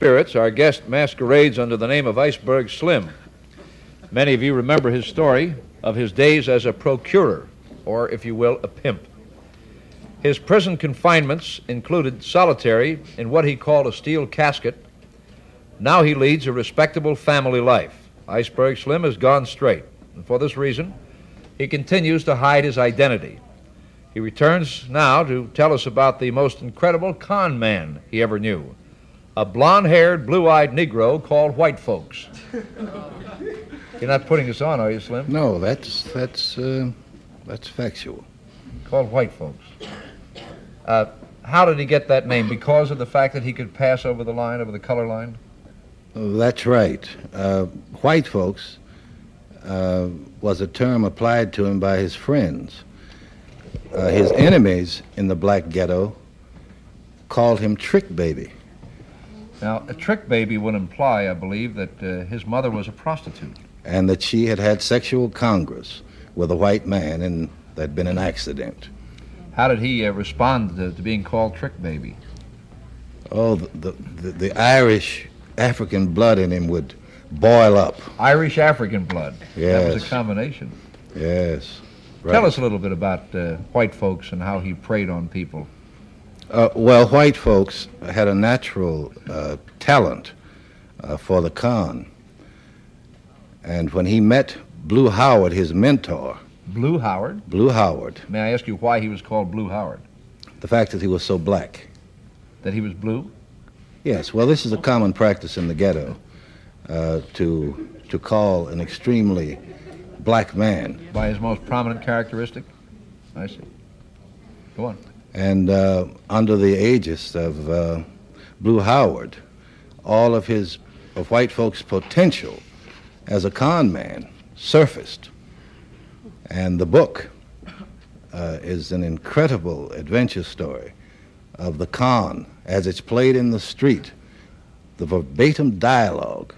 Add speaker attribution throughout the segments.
Speaker 1: spirits, our guest masquerades under the name of Iceberg Slim. Many of you remember his story of his days as a procurer, or, if you will, a pimp. His prison confinements included solitary in what he called a steel casket. Now he leads a respectable family life. Iceberg Slim has gone straight, and for this reason, he continues to hide his identity. He returns now to tell us about the most incredible con man he ever knew a blond haired, blue eyed Negro called White Folks. You're not putting this on, are you, Slim?
Speaker 2: No, that's that's uh, that's factual.
Speaker 1: Called White Folks. Uh, how did he get that name? Because of the fact that he could pass over the line, over the color line?
Speaker 2: Oh, That's right. Uh, white folks uh, was a term applied to him by his friends. Uh, his enemies in the black ghetto called him trick baby.
Speaker 1: Now, a trick baby would imply, I believe, that uh, his mother was a prostitute.
Speaker 2: and that she had had sexual congress with a white man and there'd been an accident.
Speaker 1: How did he uh, respond to, to being called trick baby?
Speaker 2: Oh, the, the, the Irish African blood in him would boil up.
Speaker 1: Irish African blood. That was a
Speaker 2: Yes.
Speaker 1: combination.
Speaker 2: Yes.
Speaker 1: Tell us a little bit about uh, white folks and how he preyed on people.
Speaker 2: Uh, well, white folks had a natural uh, talent uh, for the con. And when he met Blue Howard, his mentor,
Speaker 1: Blue Howard.
Speaker 2: Blue Howard,
Speaker 1: May I ask you why he was called Blue Howard?
Speaker 2: the fact that he was so black,
Speaker 1: That he was blue?
Speaker 2: Yes, well, this is a common practice in the ghetto uh, to, to call an extremely black man.
Speaker 1: By his most prominent characteristic? I see. Go on.
Speaker 2: And uh, under the aegis of uh, Blue Howard, all of his of white folks' potential as a con man surfaced. And the book uh, is an incredible adventure story of the con as it's played in the street, the verbatim dialogue,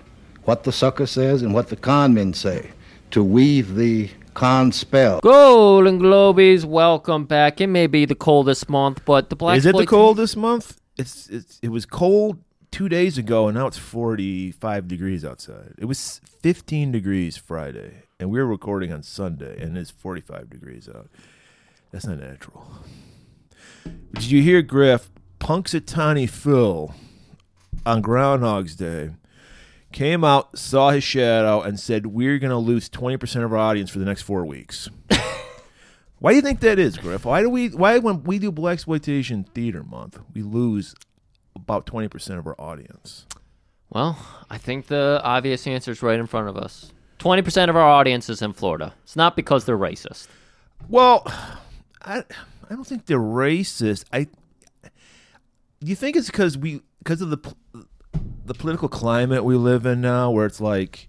Speaker 2: what the sucker says and what the con men say, to weave the con spell.
Speaker 3: Golden Globies, welcome back. It may be the coldest month, but the black
Speaker 4: Is it the
Speaker 3: exploit-
Speaker 4: cold this month? It's, it's it was cold two days ago, and now it's forty five degrees outside. It was fifteen degrees Friday, and we were recording on Sunday, and it's forty five degrees out. That's not natural. Did you hear Griff? Punxsutawney Phil on Groundhog's Day came out, saw his shadow, and said, "We're going to lose twenty percent of our audience for the next four weeks." Why do you think that is, Griff? Why do we? Why when we do Black Exploitation Theater Month, we lose about twenty percent of our audience?
Speaker 3: Well, I think the obvious answer is right in front of us. 20% of our audience is in Florida. It's not because they're racist.
Speaker 4: Well, I I don't think they're racist. I you think it's because we because of the pol- the political climate we live in now, where it's like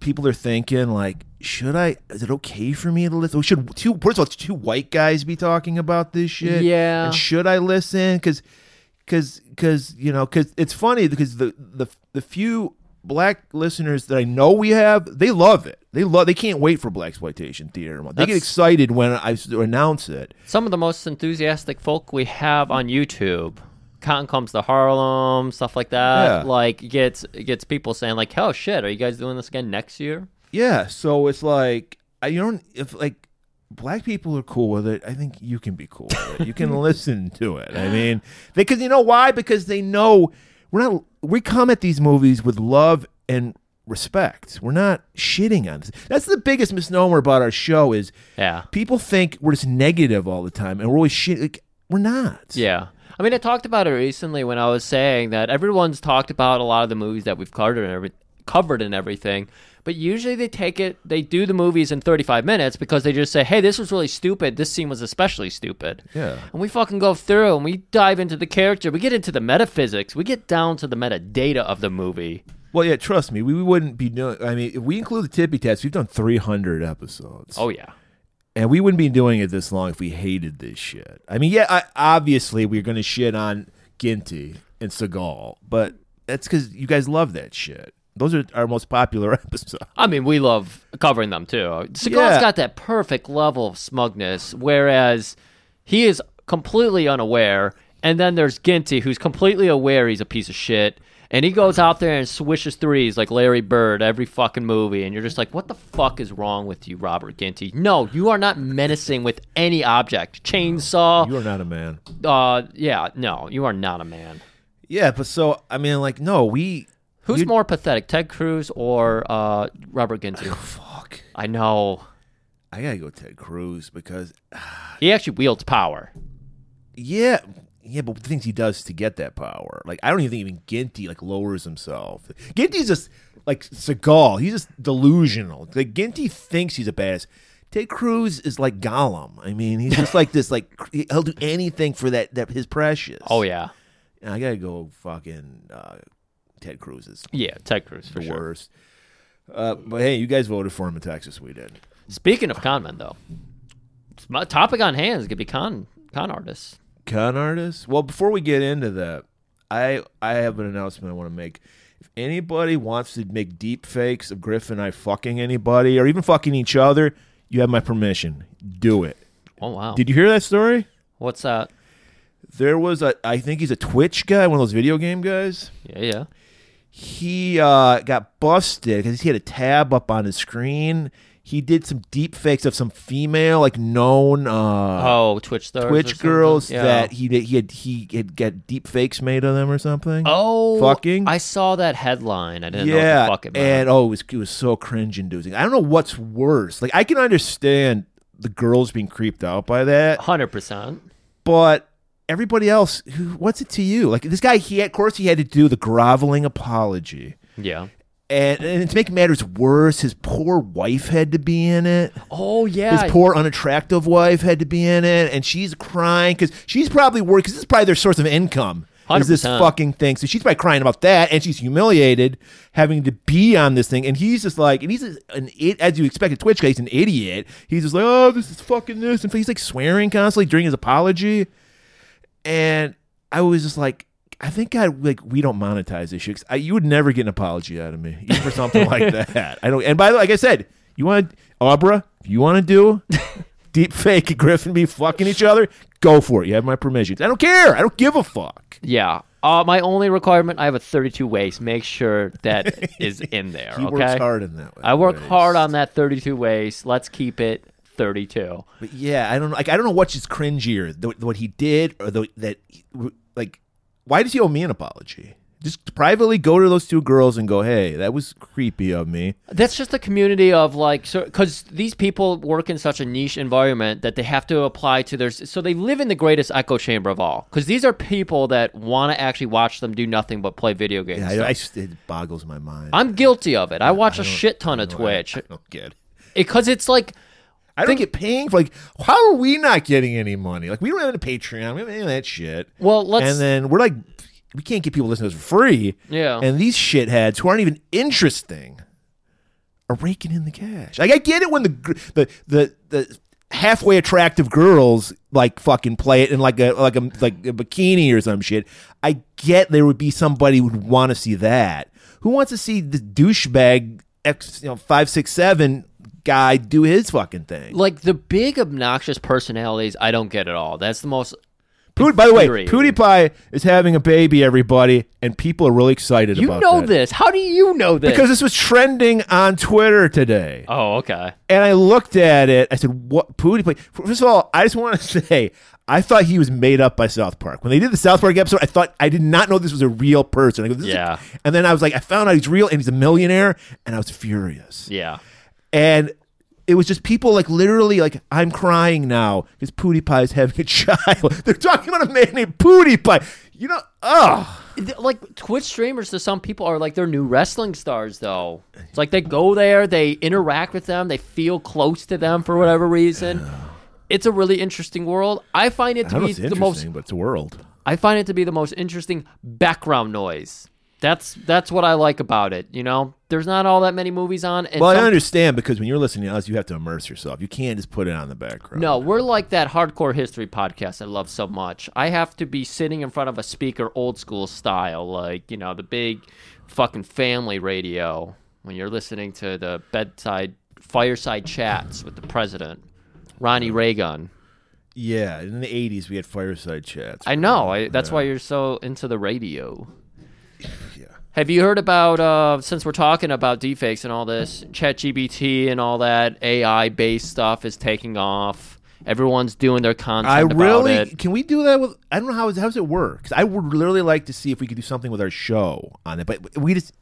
Speaker 4: people are thinking like, should I? Is it okay for me to listen? Should two first of all, two white guys be talking about this shit?
Speaker 3: Yeah.
Speaker 4: And should I listen? Because because because you know because it's funny because the the the few black listeners that I know we have they love it they love they can't wait for black exploitation theater month they get
Speaker 3: That's-
Speaker 4: excited when I s- announce it
Speaker 3: Some of the most enthusiastic folk we have on YouTube. Cotton comes to Harlem, stuff like that.
Speaker 4: Yeah.
Speaker 3: Like it gets it gets people saying like, "Hell, shit, are you guys doing this again next year?"
Speaker 4: yeah so it's like I don't if like black people are cool with it I think you can be cool with it you can listen to it I mean because you know why because they know we're not we come at these movies with love and respect we're not shitting on this that's the biggest misnomer about our show is
Speaker 3: Yeah.
Speaker 4: people think we're just negative all the time and we're always shit like, we're not
Speaker 3: Yeah. I mean, I talked about it recently when I was saying that everyone's talked about a lot of the movies that we've covered and, every, covered and everything, but usually they take it, they do the movies in 35 minutes because they just say, hey, this was really stupid. This scene was especially stupid.
Speaker 4: Yeah.
Speaker 3: And we fucking go through and we dive into the character. We get into the metaphysics. We get down to the metadata of the movie.
Speaker 4: well yeah trust me we, we wouldn't be doing i mean if we include the tippy taps we've done 300 episodes
Speaker 3: Oh, yeah.
Speaker 4: and we wouldn't be doing it this long if we hated this shit i mean yeah I, obviously we're gonna shit on ginty and seagal but that's because you guys love that shit those are our most popular episodes
Speaker 3: I mean, we love covering them too. Seagal's
Speaker 4: Yeah.
Speaker 3: got that perfect level of smugness, whereas he is completely unaware. And then there's Ginty, who's completely aware he's a piece of shit. And he goes out there and swishes threes like Larry Bird every fucking movie. And you're just like, what the fuck is wrong with you, Robert Ginty? No, you are not menacing with any object. Chainsaw.
Speaker 4: You are not a man.
Speaker 3: uh, yeah, no, you are not a man.
Speaker 4: Yeah, but so I mean, like, no, we.
Speaker 3: Who's
Speaker 4: you-
Speaker 3: more pathetic, Ted Cruz or uh, Robert Ginty?
Speaker 4: Fuck.
Speaker 3: I know.
Speaker 4: I gotta go Ted Cruz because
Speaker 3: He actually wields power.
Speaker 4: yeah, yeah, but the things he does to get that power, like I don't even think even Ginty like lowers himself. Ginty's just like Seagal. He's just delusional. Like Ginty thinks he's a badass. Ted Cruz is like Gollum. I mean, he's just like this. Like cr- he'll do anything for that. That his precious.
Speaker 3: Oh, yeah.
Speaker 4: And I gotta go fucking uh, Ted Cruz is
Speaker 3: Yeah, Ted Cruz for
Speaker 4: the
Speaker 3: sure.
Speaker 4: worst. Uh, but hey, you guys voted for him in Texas. We did.
Speaker 3: Speaking of con men, though, my topic on hand is going to be con con artists.
Speaker 4: Con artists. Well, before we get into that, I I have an announcement I want to make. If anybody wants to make deep fakes of Griff and I fucking anybody or even fucking each other, you have my permission. Do it.
Speaker 3: Oh wow,
Speaker 4: Did you hear that story?
Speaker 3: what's that?
Speaker 4: There was a I think he's a Twitch guy, one of those video game guys.
Speaker 3: Yeah, yeah.
Speaker 4: he uh, got busted because he had a tab up on his screen. He did some deep fakes of some female, like known uh,
Speaker 3: Oh, Twitch stars, or
Speaker 4: Twitch
Speaker 3: something?
Speaker 4: girls
Speaker 3: Yeah.
Speaker 4: that he did, he had he had got deep fakes made of them or something.
Speaker 3: oh
Speaker 4: fucking
Speaker 3: I saw that headline. I didn't
Speaker 4: yeah,
Speaker 3: know what the fuck it meant.
Speaker 4: and oh, it was it was so cringe inducing. I don't know what's worse. Like I can understand the girls being creeped out by that,
Speaker 3: Hundred percent.
Speaker 4: but everybody else, who, what's it to you? Like this guy, he had, of course he had to do the groveling apology.
Speaker 3: Yeah.
Speaker 4: and, and to make matters worse, his poor wife had to be in it.
Speaker 3: Oh yeah.
Speaker 4: His poor unattractive wife had to be in it, and she's crying because she's probably worried because this is probably their source of income. Is this
Speaker 3: 100%.
Speaker 4: fucking thing? So she's probably crying about that, and she's humiliated having to be on this thing. And he's just like, and he's an it as you expect a Twitch guy. He's an idiot. He's just like, oh, this is fucking this, and he's like swearing constantly during his apology. And I was just like, I think I like we don't monetize this shit. 'cause I, you would never get an apology out of me even for something like that. I don't. And by the way, like I said, you want Abra? If you want to do deep fake Griffin be fucking each other, go for it. You have my permission. I don't care. I don't give a fuck.
Speaker 3: yeah. Uh, my only requirement, I have a 32 waist. Make sure that is in there.
Speaker 4: He
Speaker 3: okay.
Speaker 4: works hard in that way.
Speaker 3: I work
Speaker 4: ways.
Speaker 3: hard on that 32 waist. Let's keep it 32.
Speaker 4: But yeah, I don't know. Like I don't know what's just cringier, the, what he did or the, that. he- Like, why does he owe me an apology? Just privately go to those two girls and go, hey, that was creepy of me.
Speaker 3: That's just a community of like, because these people work in such a niche environment that they have to apply to their. So they live in the greatest echo chamber of all. Because these are people that want to actually watch them do nothing but play video games.
Speaker 4: Yeah,
Speaker 3: So-
Speaker 4: I, I just- it boggles my mind.
Speaker 3: I'm guilty of it. I watch a shit ton of
Speaker 4: No, I-
Speaker 3: Twitch
Speaker 4: I don't get. It.
Speaker 3: because it's like,
Speaker 4: I don't get paying for like. How are we not getting any money? Like we don't have any Patreon. We don't have any of that shit.
Speaker 3: well, let's.
Speaker 4: and then we're like, we can't get people to listen to us for free.
Speaker 3: Yeah.
Speaker 4: And these shitheads who aren't even interesting are raking in the cash. Like I get it when the gr- the the the halfway attractive girls like fucking play it in like a like a like a bikini or some shit. I get there would be somebody who would want to see that. Who wants to see the douchebag X you know five six seven guy do his fucking thing?
Speaker 3: like the big obnoxious personalities, I don't get at all. That's the most.
Speaker 4: Pewd- by the way,
Speaker 3: infuriating.
Speaker 4: PewDiePie is having a baby, everybody, and people are really excited
Speaker 3: You
Speaker 4: about
Speaker 3: know
Speaker 4: that.
Speaker 3: this. How do you know this?
Speaker 4: Because this was trending on Twitter today.
Speaker 3: oh, okay.
Speaker 4: And I looked at it. I said, what? PewDiePie. First of all, I just want to say, I thought he was made up by South Park. When they did the South Park episode, I thought, I did not know this was a real person. I go, this is a-
Speaker 3: Yeah.
Speaker 4: and then I was like, I found out he's real and he's a millionaire. And I was furious
Speaker 3: Yeah.
Speaker 4: and it was just people like literally like I'm crying now because PewDiePie is having a child. They're talking about a man named PewDiePie. You know, oh,
Speaker 3: Th- like Twitch streamers to some people are like they're new wrestling stars though. It's like they go there, they interact with them, they feel close to them for whatever reason. It's a really interesting world. I find it to be the most
Speaker 4: but it's a world.
Speaker 3: I find it to be the most interesting background noise. That's that's what I like about it, you know? There's not all that many movies on and
Speaker 4: Well, I
Speaker 3: some-
Speaker 4: understand because when you're listening to us, you have to immerse yourself. You can't just put it on the background.
Speaker 3: No, we're like that hardcore history podcast I love so much. I have to be sitting in front of a speaker old school style, like, you know, the big fucking family radio when you're listening to the bedside fireside chats with the president, Ronnie Reagan.
Speaker 4: Yeah, in the '80s we had fireside chats.
Speaker 3: I know. I, that's why you're so into the radio.
Speaker 4: yeah.
Speaker 3: Have you heard about uh, since we're talking about deepfakes and all this, ChatGPT and all that AI based stuff is taking off. Everyone's doing their content
Speaker 4: I
Speaker 3: about
Speaker 4: really
Speaker 3: it.
Speaker 4: can we do that with? I don't know how how does it work. 'Cause I would literally like to see if we could do something with our show on it. But we just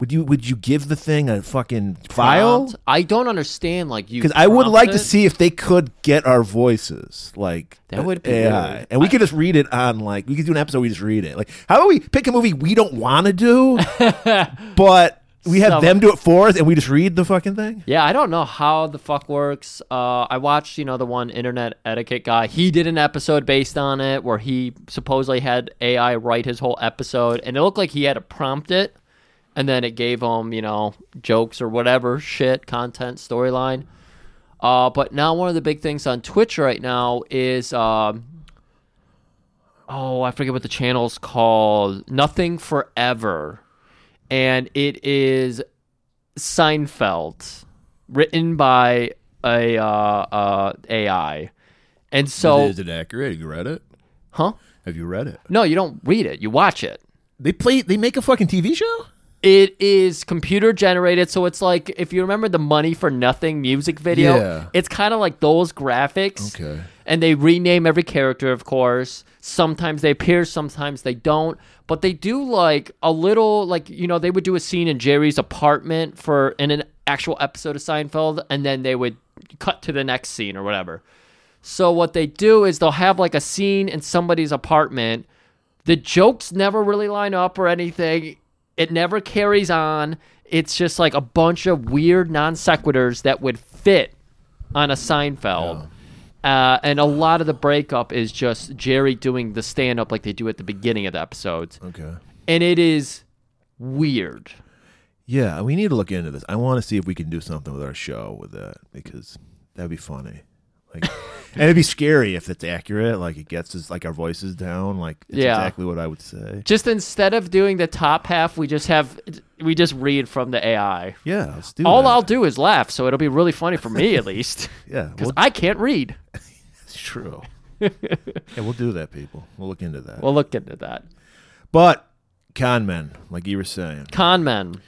Speaker 4: would you would you give the thing a fucking file?
Speaker 3: Prompt? I don't understand like you
Speaker 4: Because I would like to
Speaker 3: prompted-
Speaker 4: see if they could get our voices like
Speaker 3: That would be
Speaker 4: AI,
Speaker 3: weird.
Speaker 4: and we could just read it on like we could do an episode. We just read it. Like how about we pick a movie we don't want to do, but we have
Speaker 3: Some-
Speaker 4: them do it for us, and we just read the fucking thing.
Speaker 3: Yeah, I don't know how the fuck works. Uh, I watched, you know, the one internet etiquette guy. He did an episode based on it where he supposedly had AI write his whole episode, and it looked like he had to prompt it, and then it gave him, you know, jokes or whatever shit, content, storyline. Uh, but now one of the big things on Twitch right now is, um, oh, I forget what the channel's called. Nothing Forever, and it is Seinfeld, written by a uh, uh, AI, and so
Speaker 4: it accurate? Have you read it?
Speaker 3: huh?
Speaker 4: Have you read it?
Speaker 3: No, you don't read it. You watch it.
Speaker 4: They play. They make a fucking TV show.
Speaker 3: It is computer generated, so it's like if you remember the Money for Nothing music video,
Speaker 4: Yeah.
Speaker 3: it's kind of like those graphics.
Speaker 4: Okay.
Speaker 3: And they rename every character, of course. Sometimes they appear, sometimes they don't. But they do like a little, like, you know, they would do a scene in Jerry's apartment for in an actual episode of Seinfeld, and then they would cut to the next scene or whatever. So what they do is they'll have like a scene in somebody's apartment. The jokes never really line up or anything. It never carries on. It's just like a bunch of weird non sequiturs that would fit on a Seinfeld. Uh, and a lot of the breakup is just Jerry doing the stand up like they do at the beginning of the episodes.
Speaker 4: Okay.
Speaker 3: And it is weird.
Speaker 4: Yeah, we need to look into this. I want to see if we can do something with our show with that because that'd be funny. Like, and it'd be scary if it's accurate. Like, it gets us like our voices down. Like, it's
Speaker 3: Yeah.
Speaker 4: exactly what I would say.
Speaker 3: Just instead of doing the top half, we just have we just read from the AI.
Speaker 4: Yeah, let's do
Speaker 3: All
Speaker 4: that.
Speaker 3: I'll do is laugh, so it'll be really funny for me at least.
Speaker 4: Yeah,
Speaker 3: Because
Speaker 4: well,
Speaker 3: I can't read.
Speaker 4: that's true. yeah, we'll do that, people. We'll look into that.
Speaker 3: We'll look into that.
Speaker 4: but con men, like you were saying,
Speaker 3: Con men.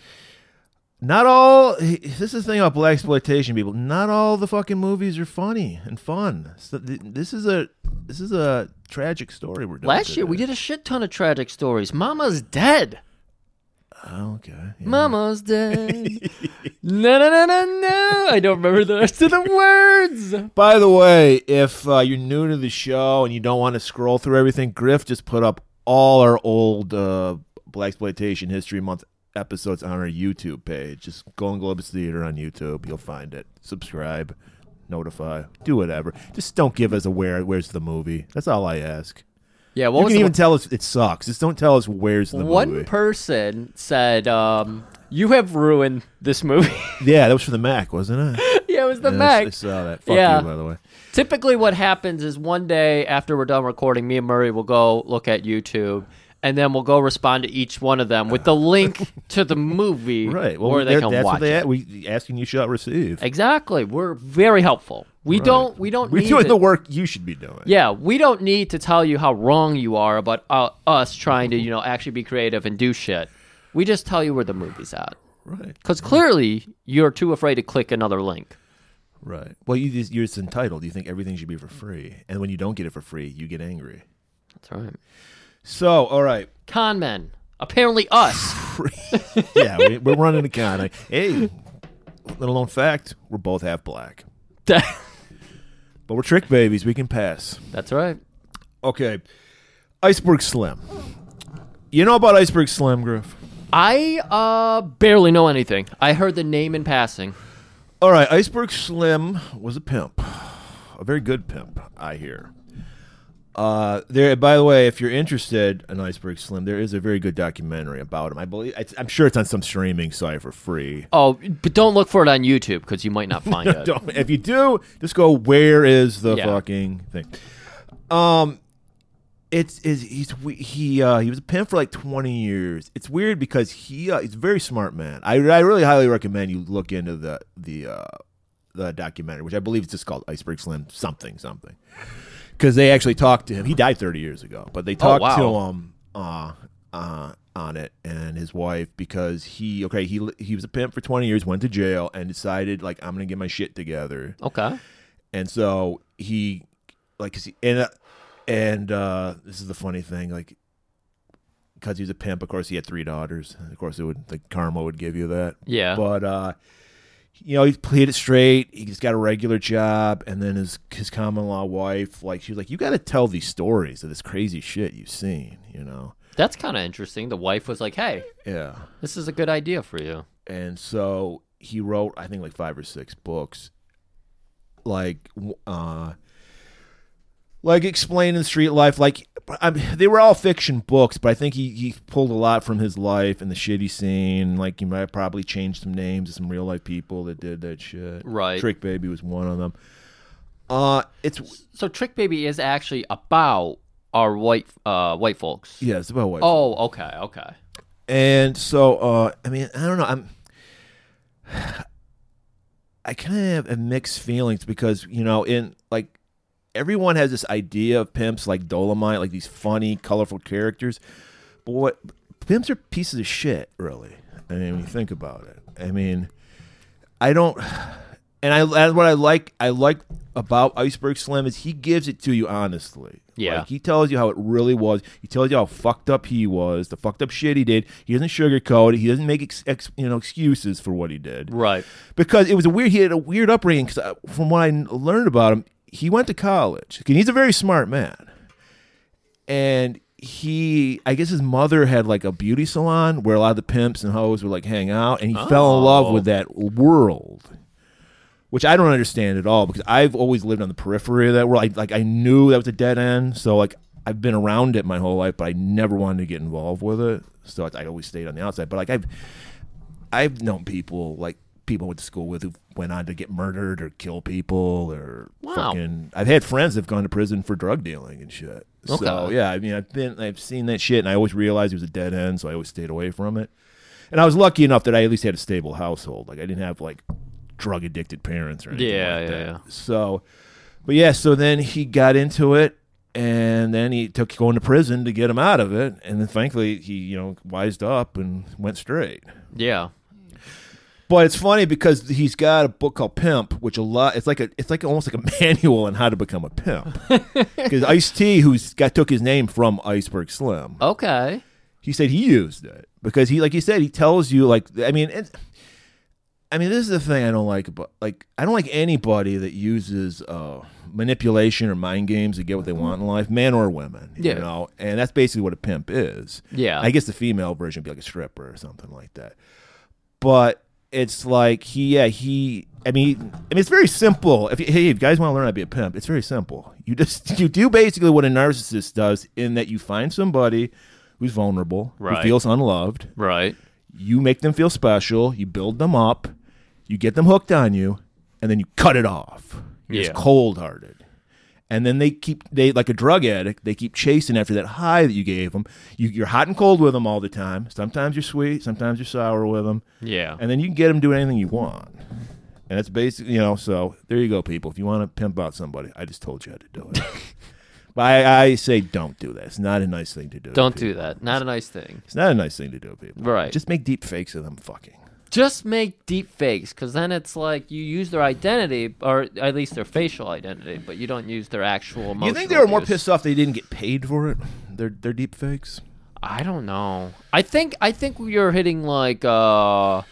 Speaker 4: not all. This is the thing about black exploitation, people. Not all the fucking movies are funny and fun. So th- this is a this is a tragic story we're doing.
Speaker 3: Last year we
Speaker 4: today.
Speaker 3: did a shit ton of tragic stories. Mama's dead.
Speaker 4: Oh, okay. yeah.
Speaker 3: Mama's dead. no, no, no, no, no. I don't remember the rest of the words.
Speaker 4: By the way, if uh, you're new to the show and you don't want to scroll through everything, Griff just put up all our old uh, Black Exploitation History Month episodes on our YouTube page. Just Golden Globus Theater on YouTube. You'll find it. Subscribe, notify, do whatever. Just don't give us a where. Where's the movie? That's all I ask.
Speaker 3: Yeah, what
Speaker 4: you
Speaker 3: was
Speaker 4: can
Speaker 3: the
Speaker 4: even tell us it sucks. Just don't tell us where's the
Speaker 3: one
Speaker 4: movie.
Speaker 3: person said, um, "You have ruined this movie."
Speaker 4: yeah, that was for the Mac, wasn't it?
Speaker 3: yeah, it was the
Speaker 4: Yeah, I
Speaker 3: Mac.
Speaker 4: saw that. Fuck
Speaker 3: Yeah.
Speaker 4: you, by the way.
Speaker 3: Typically, what happens is one day after we're done recording, me and Murray will go look at YouTube. And then we'll go respond to each one of them with the link to the movie,
Speaker 4: Right. Well,
Speaker 3: where they
Speaker 4: there-
Speaker 3: can
Speaker 4: that's
Speaker 3: watch
Speaker 4: what they
Speaker 3: it.
Speaker 4: a- we asking you shall receive.
Speaker 3: Exactly. We're very helpful. We don't. We don't.
Speaker 4: We're
Speaker 3: need
Speaker 4: doing
Speaker 3: to-
Speaker 4: the work you should be doing.
Speaker 3: Yeah, we don't need to tell you how wrong you are about uh, us trying to, you know, actually be creative and do shit. We just tell you where the movie's at,
Speaker 4: Right.
Speaker 3: because clearly you're too afraid to click another link.
Speaker 4: Right. Well, you just, you're just entitled. You think everything should be for free, and when you don't get it for free, you get angry.
Speaker 3: That's right.
Speaker 4: So, all right.
Speaker 3: Con men. Apparently, us.
Speaker 4: Yeah, we, we're running a con. Like, hey, little known fact: we're both half black,
Speaker 3: That's
Speaker 4: but we're trick babies. We can pass.
Speaker 3: right.
Speaker 4: Okay. Iceberg Slim. You know about Iceberg Slim, Griff?
Speaker 3: I uh barely know anything. I heard the name in passing.
Speaker 4: All right, Iceberg Slim was a pimp, a very good pimp, I hear. Uh, there. By the way, if you're interested in Iceberg Slim, there is a very good documentary about him. I believe it's, I'm sure it's on some streaming site for free.
Speaker 3: Oh, but don't look for it on YouTube because you might not find it.
Speaker 4: Don't, if you do, just go. Where is the
Speaker 3: Yeah.
Speaker 4: fucking thing? Um, it's is he's we- he uh he was a pimp for like twenty years. It's weird because he uh, he's a very smart man. I I really highly recommend you look into the the uh the documentary, which I believe is just called Iceberg Slim something something, because they actually talked to him. He died thirty years ago, but they talked
Speaker 3: wow.
Speaker 4: to him uh uh. on it and his wife because he okay he he was a pimp for 20 years went to jail and decided like I'm gonna get my shit together
Speaker 3: Okay.
Speaker 4: and so he like 'cause he, and uh, and uh this is the funny thing like because he was a pimp of course he had three daughters of course it would like karma would give you that
Speaker 3: Yeah.
Speaker 4: but uh you know, he played it straight. He's got a regular job, and then his his common law wife, like she was like, "You got to tell these stories of this crazy shit you've seen," you know.
Speaker 3: That's kind of interesting. The wife was like, "Hey,
Speaker 4: Yeah.
Speaker 3: this is a good idea for you."
Speaker 4: and so he wrote i think like five or six books like w- uh like explaining street life like I mean, they were all fiction books but i think he, he pulled a lot from his life and the shit he seen like he might have probably changed some names of some real life people that did that shit
Speaker 3: Right.
Speaker 4: trick baby was one of them uh it's
Speaker 3: So Trick Baby is actually about our white uh white folks.
Speaker 4: yeah it's about white
Speaker 3: Oh, okay, okay.
Speaker 4: And so, uh, I mean, I don't know. I'm, I kind of have mixed feelings because you know, in like everyone has this idea of pimps like Dolomite, like these funny, colorful characters. But what pimps are pieces of shit, really. I mean, when you think about it, I mean, I don't. And I that's what I like. I like about Iceberg Slim is he gives it to you honestly.
Speaker 3: Yeah.
Speaker 4: like he tells you how it really was. He tells you how fucked up he was, the fucked up shit he did. He doesn't sugarcoat it. He doesn't make ex, ex, you know excuses for what he did
Speaker 3: Right.
Speaker 4: because it was a weird. He had a weird upbringing. Because from what I n- learned about him, he went to college. And he's a very smart man, and he, I guess, his mother had like a beauty salon where a lot of the pimps and hoes would like hang out, and he fell in love with that world. Which I don't understand at all because I've always lived on the periphery of that world. I, like I knew that was a dead end, so like I've been around it my whole life, but I never wanted to get involved with it. So I I always stayed on the outside. But like I've I've known people like people I went to school with who went on to get murdered or kill people or
Speaker 3: Wow.
Speaker 4: fucking. I've had friends that've gone to prison for drug dealing and shit. So
Speaker 3: Okay.
Speaker 4: yeah, I mean, I've been, I've seen that shit, and I always realized it was a dead end, so I always stayed away from it. And I was lucky enough that I at least had a stable household. Like I didn't have like drug addicted parents or anything
Speaker 3: Yeah,
Speaker 4: like
Speaker 3: yeah,
Speaker 4: that.
Speaker 3: yeah.
Speaker 4: So, but yeah, so then he got into it, and then he took going to prison to get him out of it, and then thankfully he you know wised up and went straight.
Speaker 3: Yeah.
Speaker 4: But it's funny because he's got a book called Pimp, which a lot it's like a it's like almost like a manual on how to become a pimp. Because Ice T, who's got took his name from Iceberg Slim,
Speaker 3: Okay.
Speaker 4: he said he used it because he like you said he tells you like I mean it's, I mean this is the thing I don't like about like I don't like anybody that uses uh, manipulation or mind games to get what they want in life, men or women.
Speaker 3: Yeah.
Speaker 4: You know, and that's basically what a pimp is.
Speaker 3: Yeah.
Speaker 4: I guess the female version would be like a stripper or something like that. But it's like he, yeah, he. I mean, I mean, it's very simple. If you, hey, if you guys want to learn how to be a pimp, it's very simple. You just you do basically what a narcissist does in that you find somebody who's vulnerable,
Speaker 3: Right.
Speaker 4: who feels unloved.
Speaker 3: Right.
Speaker 4: You make them feel special. You build them up. You get them hooked on you, and then you cut it off. You're
Speaker 3: Yeah.
Speaker 4: just cold hearted. And then they keep they like a drug addict. They keep chasing after that high that you gave them. You, you're hot and cold with them all the time. Sometimes you're sweet. Sometimes you're sour with them.
Speaker 3: Yeah.
Speaker 4: And then you can get them doing anything you want. And that's basically you know. So there you go, people. If you want to pimp out somebody, I just told you how to do it. but I, I say don't do that. It's not a nice thing to do.
Speaker 3: Don't
Speaker 4: people.
Speaker 3: do that. Not a nice thing.
Speaker 4: It's not a nice thing to do, people.
Speaker 3: Right.
Speaker 4: Just make deep fakes of them fucking.
Speaker 3: Just make deep fakes because then it's like you use their identity or at least their facial identity, but you don't use their actual emotional
Speaker 4: You think they were more
Speaker 3: use.
Speaker 4: pissed off they didn't get paid for it? Their their deep fakes.
Speaker 3: I don't know. I think I think you're hitting like uh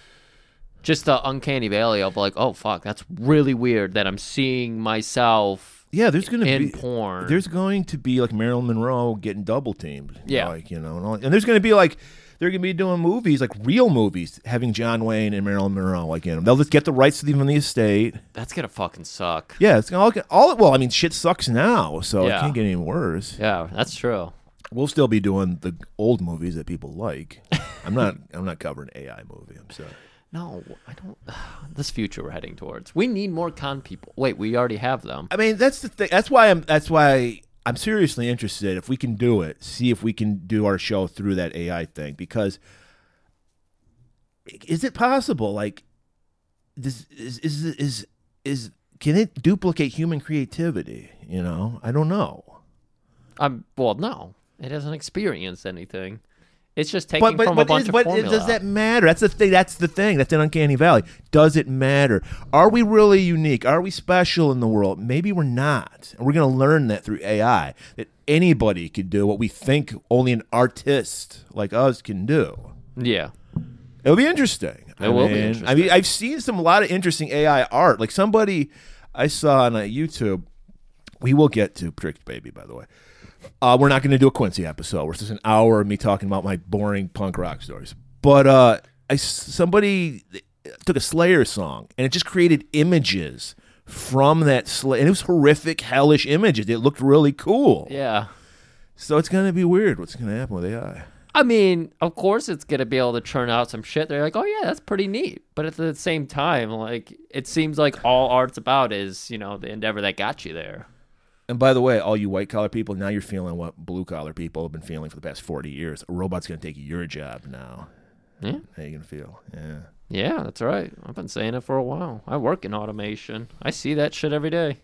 Speaker 3: just the uncanny valley of like, oh fuck, that's really weird that I'm seeing myself.
Speaker 4: Yeah, there's gonna
Speaker 3: In
Speaker 4: be
Speaker 3: porn.
Speaker 4: There's going to be like Marilyn Monroe getting double teamed.
Speaker 3: Yeah.
Speaker 4: like you know, and, all, and there's gonna be like they're gonna be doing movies like real movies, having John Wayne and Marilyn Monroe like in them. They'll just get the rights to them on the estate.
Speaker 3: That's gonna fucking suck.
Speaker 4: Yeah, it's gonna all, all well. I mean, shit sucks now, so
Speaker 3: Yeah.
Speaker 4: it can't get any worse.
Speaker 3: Yeah, that's true.
Speaker 4: We'll still be doing the old movies that people like. I'm not. I'm not covering AI movie. I'm sorry.
Speaker 3: No, I don't. This future we're heading towards. We need more con people. Wait, we already have them.
Speaker 4: I mean, that's the thing. That's why I'm. That's why I'm seriously interested. If we can do it, see if we can do our show through that AI thing. Because is it possible? Like, this is is is is can it duplicate human creativity? You know, I don't know.
Speaker 3: I'm well, no, it hasn't experienced anything. It's just taking
Speaker 4: But but,
Speaker 3: from a
Speaker 4: but,
Speaker 3: bunch
Speaker 4: is-
Speaker 3: of
Speaker 4: but
Speaker 3: formula.
Speaker 4: does that matter? That's the thing. That's the thing. That's an uncanny valley. Does it matter? Are we really unique? Are we special in the world? Maybe we're not. And we're going to learn that through AI that anybody could do what we think only an artist like us can do.
Speaker 3: yeah.
Speaker 4: It'll be interesting. It I
Speaker 3: will be
Speaker 4: mean, I
Speaker 3: interesting.
Speaker 4: mean, I've seen some a lot of interesting AI art. Like somebody I saw on uh, YouTube. We will get to Pricked Baby, by the way. Uh, we're not going to do a Quincy episode. It's just an hour of me talking about my boring punk rock stories. But uh, I s- somebody uh, took a Slayer song and it just created images from that Slayer, and it was horrific, hellish images. It looked really cool.
Speaker 3: Yeah.
Speaker 4: So it's going to be weird. What's going to happen with AI?
Speaker 3: I mean, of course it's gonna be able to churn out some shit. They're like, oh yeah, that's pretty neat. But at the same time, like it seems like all art's about is you know the endeavor that got you there.
Speaker 4: And by the way, all you white collar people, now you're feeling what blue collar people have been feeling for the past 40 years. A robot's going to take your job now.
Speaker 3: Yeah.
Speaker 4: How you going to feel? Yeah.
Speaker 3: Yeah, that's right. I've been saying it for a while. I work in automation. I see that shit every day.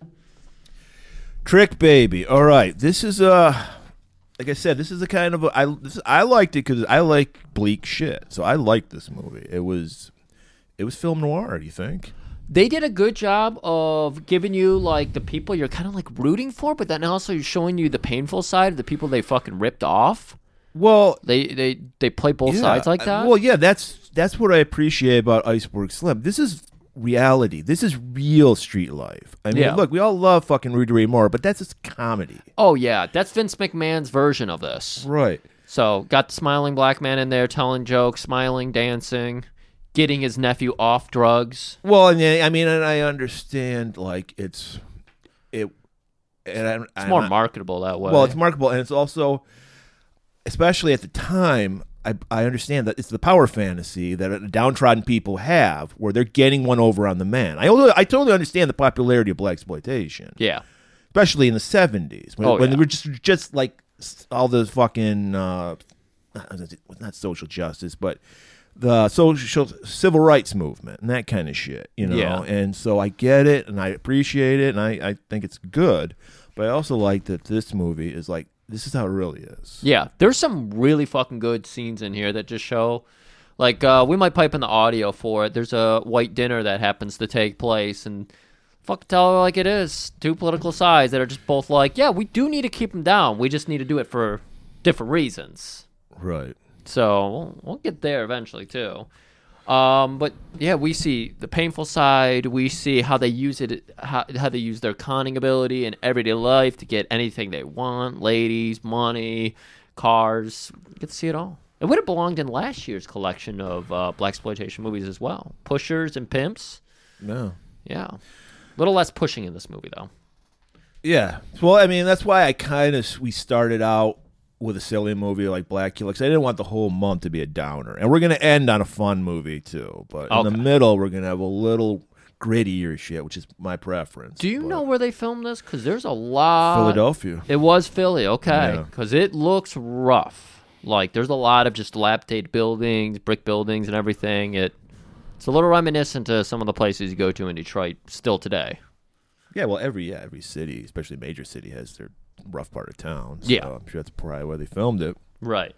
Speaker 4: Trick baby. All right. This is uh like I said, this is the kind of a, I this, I liked it cuz I like bleak shit. So I liked this movie. It was it was film noir, do you think?
Speaker 3: They did a good job of giving you like the people you're kind of like rooting for, but then also showing you the painful side of the people they fucking ripped off.
Speaker 4: Well,
Speaker 3: They they they play both
Speaker 4: Yeah.
Speaker 3: sides like
Speaker 4: I-
Speaker 3: that.
Speaker 4: Well, yeah, that's that's what I appreciate about Iceberg Slim. This is reality. This is real street life. I mean,
Speaker 3: Yeah.
Speaker 4: look, we all love fucking Rudy Ray Moore, but that's just comedy.
Speaker 3: oh yeah, that's Vince McMahon's version of this.
Speaker 4: Right.
Speaker 3: So got the smiling black man in there telling jokes, smiling, dancing, getting his nephew off drugs.
Speaker 4: Well, and I I mean, and I understand like it's it and I,
Speaker 3: It's more marketable eh? that way.
Speaker 4: Well, it's marketable, and it's also, especially at the time, I, I understand that it's the power fantasy that uh, downtrodden people have, where they're getting one over on the man. I also, I totally understand the popularity of black exploitation,
Speaker 3: yeah.
Speaker 4: especially in the seventies when,
Speaker 3: Oh,
Speaker 4: when
Speaker 3: yeah.
Speaker 4: they were just just like s- all those fucking uh, not- not social justice, but the social civil rights movement and that kind of shit, you know.
Speaker 3: Yeah.
Speaker 4: And so I get it, and I appreciate it, and I I think it's good, but I also like that this movie is like this is how it really is.
Speaker 3: Yeah, there's some really fucking good scenes in here that just show, like, uh, we might pipe in the audio for it. There's a white dinner that happens to take place, and fuck, tell it like it is. Two political sides that are just both like, yeah, we do need to keep them down. We just need to do it for different reasons.
Speaker 4: Right.
Speaker 3: So we'll, we'll get there eventually too. Um, but yeah, we see the painful side. We see how they use it, how, how they use their conning ability in everyday life to get anything they want: ladies, money, cars. We get to see it all. It would have belonged in last year's collection of uh, black exploitation movies as well. Pushers and pimps.
Speaker 4: No.
Speaker 3: Yeah, a little less pushing in this movie though.
Speaker 4: Yeah. Well, I mean, that's why I kind of we started out with a silly movie like Black Kill 'cause I didn't want the whole month to be a downer, and we're gonna end on a fun movie too. But in the
Speaker 3: Okay.
Speaker 4: middle, we're gonna have a little grittier shit, which is my preference.
Speaker 3: Do you
Speaker 4: But
Speaker 3: know where they filmed this? Because there's a lot.
Speaker 4: Philadelphia?
Speaker 3: It was Philly, okay.
Speaker 4: Yeah.
Speaker 3: Because it looks rough. Like there's a lot of just dilapidated buildings, brick buildings, and everything. It it's a little reminiscent to some of the places you go to in Detroit still today.
Speaker 4: yeah. Well, every yeah every city, especially major city, has their rough part of town. So
Speaker 3: Yeah.
Speaker 4: I'm sure that's probably where they filmed it.
Speaker 3: Right.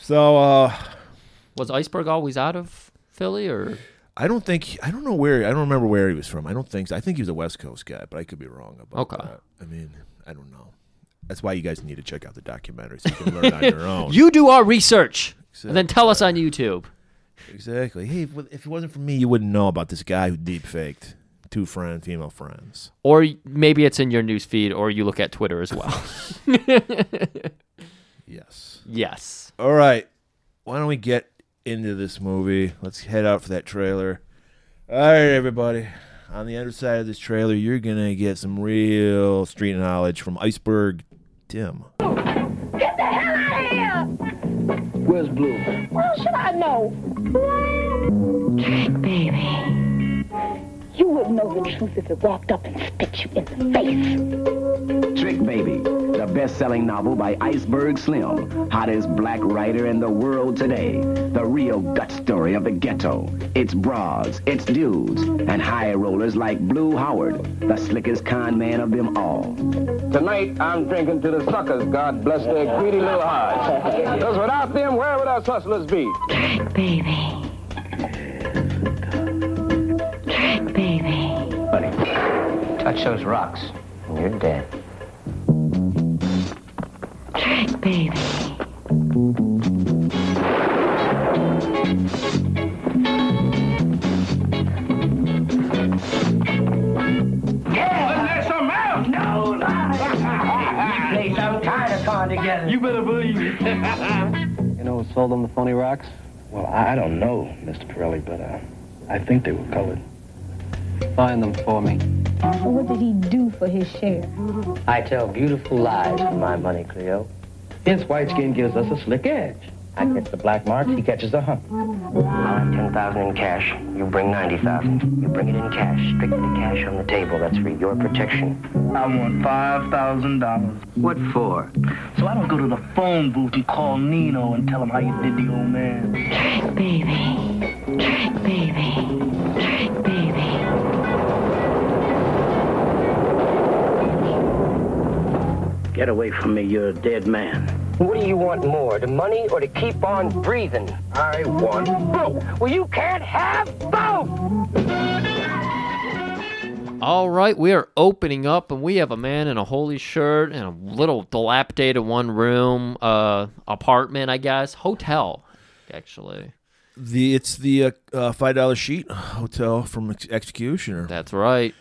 Speaker 4: So uh,
Speaker 3: Was Iceberg always out of Philly or
Speaker 4: I don't think I don't know where I don't remember where he was from. I don't think so. I think he was a West Coast guy, but I could be wrong about
Speaker 3: Okay.
Speaker 4: that. I mean, I don't know. That's why you guys need to check out the documentary so you can learn on your own.
Speaker 3: you do our research and then tell us on YouTube.
Speaker 4: exactly. Hey, if if it wasn't for me, you wouldn't know about this guy who deep faked two friend female friends.
Speaker 3: Or maybe it's in your news feed or you look at Twitter as well.
Speaker 4: Yes.
Speaker 3: yes.
Speaker 4: All right. Why don't we get into this movie? Let's head out for that trailer. All right, everybody. On the other side of this trailer, you're gonna get some real street knowledge from Iceberg Tim.
Speaker 5: Get the hell out of here!
Speaker 6: Where's Blue?
Speaker 5: Well, should I know? Trick, baby. You wouldn't know the truth if it walked up and spit you in the face.
Speaker 6: Trick Baby, the the best-selling novel by Iceberg Slim, hottest black writer in the world today. The real gut story of the ghetto, its broads, its dudes, and high rollers like Blue Howard, the slickest con man of them all.
Speaker 7: Tonight, I'm drinking to the suckers, God bless their greedy little hearts. Because without them, where would us hustlers be?
Speaker 5: Baby. Jack, baby.
Speaker 7: Touch those rocks, and you're dead.
Speaker 5: Jack, baby.
Speaker 8: You know who sold them the phony rocks?
Speaker 9: Well, I I don't know, Mr. Pirelli, but uh, I think they were colored.
Speaker 8: Find them for me.
Speaker 10: What did he do for his share?
Speaker 9: I tell beautiful lies for my money, Cleo. His white skin gives us a slick edge. I catch the black marks, he catches the hump. I'll have 10000 in cash. You bring 90000 You bring it in cash. Strictly cash on the table. That's for your protection.
Speaker 8: I want five thousand dollars.
Speaker 9: What for?
Speaker 8: So I don't go to the phone booth and call Nino and tell him how you did the old man.
Speaker 5: Jack, baby. Jack, baby. Jack, baby.
Speaker 9: Get away from me, you're a dead man. What do you want more, the money or to keep on breathing? I want both. Well, you can't have both!
Speaker 3: All right, we are opening up, and we have a man in a holy shirt and a little dilapidated one room uh, apartment, I guess, hotel, actually.
Speaker 4: The it's the uh, uh, five dollar sheet hotel from Ex- Executioner.
Speaker 3: That's right.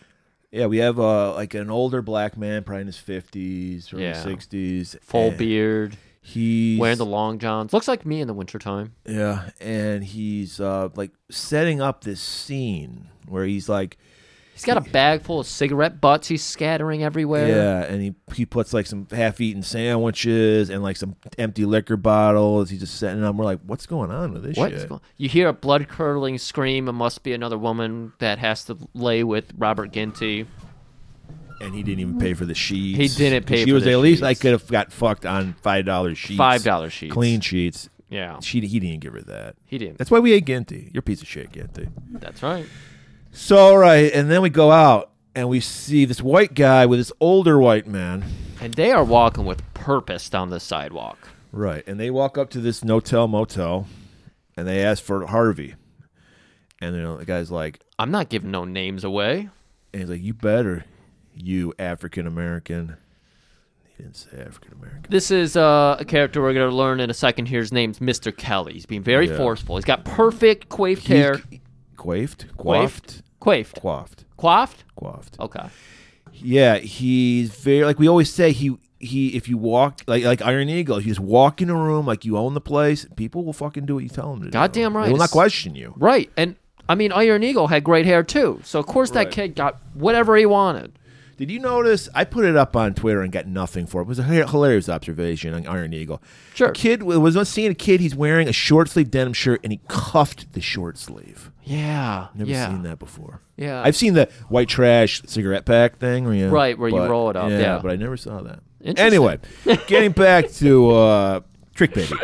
Speaker 4: Yeah, we have uh, like an older black man, probably in his fifties, early
Speaker 3: Yeah.
Speaker 4: sixties,
Speaker 3: Full
Speaker 4: and
Speaker 3: beard,
Speaker 4: He's
Speaker 3: wearing the long johns. Looks like me in the wintertime.
Speaker 4: Yeah, and he's uh, like setting up this scene where he's like,
Speaker 3: He's got a bag full of cigarette butts he's scattering everywhere.
Speaker 4: yeah, and he he puts like some half-eaten sandwiches and like some empty liquor bottles. He's just setting up. We're like, what's going on with this
Speaker 3: What
Speaker 4: shit?
Speaker 3: is going? You hear a blood curdling scream. It must be another woman that has to lay with Robert Ginty.
Speaker 4: and he didn't even pay for the sheets.
Speaker 3: He didn't pay
Speaker 4: She
Speaker 3: for
Speaker 4: was
Speaker 3: the
Speaker 4: at least I
Speaker 3: sheets.
Speaker 4: could have got fucked on five dollar sheets,
Speaker 3: $5 sheets.
Speaker 4: clean sheets.
Speaker 3: Yeah,
Speaker 4: She he didn't give her that.
Speaker 3: Oh. he didn't.
Speaker 4: That's why we ate Ginty. You're a piece of shit, Ginty.
Speaker 3: That's right.
Speaker 4: So all right, and then we go out and we see this white guy with this older white man.
Speaker 3: And they are walking with purpose down the sidewalk.
Speaker 4: Right, and they walk up to this Notel Motel, and they ask for Harvey, and you know, the guy's like,
Speaker 3: I'm not giving no names away.
Speaker 4: and he's like, you better, you African American. He didn't say African American.
Speaker 3: This is uh, a character we're going to learn in a second here. His name's Mr. Kelly. He's being very
Speaker 4: Yeah.
Speaker 3: forceful. He's got perfect coiffed hair.
Speaker 4: Quaffed,
Speaker 3: Coiffed?
Speaker 4: quaffed,
Speaker 3: Coiffed.
Speaker 4: quaffed,
Speaker 3: Coiffed?
Speaker 4: quaffed.
Speaker 3: Okay.
Speaker 4: Yeah, he's very like we always say. He he, if you walk like like Iron Eagle, if you just walk in a room like you own the place, people will fucking do what you tell them to do.
Speaker 3: Goddamn right.
Speaker 4: They will not question you.
Speaker 3: Right. And, I mean, Iron Eagle had great hair, too. So, of course, that
Speaker 4: Right.
Speaker 3: kid got whatever he wanted.
Speaker 4: Did you notice? I put it up on Twitter and got nothing for it. It was a hi- hilarious observation on Iron Eagle.
Speaker 3: Sure.
Speaker 4: Kid was was seeing a kid. He's wearing a short sleeve denim shirt and he cuffed the short sleeve.
Speaker 3: Yeah.
Speaker 4: Never
Speaker 3: yeah.
Speaker 4: seen that before.
Speaker 3: Yeah.
Speaker 4: I've seen the white trash cigarette pack thing, where you,
Speaker 3: Right, where you roll it up, yeah.
Speaker 4: but I never saw that.
Speaker 3: Interesting.
Speaker 4: Anyway, getting back to uh, Trick Baby.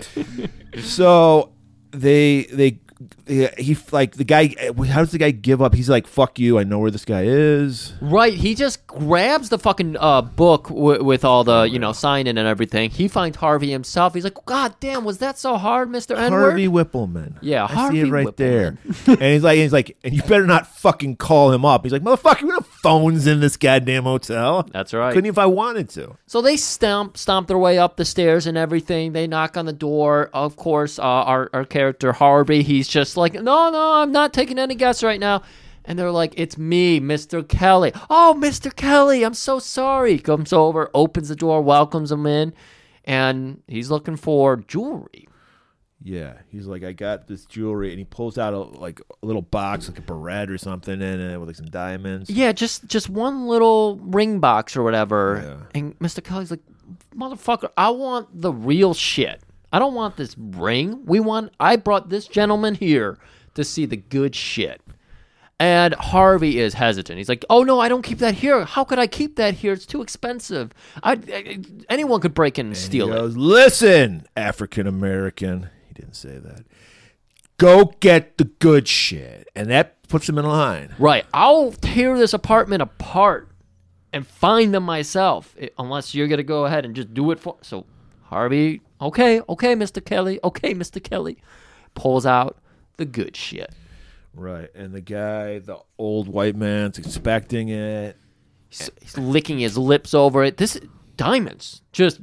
Speaker 4: so they they yeah, he like the guy. How does the guy give up? He's like, "Fuck you! I know where this guy is."
Speaker 3: Right, he just grabs the fucking uh, book w- with all the you know sign in and everything. He finds Harvey himself. He's like, "God damn, was that so hard, Mister
Speaker 4: Harvey
Speaker 3: Edward?"
Speaker 4: Whippleman.
Speaker 3: Yeah,
Speaker 4: I
Speaker 3: Harvey
Speaker 4: see it right
Speaker 3: Whippleman.
Speaker 4: there. and he's like, he's like, and you better not fucking call him up. He's like, motherfucker, we don't have phones in this goddamn hotel.
Speaker 3: That's right.
Speaker 4: Couldn't if I wanted to.
Speaker 3: So they stomp stomp their way up the stairs and everything. They knock on the door. Of course, uh, our our character Harvey, he's just like, "No, no, I'm not taking any guess right now." And they're like, "It's me, Mister Kelly." Oh, Mister Kelly, I'm so sorry. Comes over, opens the door, welcomes him in, and he's looking for jewelry.
Speaker 4: Yeah, he's like, I got this jewelry, and he pulls out a like a little box, like a barrette or something, in it with like some diamonds.
Speaker 3: Yeah, just just one little ring box or whatever.
Speaker 4: Yeah.
Speaker 3: And Mr. Kelly's like, "Motherfucker, I want the real shit. I don't want this ring. We want I brought this gentleman here to see the good shit." And Harvey is hesitant. He's like, "Oh no, I don't keep that here. How could I keep that here? It's too expensive. I, I- anyone could break in and steal
Speaker 4: He
Speaker 3: it."
Speaker 4: goes, Listen, African American. He didn't say that. Go get the good shit. And that puts him in line.
Speaker 3: Right. I'll tear this apartment apart and find them myself, i- unless you're gonna go ahead and just do it for. So Harvey, okay, okay, Mister Kelly, okay, Mister Kelly, pulls out the good shit.
Speaker 4: Right. And the guy, the old white man's expecting it.
Speaker 3: He's, he's licking his lips over it. This diamonds, just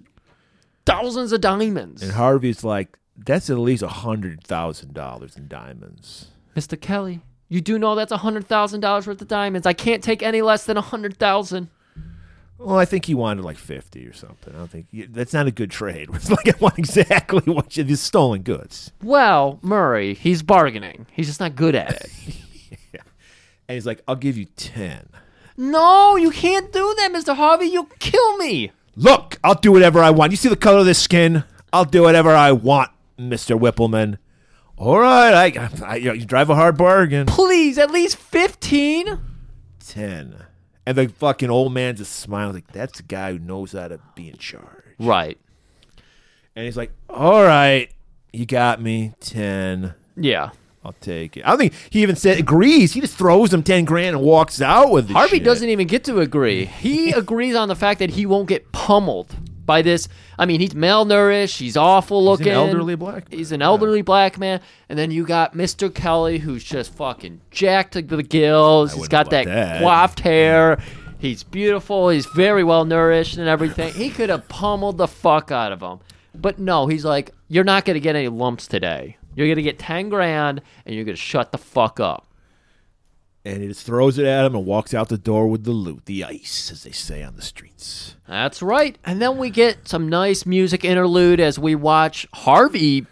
Speaker 3: thousands of diamonds.
Speaker 4: And Harvey's like, that's at least a hundred thousand dollars in diamonds.
Speaker 3: Mr. Kelly, you do know that's hundred thousand dollars worth of diamonds. I can't take any less than a hundred thousand.
Speaker 4: Well, I think he wanted like fifty or something. I don't think that's not a good trade. It's like I want exactly what you these stolen goods.
Speaker 3: Well, Murray, he's bargaining. He's just not good at it.
Speaker 4: And he's like, I'll give you ten.
Speaker 3: no, you can't do that, Mr. Harvey. You'll kill me.
Speaker 4: Look, I'll do whatever I want. You see the color of this skin? I'll do whatever I want, Mister Whippleman. All right, I, I, you drive a hard bargain.
Speaker 3: Please, at least fifteen.
Speaker 4: Ten, and the fucking old man just smiles like that's the guy who knows how to be in charge.
Speaker 3: Right.
Speaker 4: And he's like, "All right, you got me. Ten.
Speaker 3: Yeah.
Speaker 4: I'll take it." I don't think he even said agrees. He just throws him ten grand and walks out with the
Speaker 3: Harvey
Speaker 4: shit.
Speaker 3: doesn't e- even get to agree. He agrees on the fact that he won't get pummeled by this. I mean, he's malnourished. He's awful looking.
Speaker 4: elderly black
Speaker 3: He's an elderly black man. And then you got Mr. Kelly, who's just fucking jacked to the gills. He's got that,
Speaker 4: wouldn't want that.
Speaker 3: coiffed hair. He's beautiful. He's very well nourished and everything. He could have pummeled the fuck out of him. But no, he's like, you're not going to get any lumps today. You're going to get 10 grand and you're going to shut the fuck up.
Speaker 4: And he just throws it at him and walks out the door with the loot, the ice, as they say on the streets.
Speaker 3: That's right. And then we get some nice music interlude as we watch Harvey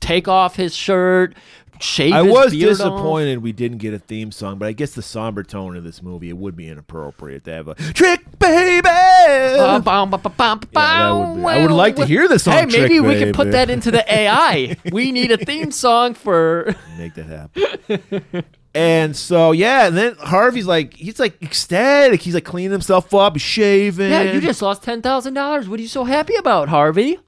Speaker 3: take off his shirt, shave
Speaker 4: I
Speaker 3: his
Speaker 4: was
Speaker 3: beard off.
Speaker 4: disappointed we didn't get a theme song, but I guess the somber tone of this movie it would be inappropriate to have a trick, baby.
Speaker 3: Bum, bum, bum, bum, bum,
Speaker 4: Yeah, that would be- I would
Speaker 3: bum,
Speaker 4: like to
Speaker 3: bum.
Speaker 4: hear this
Speaker 3: Hey,
Speaker 4: on
Speaker 3: maybe
Speaker 4: Trick,
Speaker 3: we can
Speaker 4: baby.
Speaker 3: put that into the AI. we need a theme song for.
Speaker 4: make that happen. and so yeah, and then Harvey's like he's like ecstatic. He's like cleaning himself up, he's shaving.
Speaker 3: Yeah, you just lost ten thousand dollars. What are you so happy about, Harvey?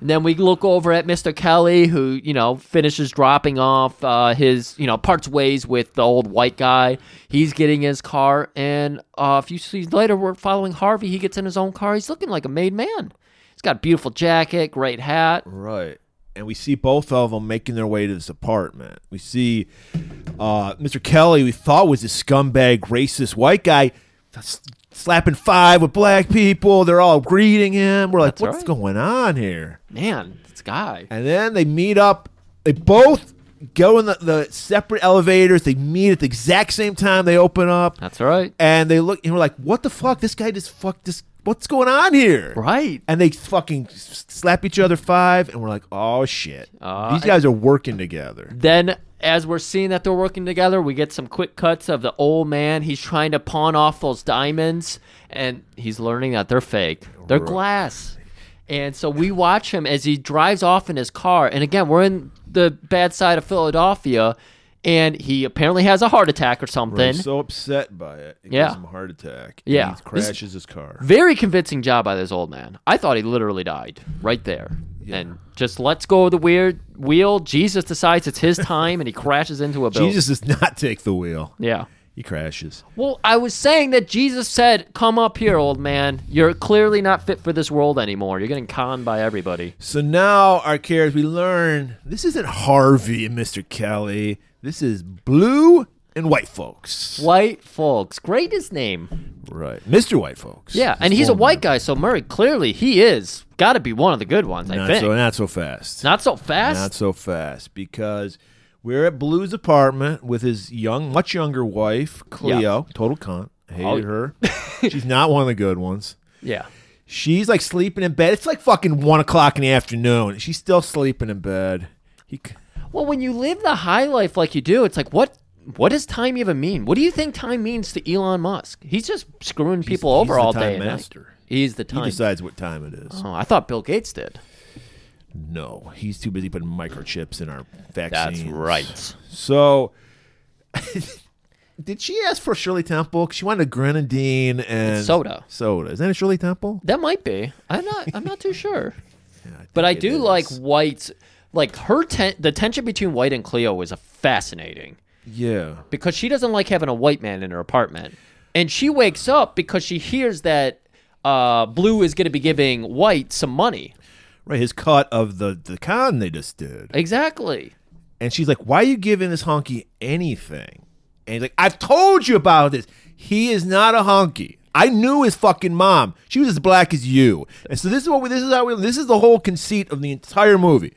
Speaker 3: And then we look over at Mr. Kelly, who you know finishes dropping off uh, his you know parts ways with the old white guy. He's getting his car, and uh, a few scenes later, we're following Harvey. He gets in his own car. He's looking like a made man. He's got a beautiful jacket, great hat.
Speaker 4: right. And we see both of them making their way to this apartment. We see uh, Mr. Kelly, we thought was this scumbag, racist white guy, s- slapping five with black people. They're all greeting him. We're like,
Speaker 3: That's
Speaker 4: what's
Speaker 3: right.
Speaker 4: going on here?
Speaker 3: Man, this guy.
Speaker 4: And then they meet up. They both go in the, the separate elevators. They meet at the exact same time. They open up.
Speaker 3: That's right.
Speaker 4: and they look and we're like, "What the fuck? This guy just fucked this. What's going on here?"
Speaker 3: Right.
Speaker 4: And they fucking s- slap each other five, and we're like, "Oh shit,
Speaker 3: Uh,
Speaker 4: these guys are working together."
Speaker 3: Then, as we're seeing that they're working together, we get some quick cuts of the old man. He's trying to pawn off those diamonds, and he's learning that they're fake. They're glass. And so we watch him as he drives off in his car. And again, we're in the bad side of Philadelphia, and he apparently has a heart attack or something.
Speaker 4: We're so upset by it, it
Speaker 3: Yeah.
Speaker 4: gives him a heart attack. and
Speaker 3: Yeah.
Speaker 4: he crashes his car.
Speaker 3: Very convincing job by this old man. I thought he literally died right there. And just lets go of the weird wheel. Jesus decides it's his time, and he crashes into a building.
Speaker 4: Jesus does not take the wheel.
Speaker 3: Yeah.
Speaker 4: He crashes.
Speaker 3: Well, I was saying that Jesus said, "Come up here, old man. You're clearly not fit for this world anymore. You're getting conned by everybody."
Speaker 4: So now our characters, we learn this isn't Harvey and Mr. Kelly. This is blue and white folks.
Speaker 3: White folks, greatest name.
Speaker 4: Right, Mr. White folks.
Speaker 3: Yeah, and
Speaker 4: This
Speaker 3: he's a
Speaker 4: old
Speaker 3: white
Speaker 4: man.
Speaker 3: guy, so Murray clearly he is got to be one of the good ones. I
Speaker 4: Not
Speaker 3: think.
Speaker 4: so, not so fast.
Speaker 3: not so fast.
Speaker 4: Not so fast because we're at Blue's apartment with his young, much younger wife, Cleo. Total cunt. Hated
Speaker 3: Oh.
Speaker 4: her. She's not one of the good ones.
Speaker 3: yeah.
Speaker 4: She's like sleeping in bed. It's like fucking one o'clock in the afternoon. She's still sleeping in bed. He, c-
Speaker 3: Well, when you live the high life like you do, it's like what. What does time even mean? What do you think time means to Elon Musk? He's just screwing people
Speaker 4: he's
Speaker 3: over
Speaker 4: the
Speaker 3: all
Speaker 4: time
Speaker 3: day. and night.
Speaker 4: master.
Speaker 3: He's the
Speaker 4: he
Speaker 3: time.
Speaker 4: decides what time it is.
Speaker 3: oh, I thought Bill Gates did.
Speaker 4: No, he's too busy putting microchips in our vaccines.
Speaker 3: That's right.
Speaker 4: So Did she ask for Shirley Temple? 'Cause She wanted a grenadine and
Speaker 3: It's soda.
Speaker 4: Soda. Is that a Shirley Temple?
Speaker 3: That might be. I'm not. I'm not too sure.
Speaker 4: I
Speaker 3: but I
Speaker 4: think it
Speaker 3: do like
Speaker 4: is.
Speaker 3: White's. Like her ten- the tension between White and Cleo is a fascinating
Speaker 4: Yeah.
Speaker 3: because she doesn't like having a white man in her apartment, and she wakes up because she hears that uh, Blue is going to be giving White some money.
Speaker 4: Right. His cut of the the con they just did.
Speaker 3: Exactly.
Speaker 4: And she's like, Why are you giving this honky anything? And he's like, I've told you about this. He is not a honky. I knew his fucking mom. She was as black as you. And so this is what we, this is how we, this is the whole conceit of the entire movie.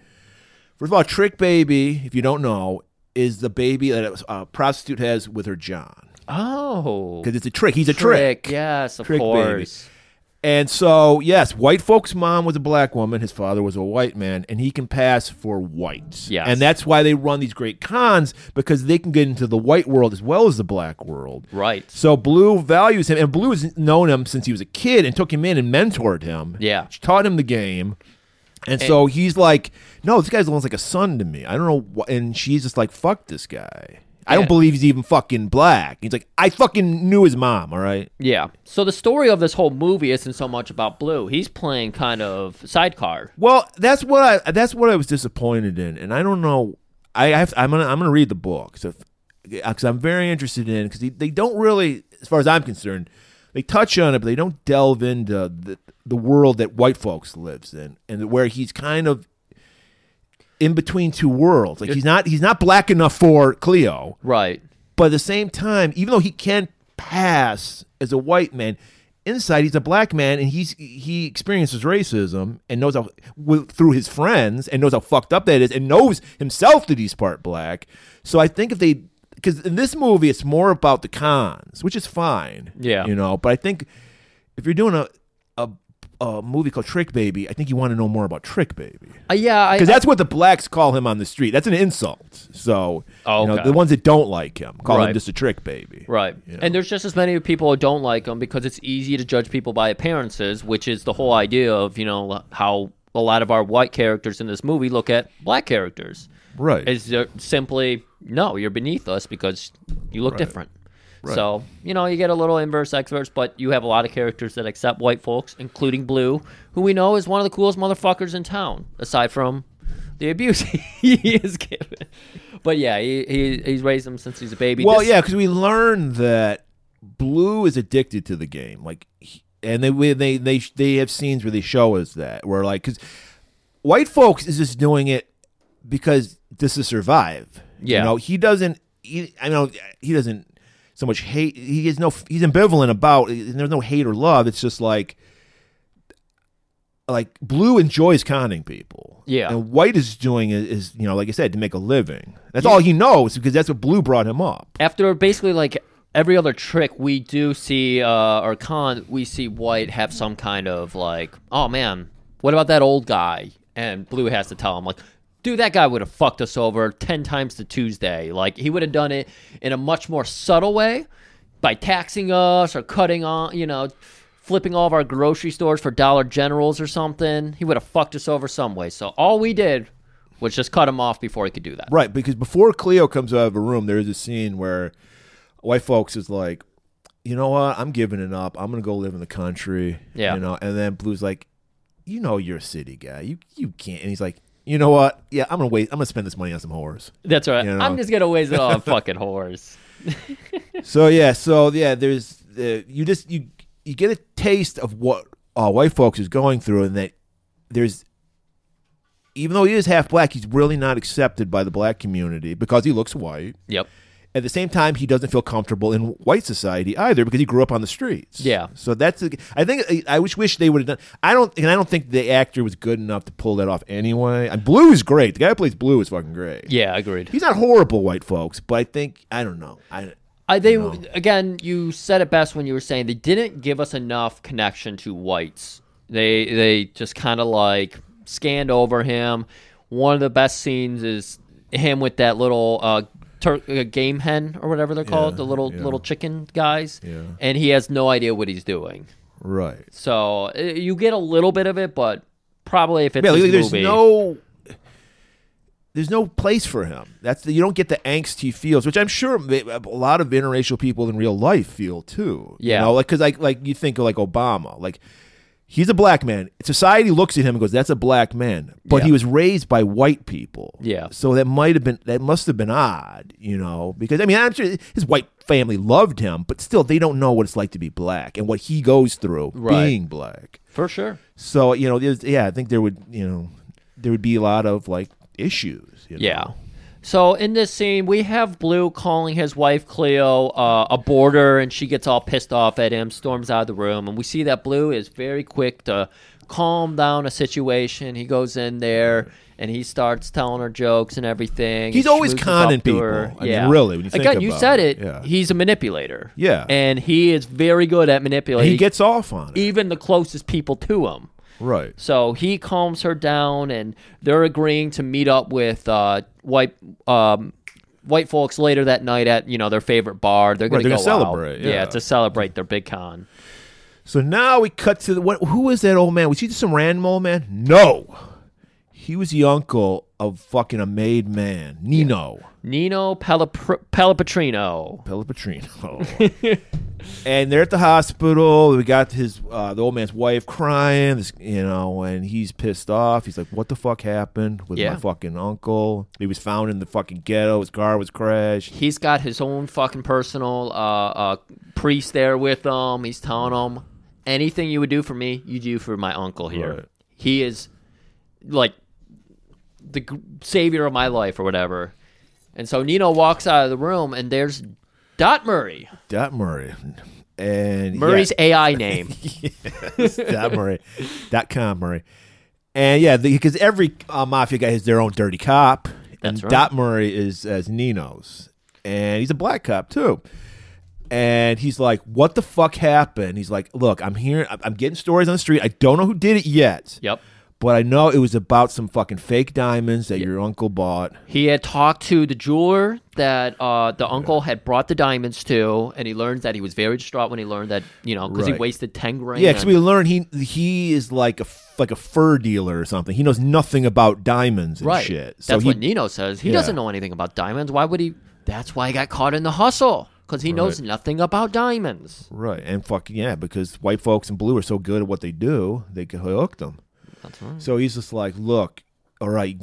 Speaker 4: First of all, Trick Baby, if you don't know, is the baby that a uh, prostitute has with her John.
Speaker 3: Oh,
Speaker 4: Because it's a trick. He's a
Speaker 3: trick.
Speaker 4: trick.
Speaker 3: Yes, of
Speaker 4: Trick baby.
Speaker 3: course.
Speaker 4: And so, yes, white folks' mom was a black woman. His father was a white man, and he can pass for white.
Speaker 3: Yes.
Speaker 4: And that's why they run these great cons because they can get into the white world as well as the black world.
Speaker 3: Right.
Speaker 4: So Blue values him, and Blue has known him since he was a kid and took him in and mentored him.
Speaker 3: Yeah.
Speaker 4: She taught him the game. And, so he's like, no, this guy's almost like a son to me. I don't know. Wh-. And she's just like, fuck this guy. I
Speaker 3: Yeah.
Speaker 4: don't believe he's even fucking black. He's like, I fucking knew his mom, all right?
Speaker 3: Yeah. So the story of this whole movie isn't so much about Blue. He's playing kind of sidecar.
Speaker 4: Well, that's what I that's what I was disappointed in, and I don't know. I, I have, I'm gonna I'm gonna read the book so because I'm very interested in because they, they don't really, as far as I'm concerned, they touch on it, but they don't delve into the the world that white folks lives in and where he's kind of in between two worlds. Like he's not he's not black enough for Cleo,
Speaker 3: Right.
Speaker 4: but at the same time, even though he can pass as a white man, inside he's a black man, and he's he experiences racism and knows how with, through his friends and knows how fucked up that is, and knows himself that he's part black. So I think if they, because in this movie it's more about the cons, which is fine,
Speaker 3: Yeah.
Speaker 4: you know. But I think if you're doing a a, a movie called Trick Baby, I think you want to know more about Trick Baby
Speaker 3: Uh, yeah. I,
Speaker 4: because that's what the blacks call him on the street. That's an insult. So
Speaker 3: Oh,
Speaker 4: you know,
Speaker 3: okay.
Speaker 4: the ones that don't like him call
Speaker 3: Right.
Speaker 4: him just a trick baby.
Speaker 3: right.
Speaker 4: Yeah.
Speaker 3: And there's just as many people who don't like him because it's easy to judge people by appearances, which is the whole idea of you know how a lot of our white characters in this movie look at black characters.
Speaker 4: Right.
Speaker 3: Is they're simply no, you're beneath us because you look different. So you know you get a little inverse experts, but you have a lot of characters that accept white folks, including Blue, who we know is one of the coolest motherfuckers in town, aside from the abuse he is given. But yeah, he, he he's raised him since he's a baby.
Speaker 4: well,
Speaker 3: This-
Speaker 4: yeah, because we learned that Blue is addicted to the game. Like, he- and they we- they they they have scenes where they show us that where like because white folks is just doing it because just to survive.
Speaker 3: Yeah.
Speaker 4: You know, he doesn't. He, I know he doesn't so much hate. He is no. He's ambivalent about. There's no hate or love. It's just like like blue enjoys conning people.
Speaker 3: Yeah.
Speaker 4: And white is doing it is, you know, like I said, to make a living. That's all he knows because that's what blue brought him up.
Speaker 3: after basically like every other trick we do see uh, or con we see white have some kind of like oh man what about that old guy and blue has to tell him like dude that guy would have fucked us over 10 times to tuesday like he would have done it in a much more subtle way by taxing us or cutting on you know flipping all of our grocery stores for dollar generals or something he would have fucked us over some way so all we did was just cut him off before he could do that
Speaker 4: Right, because before Cleo comes out of a room, there is a scene where white folks is like, you know what, I'm giving it up. I'm gonna go live in the country.
Speaker 3: Yeah.
Speaker 4: You know, and then Blue's like, you know you're a city guy. You you can't and he's like, you know what? Yeah, I'm gonna wait I'm gonna spend this money on some whores.
Speaker 3: That's right.
Speaker 4: You know?
Speaker 3: I'm just gonna waste it all on fucking whores.
Speaker 4: So yeah, so yeah, there's uh, you just you you get a taste of what uh, white folks is going through, and that there's even though he is half black, he's really not accepted by the black community because he looks white.
Speaker 3: Yep.
Speaker 4: At the same time, he doesn't feel comfortable in white society either because he grew up on the streets.
Speaker 3: Yeah.
Speaker 4: So that's the- I think I wish wish they would have done. I don't and I don't think the actor was good enough to pull that off anyway. And Blue is great. The guy who plays Blue is fucking great.
Speaker 3: Yeah, agreed.
Speaker 4: He's not horrible, white folks, but I think I don't know. I
Speaker 3: I, they again, you said it best when you were saying they didn't give us enough connection to whites. They they just kind of like scanned over him. One of the best scenes is him with that little uh, tur- uh game hen or whatever they're called, the little little chicken guys, yeah. and he has no idea what he's doing.
Speaker 4: right.
Speaker 3: So uh, you get a little bit of it, but probably if it's
Speaker 4: Yeah,
Speaker 3: this
Speaker 4: like, there's
Speaker 3: movie-
Speaker 4: no. there's no place for him. That's the, you don't get the angst he feels, which I'm sure ma- a lot of interracial people in real life feel too.
Speaker 3: Yeah.
Speaker 4: you know, like because like like you think of like Obama, like he's a black man. Society looks at him and goes, "That's a black man," but he
Speaker 3: Yeah.
Speaker 4: was raised by white people.
Speaker 3: Yeah.
Speaker 4: so that might have been that must have been odd, you know, because I mean I'm sure his white family loved him, but still they don't know what it's like to be black and what he goes through
Speaker 3: Right.
Speaker 4: being black.
Speaker 3: for sure.
Speaker 4: So you know, there's, yeah, I think there would you know there would be a lot of like issues. you know.
Speaker 3: Yeah. So in this scene, we have Blue calling his wife Cleo uh, a boarder, and she gets all pissed off at him, storms out of the room, and we see that Blue is very quick to calm down a situation. He goes in there and he starts telling her jokes and everything.
Speaker 4: He's
Speaker 3: and
Speaker 4: always
Speaker 3: schmoozes up
Speaker 4: conning
Speaker 3: to her.
Speaker 4: people. I mean, really, when you think
Speaker 3: again, you
Speaker 4: about
Speaker 3: said
Speaker 4: it,
Speaker 3: it.
Speaker 4: yeah.
Speaker 3: He's a manipulator.
Speaker 4: Yeah.
Speaker 3: and he is very good at manipulating.
Speaker 4: he gets off on it,
Speaker 3: even the closest people to him.
Speaker 4: right?
Speaker 3: So he calms her down, and they're agreeing to meet up with uh, white um, white folks later that night at you know their favorite bar. They're going
Speaker 4: Right, they're
Speaker 3: to
Speaker 4: gonna
Speaker 3: go
Speaker 4: celebrate,
Speaker 3: Out.
Speaker 4: yeah.
Speaker 3: to celebrate their big con.
Speaker 4: So now we cut to the what? Who is that old man? Was he just some random old man? No, he was the uncle of fucking a made man, Nino
Speaker 3: Nino Pelopr- Pelopatrino.
Speaker 4: Pelopatrino. and they're at the hospital. We got his uh, the old man's wife crying, this, you know, and he's pissed off. He's like, "What the fuck happened with
Speaker 3: Yeah.
Speaker 4: my fucking uncle? He was found in the fucking ghetto. His car was crashed."
Speaker 3: He's got his own fucking personal uh, uh, priest there with him. He's telling him anything you would do for me, you do for my uncle here.
Speaker 4: Right.
Speaker 3: He is like the g- savior of my life or whatever. And so Nino walks out of the room, and there's Dot Murray.
Speaker 4: Dot Murray. And yeah,
Speaker 3: Murray's AI name.
Speaker 4: Dot Murray. Dot com Murray. And yeah, because every uh, mafia guy has their own dirty cop. and
Speaker 3: That's right.
Speaker 4: Dot Murray is as Nino's. And he's a black cop too. And he's like, "What the fuck happened?" He's like, "Look, I'm hearing, I'm- I'm getting stories on the street. I don't know who did it yet.
Speaker 3: Yep.
Speaker 4: But I know it was about some fucking fake diamonds that your uncle bought.
Speaker 3: He had talked to the jeweler that uh, the uncle had brought the diamonds to, and he learned that he was very distraught when he learned that, you know, because
Speaker 4: Right.
Speaker 3: he wasted 10 grand.
Speaker 4: Yeah, because we learned he he is like a f- like a fur dealer or something. He knows nothing about diamonds and
Speaker 3: right.
Speaker 4: shit. So
Speaker 3: that's
Speaker 4: he,
Speaker 3: what Nino says. He
Speaker 4: Yeah.
Speaker 3: doesn't know anything about diamonds. Why would he? That's why he got caught in the hustle because he knows nothing about diamonds.
Speaker 4: right and fucking yeah, because white folks and blue are so good at what they do, they could hook them. That's right. So he's just like, look, all right,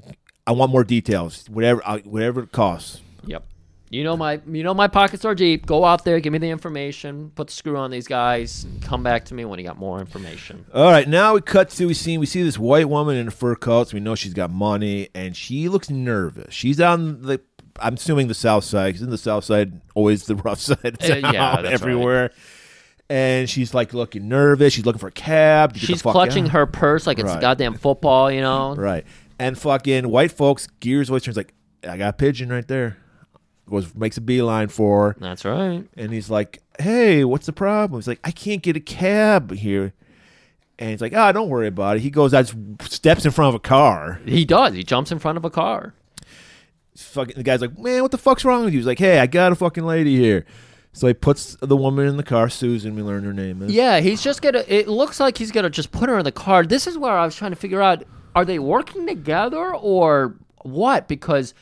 Speaker 4: I want more details, whatever I, whatever it costs.
Speaker 3: Yep. You know my you know my pockets are deep. Go out there, give me the information, put the screw on these guys, and come back to me when you got more information.
Speaker 4: All right, now we cut to we see we see this white woman in a fur coat. So we know she's got money, and she looks nervous. She's on the I'm assuming the south side because in the south side always the rough side. of
Speaker 3: Uh, yeah,
Speaker 4: town,
Speaker 3: that's right.
Speaker 4: everywhere. And she's like looking nervous. She's looking for a cab. to get the
Speaker 3: She's
Speaker 4: fuck
Speaker 3: clutching
Speaker 4: out.
Speaker 3: her purse like it's
Speaker 4: Right.
Speaker 3: a goddamn football, you know.
Speaker 4: right. And fucking white folks gears always turns like I got a pigeon right there. Goes makes a beeline for her.
Speaker 3: That's right.
Speaker 4: And he's like, "Hey, what's the problem?" He's like, "I can't get a cab here." And he's like, "Ah, don't worry about it." He goes out, steps in front of a car.
Speaker 3: He does. He jumps in front of a car.
Speaker 4: Fucking the guy's like, "Man, what the fuck's wrong with you?" He's like, "Hey, I got a fucking lady here." So he puts the woman in the car. Susan, we learn her name is.
Speaker 3: Yeah, he's just gonna. It looks like he's gonna just put her in the car. This is where I was trying to figure out: are they working together or what? Because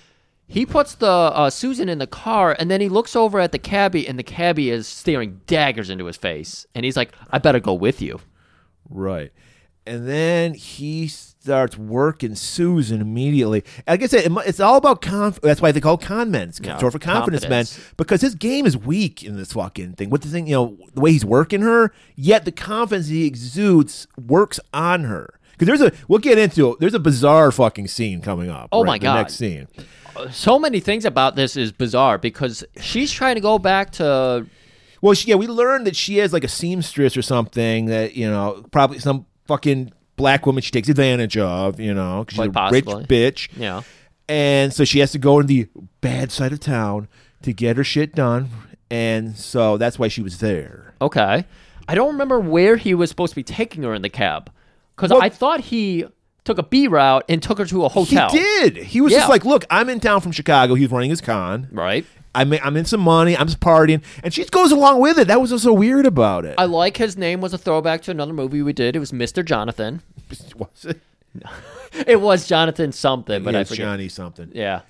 Speaker 3: he puts the uh, Susan in the car, and then he looks over at the cabbie, and the cabbie is staring daggers into his face, and he's like, "I better go with you."
Speaker 4: Right. And then he starts working Susan immediately. And Like I said, it mu- it's all about conf- That's why they call it con men. It's con-
Speaker 3: Yeah,
Speaker 4: short for confidence, men.
Speaker 3: confidence.
Speaker 4: Because his game is weak in this fucking thing. What the thing, you know, the way he's working her, yet the confidence he exudes works on her. Because there's a, we'll get into it. There's a bizarre fucking scene coming up.
Speaker 3: Oh
Speaker 4: right?
Speaker 3: my
Speaker 4: the
Speaker 3: God.
Speaker 4: next scene.
Speaker 3: So many things about this is bizarre because she's trying to go back to
Speaker 4: Well, she, yeah, we learned that she has like a seamstress or something that you know probably some fucking black woman she takes advantage of. You know, 'cause she's
Speaker 3: Quite
Speaker 4: a
Speaker 3: possibly.
Speaker 4: rich bitch.
Speaker 3: Yeah.
Speaker 4: and so she has to go to the bad side of town to get her shit done, and so that's why she was there.
Speaker 3: Okay. I don't remember where he was supposed to be taking her in the cab because
Speaker 4: Well-
Speaker 3: I thought he took a B route and took her to a hotel.
Speaker 4: He did. He was
Speaker 3: Yeah.
Speaker 4: just like, "Look, I'm in town from Chicago." He was running his con.
Speaker 3: Right.
Speaker 4: I'm I'm in some money. I'm just partying, and she goes along with it. That was what's so weird about it.
Speaker 3: I like his name was a throwback to another movie we did. It was Mr. Jonathan.
Speaker 4: was it?
Speaker 3: It was Jonathan something, but
Speaker 4: yeah,
Speaker 3: I
Speaker 4: it's
Speaker 3: forget.
Speaker 4: Johnny something.
Speaker 3: Yeah.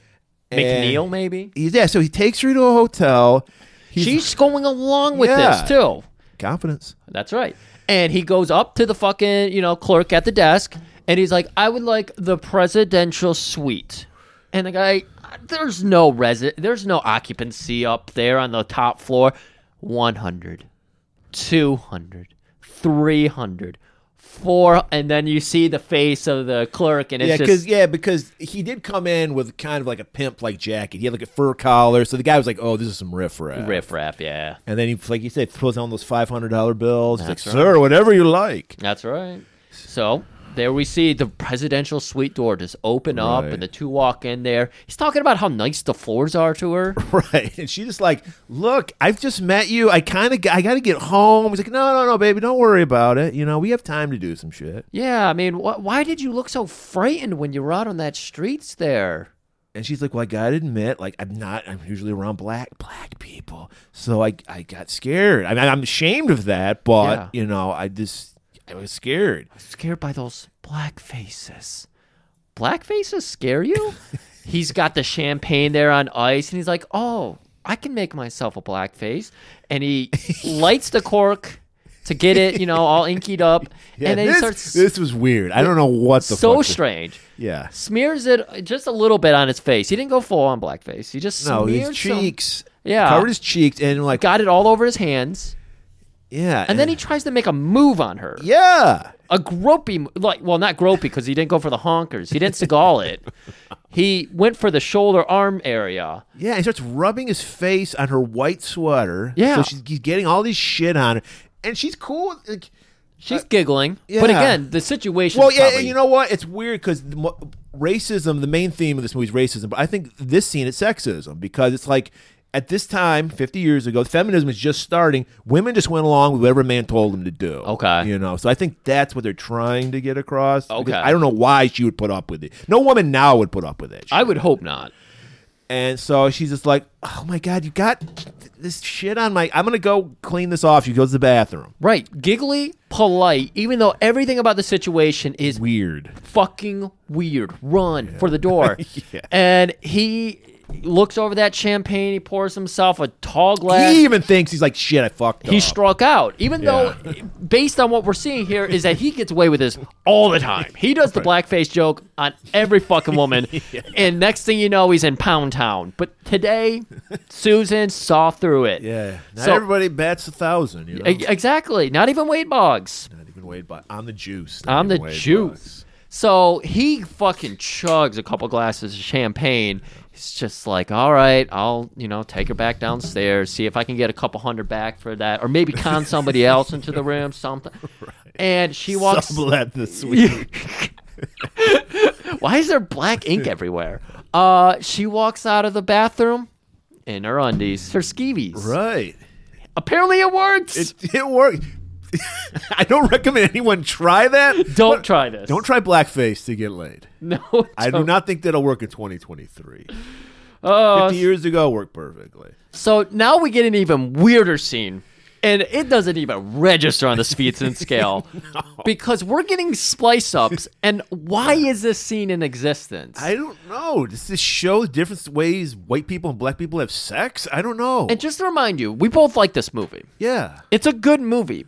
Speaker 4: And-
Speaker 3: McNeil, maybe?
Speaker 4: Yeah, so he takes her to a hotel. He's
Speaker 3: She's going along with
Speaker 4: Yeah.
Speaker 3: this, too.
Speaker 4: confidence.
Speaker 3: That's right. And he goes up to the fucking, you know, clerk at the desk and he's like, I would like the presidential suite. And the guy, there's no resi- there's no occupancy up there on the top floor. 100, 200, 300, 4 and then you see the face of the clerk and it's
Speaker 4: Yeah, because
Speaker 3: just
Speaker 4: yeah, because he did come in with kind of like a pimp like jacket. He had like a fur collar, so the guy was like, "Oh, this is some riffraff."
Speaker 3: riffraff, yeah.
Speaker 4: And then he, like you said, throws on those five hundred dollar bills. He's
Speaker 3: That's
Speaker 4: like,
Speaker 3: right.
Speaker 4: "Sir, whatever you like."
Speaker 3: That's right. So there we see the presidential suite door just open up,
Speaker 4: Right.
Speaker 3: and the two walk in there. He's talking about how nice the floors are to her.
Speaker 4: Right. And she just like, look, I've just met you. I kind of, I got to get home. He's like, no, no, no, baby, don't worry about it. You know, we have time to do some shit.
Speaker 3: Yeah, I mean, wh- why did you look so frightened when you were out on that streets there?
Speaker 4: And she's like, well, I got to admit, like, I'm not, I'm usually around black, black people. So I, I got scared. I mean, I'm ashamed of that, but,
Speaker 3: Yeah.
Speaker 4: you know, I just, I was scared.
Speaker 3: Scared by those black faces. Black faces scare you? he's got the champagne there on ice, and he's like, oh, I can make myself a black face. And he lights the cork to get it, you know, all inkied up. and then
Speaker 4: this,
Speaker 3: he starts.
Speaker 4: this was weird. I don't know what the
Speaker 3: so
Speaker 4: fuck this-
Speaker 3: strange.
Speaker 4: Yeah.
Speaker 3: smears it just a little bit on his face. He didn't go full on blackface. He just
Speaker 4: No,
Speaker 3: smeared
Speaker 4: his
Speaker 3: some-
Speaker 4: cheeks.
Speaker 3: Yeah.
Speaker 4: Covered his cheeks and like,
Speaker 3: got it all over his hands,
Speaker 4: yeah.
Speaker 3: and then he tries to make a move on her.
Speaker 4: yeah.
Speaker 3: A gropey, mo- like well, not gropey because he didn't go for the honkers. He didn't seagal it. He went for the shoulder arm area.
Speaker 4: Yeah, he starts rubbing his face on her white sweater.
Speaker 3: Yeah.
Speaker 4: So she's, he's getting all this shit on her. And she's cool. Like,
Speaker 3: She's giggling, but
Speaker 4: Uh, yeah.
Speaker 3: again, the situation.
Speaker 4: well, yeah, and you know what? It's weird because racism, the main theme of this movie is racism, but I think this scene is sexism because it's like at this time, 50 years ago, feminism is just starting. Women just went along with whatever man told them to do.
Speaker 3: Okay.
Speaker 4: You know, so I think that's what they're trying to get across. because
Speaker 3: Okay.
Speaker 4: I don't know why she would put up with it. No woman now would put up with it.
Speaker 3: I would hope not.
Speaker 4: And so she's just like, "Oh my god, you got th- this shit on my. I'm gonna go clean this off." She goes to the bathroom.
Speaker 3: Right, giggly, polite, even though everything about the situation is
Speaker 4: Weird.
Speaker 3: fucking weird. Run for the door. And he looks over that champagne. He pours himself a tall glass.
Speaker 4: He
Speaker 3: He,
Speaker 4: even thinks he's like, "Shit, I fucked up."
Speaker 3: struck out, even though, based on what we're seeing here, is that he gets away with this all the time. He does the blackface joke on every fucking woman. And next thing you know, he's in Pound Town. But today, Susan saw through it.
Speaker 4: yeah. Not
Speaker 3: So-
Speaker 4: everybody bats a thousand. You know,
Speaker 3: E- Exactly. Not even Wade Boggs.
Speaker 4: not even Wade, but I'm the juice. not
Speaker 3: I'm the
Speaker 4: even Wade
Speaker 3: juice.
Speaker 4: Boggs.
Speaker 3: So he fucking chugs a couple glasses of champagne. He's just like, all right, I'll, you know, take her back downstairs, see if I can get a couple hundred back for that, or maybe con somebody else into the room, something. And she walks.
Speaker 4: Sublet the sweet.
Speaker 3: Why is there black ink everywhere? Uh, she walks out of the bathroom in her undies, her skeevies.
Speaker 4: right.
Speaker 3: Apparently, it works.
Speaker 4: It it worked. I don't recommend anyone try that.
Speaker 3: don't try this.
Speaker 4: Don't try blackface to get laid.
Speaker 3: No,
Speaker 4: I do
Speaker 3: don't.
Speaker 4: not think that'll work in 2023.
Speaker 3: Oh,
Speaker 4: 50 years ago worked perfectly.
Speaker 3: So now we get an even weirder scene. And it doesn't even register on the speeds and scale because we're getting splice ups. And why is this scene in existence?
Speaker 4: I don't know. Does this show different ways white people and black people have sex? I don't know.
Speaker 3: and just to remind you, we both like this movie.
Speaker 4: yeah.
Speaker 3: It's a good movie,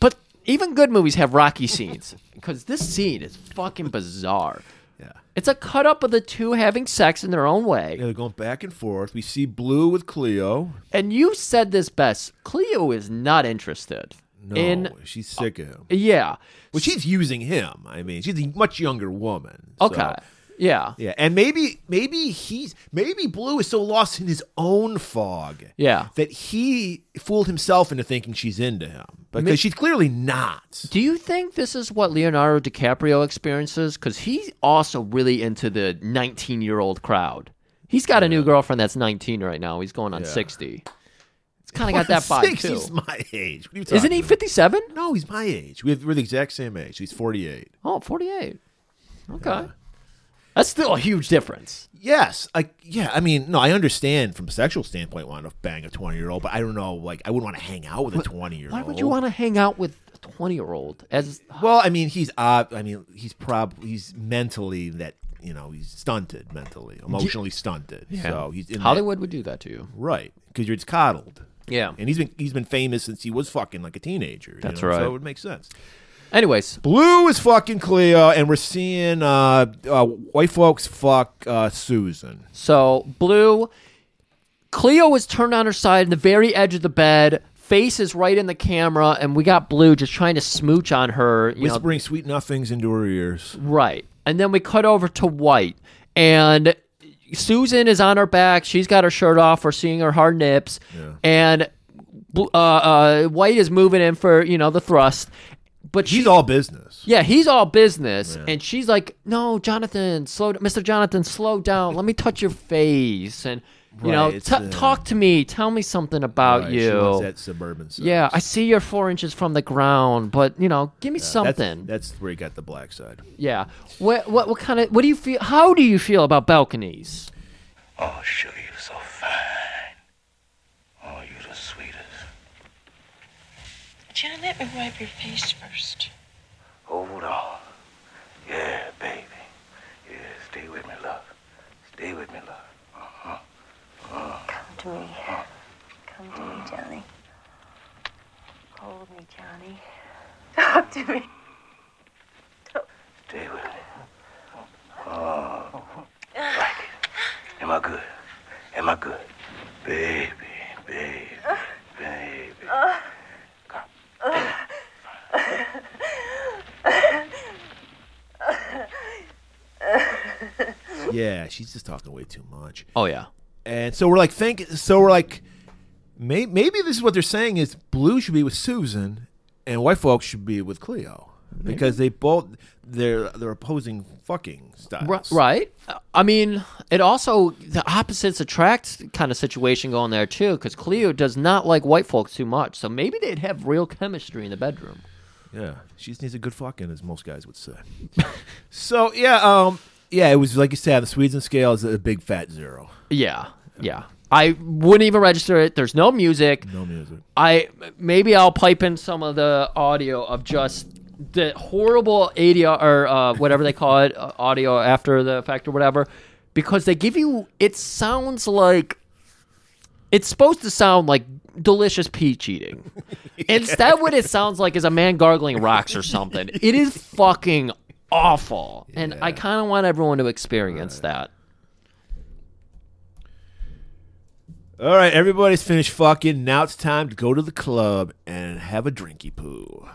Speaker 3: but even good movies have rocky scenes because this scene is fucking bizarre.
Speaker 4: Yeah.
Speaker 3: It's a cut up of the two having sex in their own way.
Speaker 4: Yeah, they're going back and forth. We see Blue with Cleo.
Speaker 3: And you said this best Cleo is not interested
Speaker 4: No,
Speaker 3: in.
Speaker 4: she's sick of him.
Speaker 3: Yeah.
Speaker 4: Well, she's using him. I mean, she's a much younger woman. so-
Speaker 3: Okay. yeah.
Speaker 4: Yeah, and maybe maybe he's maybe Blue is so lost in his own fog.
Speaker 3: Yeah.
Speaker 4: That he fooled himself into thinking she's into him because
Speaker 3: May-
Speaker 4: she's clearly not.
Speaker 3: Do you think this is what Leonardo DiCaprio experiences? Because he's also really into the 19 year old crowd. He's got a new girlfriend that's 19 right now. He's going on 60. It's kind of got that vibe,
Speaker 4: Six,
Speaker 3: too.
Speaker 4: He's my age. What are you
Speaker 3: Isn't
Speaker 4: talking
Speaker 3: he
Speaker 4: about?
Speaker 3: 57?
Speaker 4: No, he's my age. We have, we're the exact same age. He's 48.
Speaker 3: Oh, 48. Okay. That's still a huge difference.
Speaker 4: Yes. Like, yeah, I mean, no, I understand from a sexual standpoint wanting to bang a 20 year old, but I don't know. Like, I wouldn't want to hang out with a 20 year old.
Speaker 3: Why would you want to hang out with a twenty year old as
Speaker 4: Well, I mean, he's uh, I mean, he's probably he's mentally that you know he's stunted mentally, emotionally stunted. So he's in that-
Speaker 3: Hollywood would do that to you.
Speaker 4: right? Because you're just coddled.
Speaker 3: Yeah.
Speaker 4: and he's been he's been famous since he was fucking like a teenager. you
Speaker 3: That's
Speaker 4: know,
Speaker 3: right.
Speaker 4: So it would make sense.
Speaker 3: Anyways,
Speaker 4: Blue is fucking Cleo, and we're seeing uh, uh, white folks fuck uh, Susan.
Speaker 3: So blue, Cleo was turned on her side in the very edge of the bed. Face is right in the camera, and we got blue just trying to smooch on her. You know,
Speaker 4: Whispering sweet nothings into her ears.
Speaker 3: Right. And then we cut over to white. And Susan is on her back. She's got her shirt off. We're seeing her hard nips. And bl- uh, uh, white is moving in for, you know, the thrust. But
Speaker 4: She's
Speaker 3: she-
Speaker 4: all business.
Speaker 3: Yeah, he's all business. And she's like, no, Jonathan, slow d- Mr. Jonathan, slow down. Let me touch your face. And, you know,
Speaker 4: Right, it's,
Speaker 3: t-
Speaker 4: uh,
Speaker 3: talk to me. Tell me something about
Speaker 4: Right,
Speaker 3: you.
Speaker 4: She wants that suburban. Sex.
Speaker 3: yeah, I see you're four inches from the ground, but, you know, give me
Speaker 4: That's-
Speaker 3: something.
Speaker 4: That's, where he got the black side.
Speaker 3: Yeah. What what what kind of what do you feel? How do you feel about balconies?
Speaker 9: Oh, sure, you so fine. Oh, you the sweetest.
Speaker 11: John, let me wipe your face first.
Speaker 9: Hold on. Yeah, baby. Yeah, stay with me, love. Stay with me, love.
Speaker 11: Come to me. Come to me, Johnny. Hold me, Johnny. Talk to me.
Speaker 9: Stay with me. Oh, like it. Am I good? Am I good? Baby, baby, baby.
Speaker 4: Yeah, she's just talking way too much.
Speaker 3: Oh yeah.
Speaker 4: And so we're like, think. So we're like, may, maybe this is what they're saying is blue should be with Susan, and white folks should be with Cleo because they both they're they're opposing fucking styles.
Speaker 3: R- right. I mean, it also the opposites attract kind of situation going there too, because Cleo does not like white folks too much, so maybe they'd have real chemistry in the bedroom.
Speaker 4: Yeah, she just needs a good fucking, as most guys would say. so yeah, um, yeah, it was like you said, the Swedes and scale is a big fat zero.
Speaker 3: Yeah. Yeah. I wouldn't even register it. There's no music.
Speaker 4: No music.
Speaker 3: I maybe I'll pipe in some of the audio of just the horrible ADR or uh, whatever they call it, uh, audio after the fact or whatever, because they give you. It sounds like it's supposed to sound like delicious peach eating. Instead, what it sounds like is a man gargling rocks or something. It is fucking awful, and I kind of want everyone to experience that.
Speaker 4: All right, everybody's finished fucking. Now it's time to go to the club and have a drinky poo.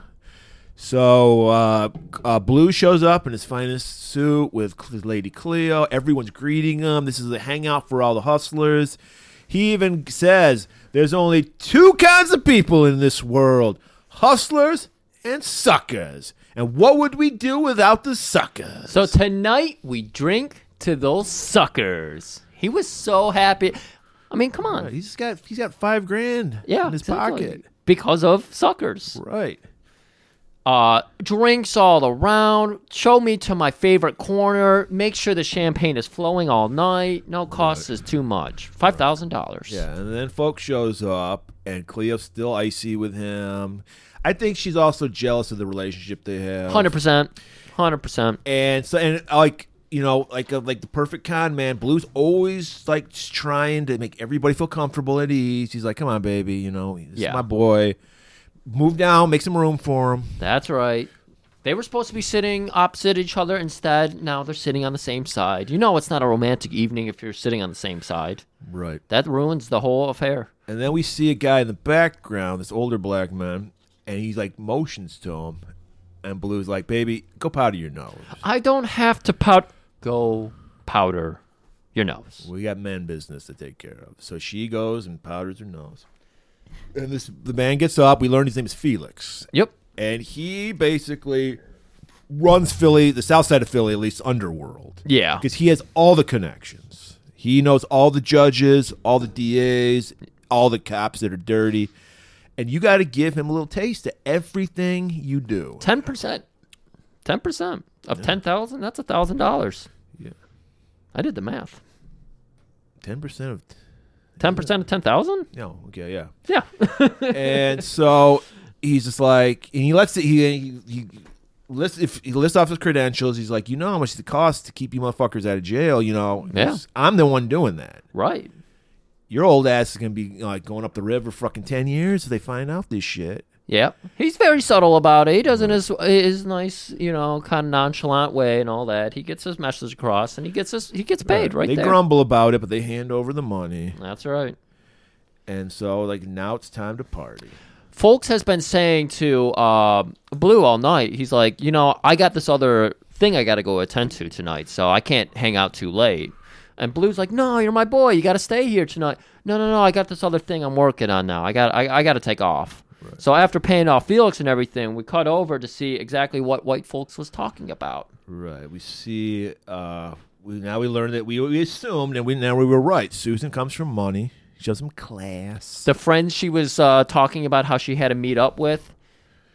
Speaker 4: So uh, uh, Blue shows up in his finest suit with Cl- Lady Cleo. Everyone's greeting him. This is a hangout for all the hustlers. He even says there's only two kinds of people in this world hustlers and suckers. And what would we do without the suckers?
Speaker 3: So tonight we drink to those suckers. He was so happy. I mean, come on.
Speaker 4: He's got he's got five grand
Speaker 3: Yeah,
Speaker 4: in his
Speaker 3: exactly.
Speaker 4: pocket.
Speaker 3: because of suckers.
Speaker 4: Right.
Speaker 3: Uh, drinks all around. Show me to my favorite corner. Make sure the champagne is flowing all night. No cost is too much. Five thousand dollars.
Speaker 4: Yeah, and then Folk shows up, and Cleo's still icy with him. I think she's also jealous of the relationship they have.
Speaker 3: hundred percent. Hundred percent.
Speaker 4: And so, and like you know, like a, like the perfect con man, Blue's always like just trying to make everybody feel comfortable at ease. He's like, "Come on, baby, you know, this
Speaker 3: Yeah.
Speaker 4: is my boy. Move down, make some room for him."
Speaker 3: That's right. They were supposed to be sitting opposite each other. Instead, now they're sitting on the same side. You know, it's not a romantic evening if you're sitting on the same side.
Speaker 4: Right.
Speaker 3: That ruins the whole affair.
Speaker 4: And then we see a guy in the background, this older black man, and he's like motions to him, and Blue's like, "Baby, go powder your nose."
Speaker 3: I don't have to pout. Go powder your nose.
Speaker 4: We got men business to take care of. So she goes and powders her nose. And this the man gets up. We learn his name is Felix.
Speaker 3: Yep.
Speaker 4: And he basically runs Philly, the south side of Philly, at least underworld.
Speaker 3: Yeah.
Speaker 4: Because he has all the connections. He knows all the judges, all the DAs, all the cops that are dirty. And you got to give him a little taste of everything you do.
Speaker 3: Ten percent. Ten percent of ten thousand. That's a thousand dollars.
Speaker 4: Yeah.
Speaker 3: I did the math.
Speaker 4: 10% of.
Speaker 3: Ten percent of ten thousand.
Speaker 4: No, okay, yeah.
Speaker 3: Yeah.
Speaker 4: and so he's just like, and he lets it. He, he, he lists if he lists off his credentials. He's like, you know how much it costs to keep you motherfuckers out of jail. You know,
Speaker 3: Yeah.
Speaker 4: I'm the one doing that.
Speaker 3: Right.
Speaker 4: Your old ass is gonna be like going up the river fucking ten years if they find out this shit.
Speaker 3: Yep. He's very subtle about it. He doesn't his his nice, you know, kind of nonchalant way and all that. He gets his message across, and he gets his he gets paid right
Speaker 4: they
Speaker 3: there.
Speaker 4: grumble about it, but they hand over the money,
Speaker 3: That's right.
Speaker 4: and so like now it's time to party.
Speaker 3: Folks has been saying to uh, Blue all night. He's like, you know, I got this other thing I got to go attend to tonight, so I can't hang out too late. And Blue's like, no, you're my boy. You got to stay here tonight. No, no, no. I got this other thing I'm working on now. I got I, I got to take off. So after paying off Felix and everything, we cut over to see exactly what White Folks was talking about.
Speaker 4: Right. We see. Uh, we now we learn that we, we assumed, and we now we were right. Susan comes from money. She has some class.
Speaker 3: the friend she was uh, talking about how she had to meet up with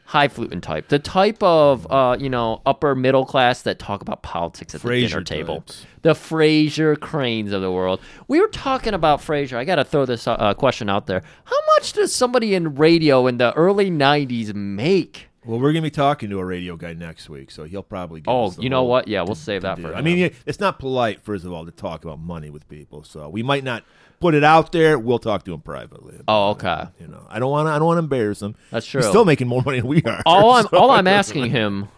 Speaker 3: high fluting type the type of uh, you know upper middle class that talk about politics at the
Speaker 4: Fraser
Speaker 3: dinner table
Speaker 4: types.
Speaker 3: the fraser cranes of the world we were talking about fraser i gotta throw this uh, question out there how much does somebody in radio in the early 90s make
Speaker 4: Well, we're gonna be talking to a radio guy next week, so he'll probably. Give
Speaker 3: oh
Speaker 4: us the
Speaker 3: you know
Speaker 4: whole
Speaker 3: what yeah we'll save that
Speaker 4: deal.
Speaker 3: for
Speaker 4: I mean, yeah, it's not polite, first of all, to talk about money with people. So we might not put it out there. We'll talk to him privately.
Speaker 3: oh okay
Speaker 4: You know, I don't want to. I don't want to embarrass him.
Speaker 3: That's
Speaker 4: He's
Speaker 3: true.
Speaker 4: still making more money than we are.
Speaker 3: all I'm
Speaker 4: so-
Speaker 3: all I'm asking him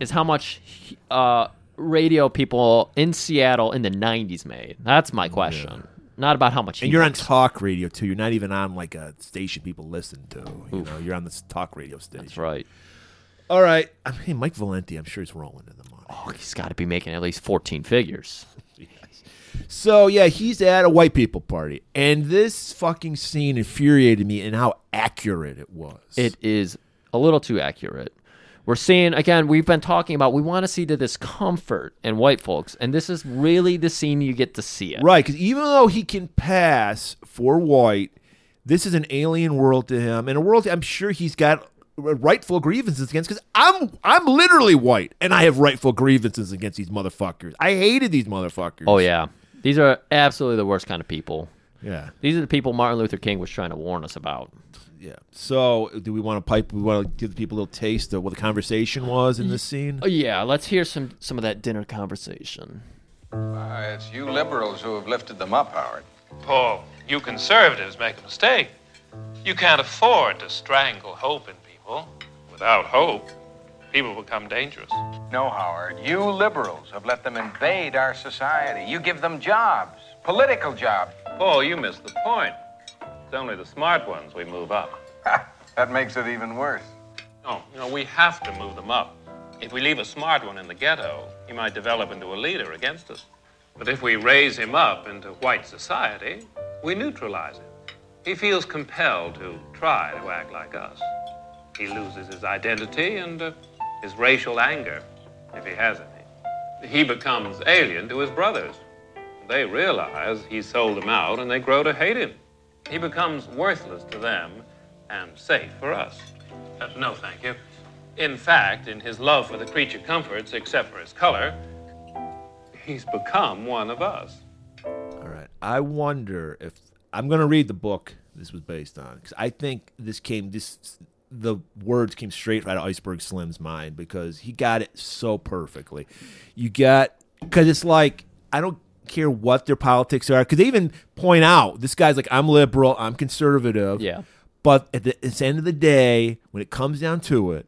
Speaker 3: is how much he- uh, radio people in Seattle in the '90s made. That's my question, not about how much.
Speaker 4: And
Speaker 3: he
Speaker 4: you're on
Speaker 3: makes.
Speaker 4: talk radio too. You're not even on like a station people listen to. You know, you're on this talk radio station.
Speaker 3: That's right.
Speaker 4: All right. I mean, Mike Valenti, I'm sure he's rolling in the money.
Speaker 3: Oh, he's got to be making at least 14 figures.
Speaker 4: So, yeah, he's at a white people party. And this fucking scene infuriated me and how accurate it was.
Speaker 3: It is a little too accurate. We're seeing again. We've been talking about we want to see the discomfort in white folks, and this is really the scene you get to see it.
Speaker 4: Right, because even though he can pass for white, this is an alien world to him, and a world I'm sure he's got rightful grievances against. Because I'm I'm literally white, and I have rightful grievances against these motherfuckers. I hated these motherfuckers.
Speaker 3: Oh yeah, these are absolutely the worst kind of people.
Speaker 4: yeah,
Speaker 3: These are the people Martin Luther King was trying to warn us about.
Speaker 4: yeah. So, do we want to pipe? We want to give the people a little taste of what the conversation was in this scene.
Speaker 3: Oh, yeah, let's hear some some of that dinner conversation.
Speaker 12: Uh, it's you liberals who have lifted them up, Howard.
Speaker 13: Paul, you conservatives make a mistake. You can't afford to strangle hope in people. Without hope, people become dangerous.
Speaker 12: No, Howard. You liberals have let them invade our society. You give them jobs, political jobs.
Speaker 13: Paul, you missed the point. It's only the smart ones we move up.
Speaker 12: That makes it even worse.
Speaker 13: No, you know, we have to move them up. If we leave a smart one in the ghetto, he might develop into a leader against us. But if we raise him up into white society, we neutralize him. He feels compelled to try to act like us. He loses his identity and uh, his racial anger, if he has any. He becomes alien to his brothers. They realize he sold them out and they grow to hate him. He becomes worthless to them and safe for us. Uh, no, thank you. In fact, in his love for the creature comforts, except for his color, he's become one of us.
Speaker 4: All right. I wonder if I'm going to read the book this was based on because I think this came this the words came straight out of Iceberg Slim's mind because he got it so perfectly. You got because it's like I don't care what their politics are because they even point out this guy's like I'm liberal, I'm conservative.
Speaker 3: Yeah.
Speaker 4: But at the, at the end of the day, when it comes down to it,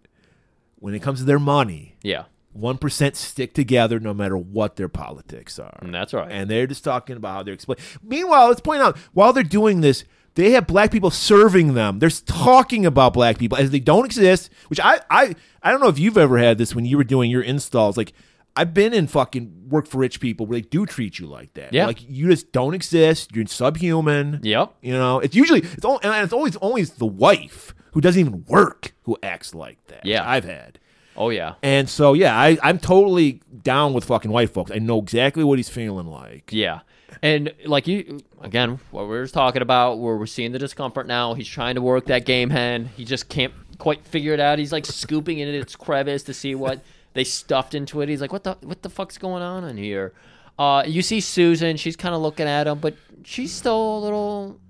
Speaker 4: when it comes to their money,
Speaker 3: Yeah.
Speaker 4: one percent stick together no matter what their politics are.
Speaker 3: Mm, that's right.
Speaker 4: And they're just talking about how they're explaining. Meanwhile, let's point out while they're doing this, they have black people serving them. They're talking about black people as they don't exist. Which I I I don't know if you've ever had this when you were doing your installs. Like I've been in fucking work for rich people where they do treat you like that.
Speaker 3: Yeah.
Speaker 4: like you just don't exist. You're subhuman.
Speaker 3: Yep.
Speaker 4: You know, it's usually it's all and it's always always the wife who doesn't even work who acts like that.
Speaker 3: Yeah.
Speaker 4: I've had.
Speaker 3: Oh yeah.
Speaker 4: And so, yeah, I, I'm totally down with fucking white folks. I know exactly what he's feeling like.
Speaker 3: Yeah. And like you again, what we were talking about, where we're seeing the discomfort now. He's trying to work that game hen. He just can't quite figure it out. He's like scooping into its crevice to see what they stuffed into it. He's like, What the what the fuck's going on in here? Uh, you see Susan, she's kinda looking at him, but she's still a little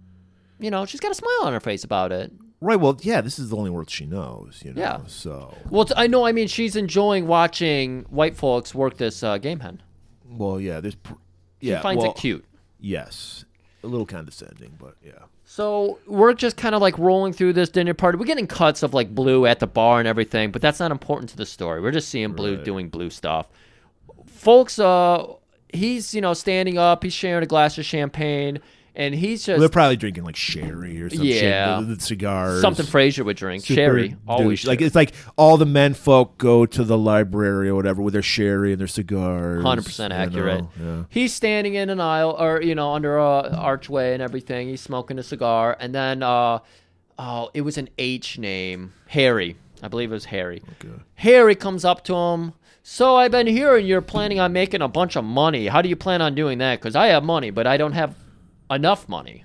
Speaker 3: you know, she's got a smile on her face about it.
Speaker 4: Right. Well, yeah. This is the only world she knows. You know.
Speaker 3: Yeah.
Speaker 4: So.
Speaker 3: Well, t- I know. I mean, she's enjoying watching white folks work this uh, game hen.
Speaker 4: Well, yeah. There's. Pr-
Speaker 3: She
Speaker 4: yeah.
Speaker 3: finds it
Speaker 4: well,
Speaker 3: cute.
Speaker 4: Yes. A little condescending, but yeah.
Speaker 3: So we're just kind of like rolling through this dinner party. We're getting cuts of like Blue at the bar and everything, but that's not important to the story. We're just seeing Blue doing Blue stuff. Folks, uh, he's you know standing up. He's sharing a glass of champagne, and he's just
Speaker 4: Well, they're probably drinking like sherry or some
Speaker 3: Yeah.
Speaker 4: shit. The, the cigars.
Speaker 3: Something Frasier would drink. Sherry, always
Speaker 4: Like
Speaker 3: sherry.
Speaker 4: it's like all the men folk go to the library or whatever with their sherry and their cigars.
Speaker 3: hundred percent
Speaker 4: you
Speaker 3: accurate.
Speaker 4: know,
Speaker 3: He's standing in an aisle, or you know, under a archway and everything. He's smoking a cigar, and then uh, oh, it was an H name, Harry. I believe it was Harry. Harry comes up to him. So I've been hearing you're planning on making a bunch of money. How do you plan on doing that? Because I have money, but I don't have enough money.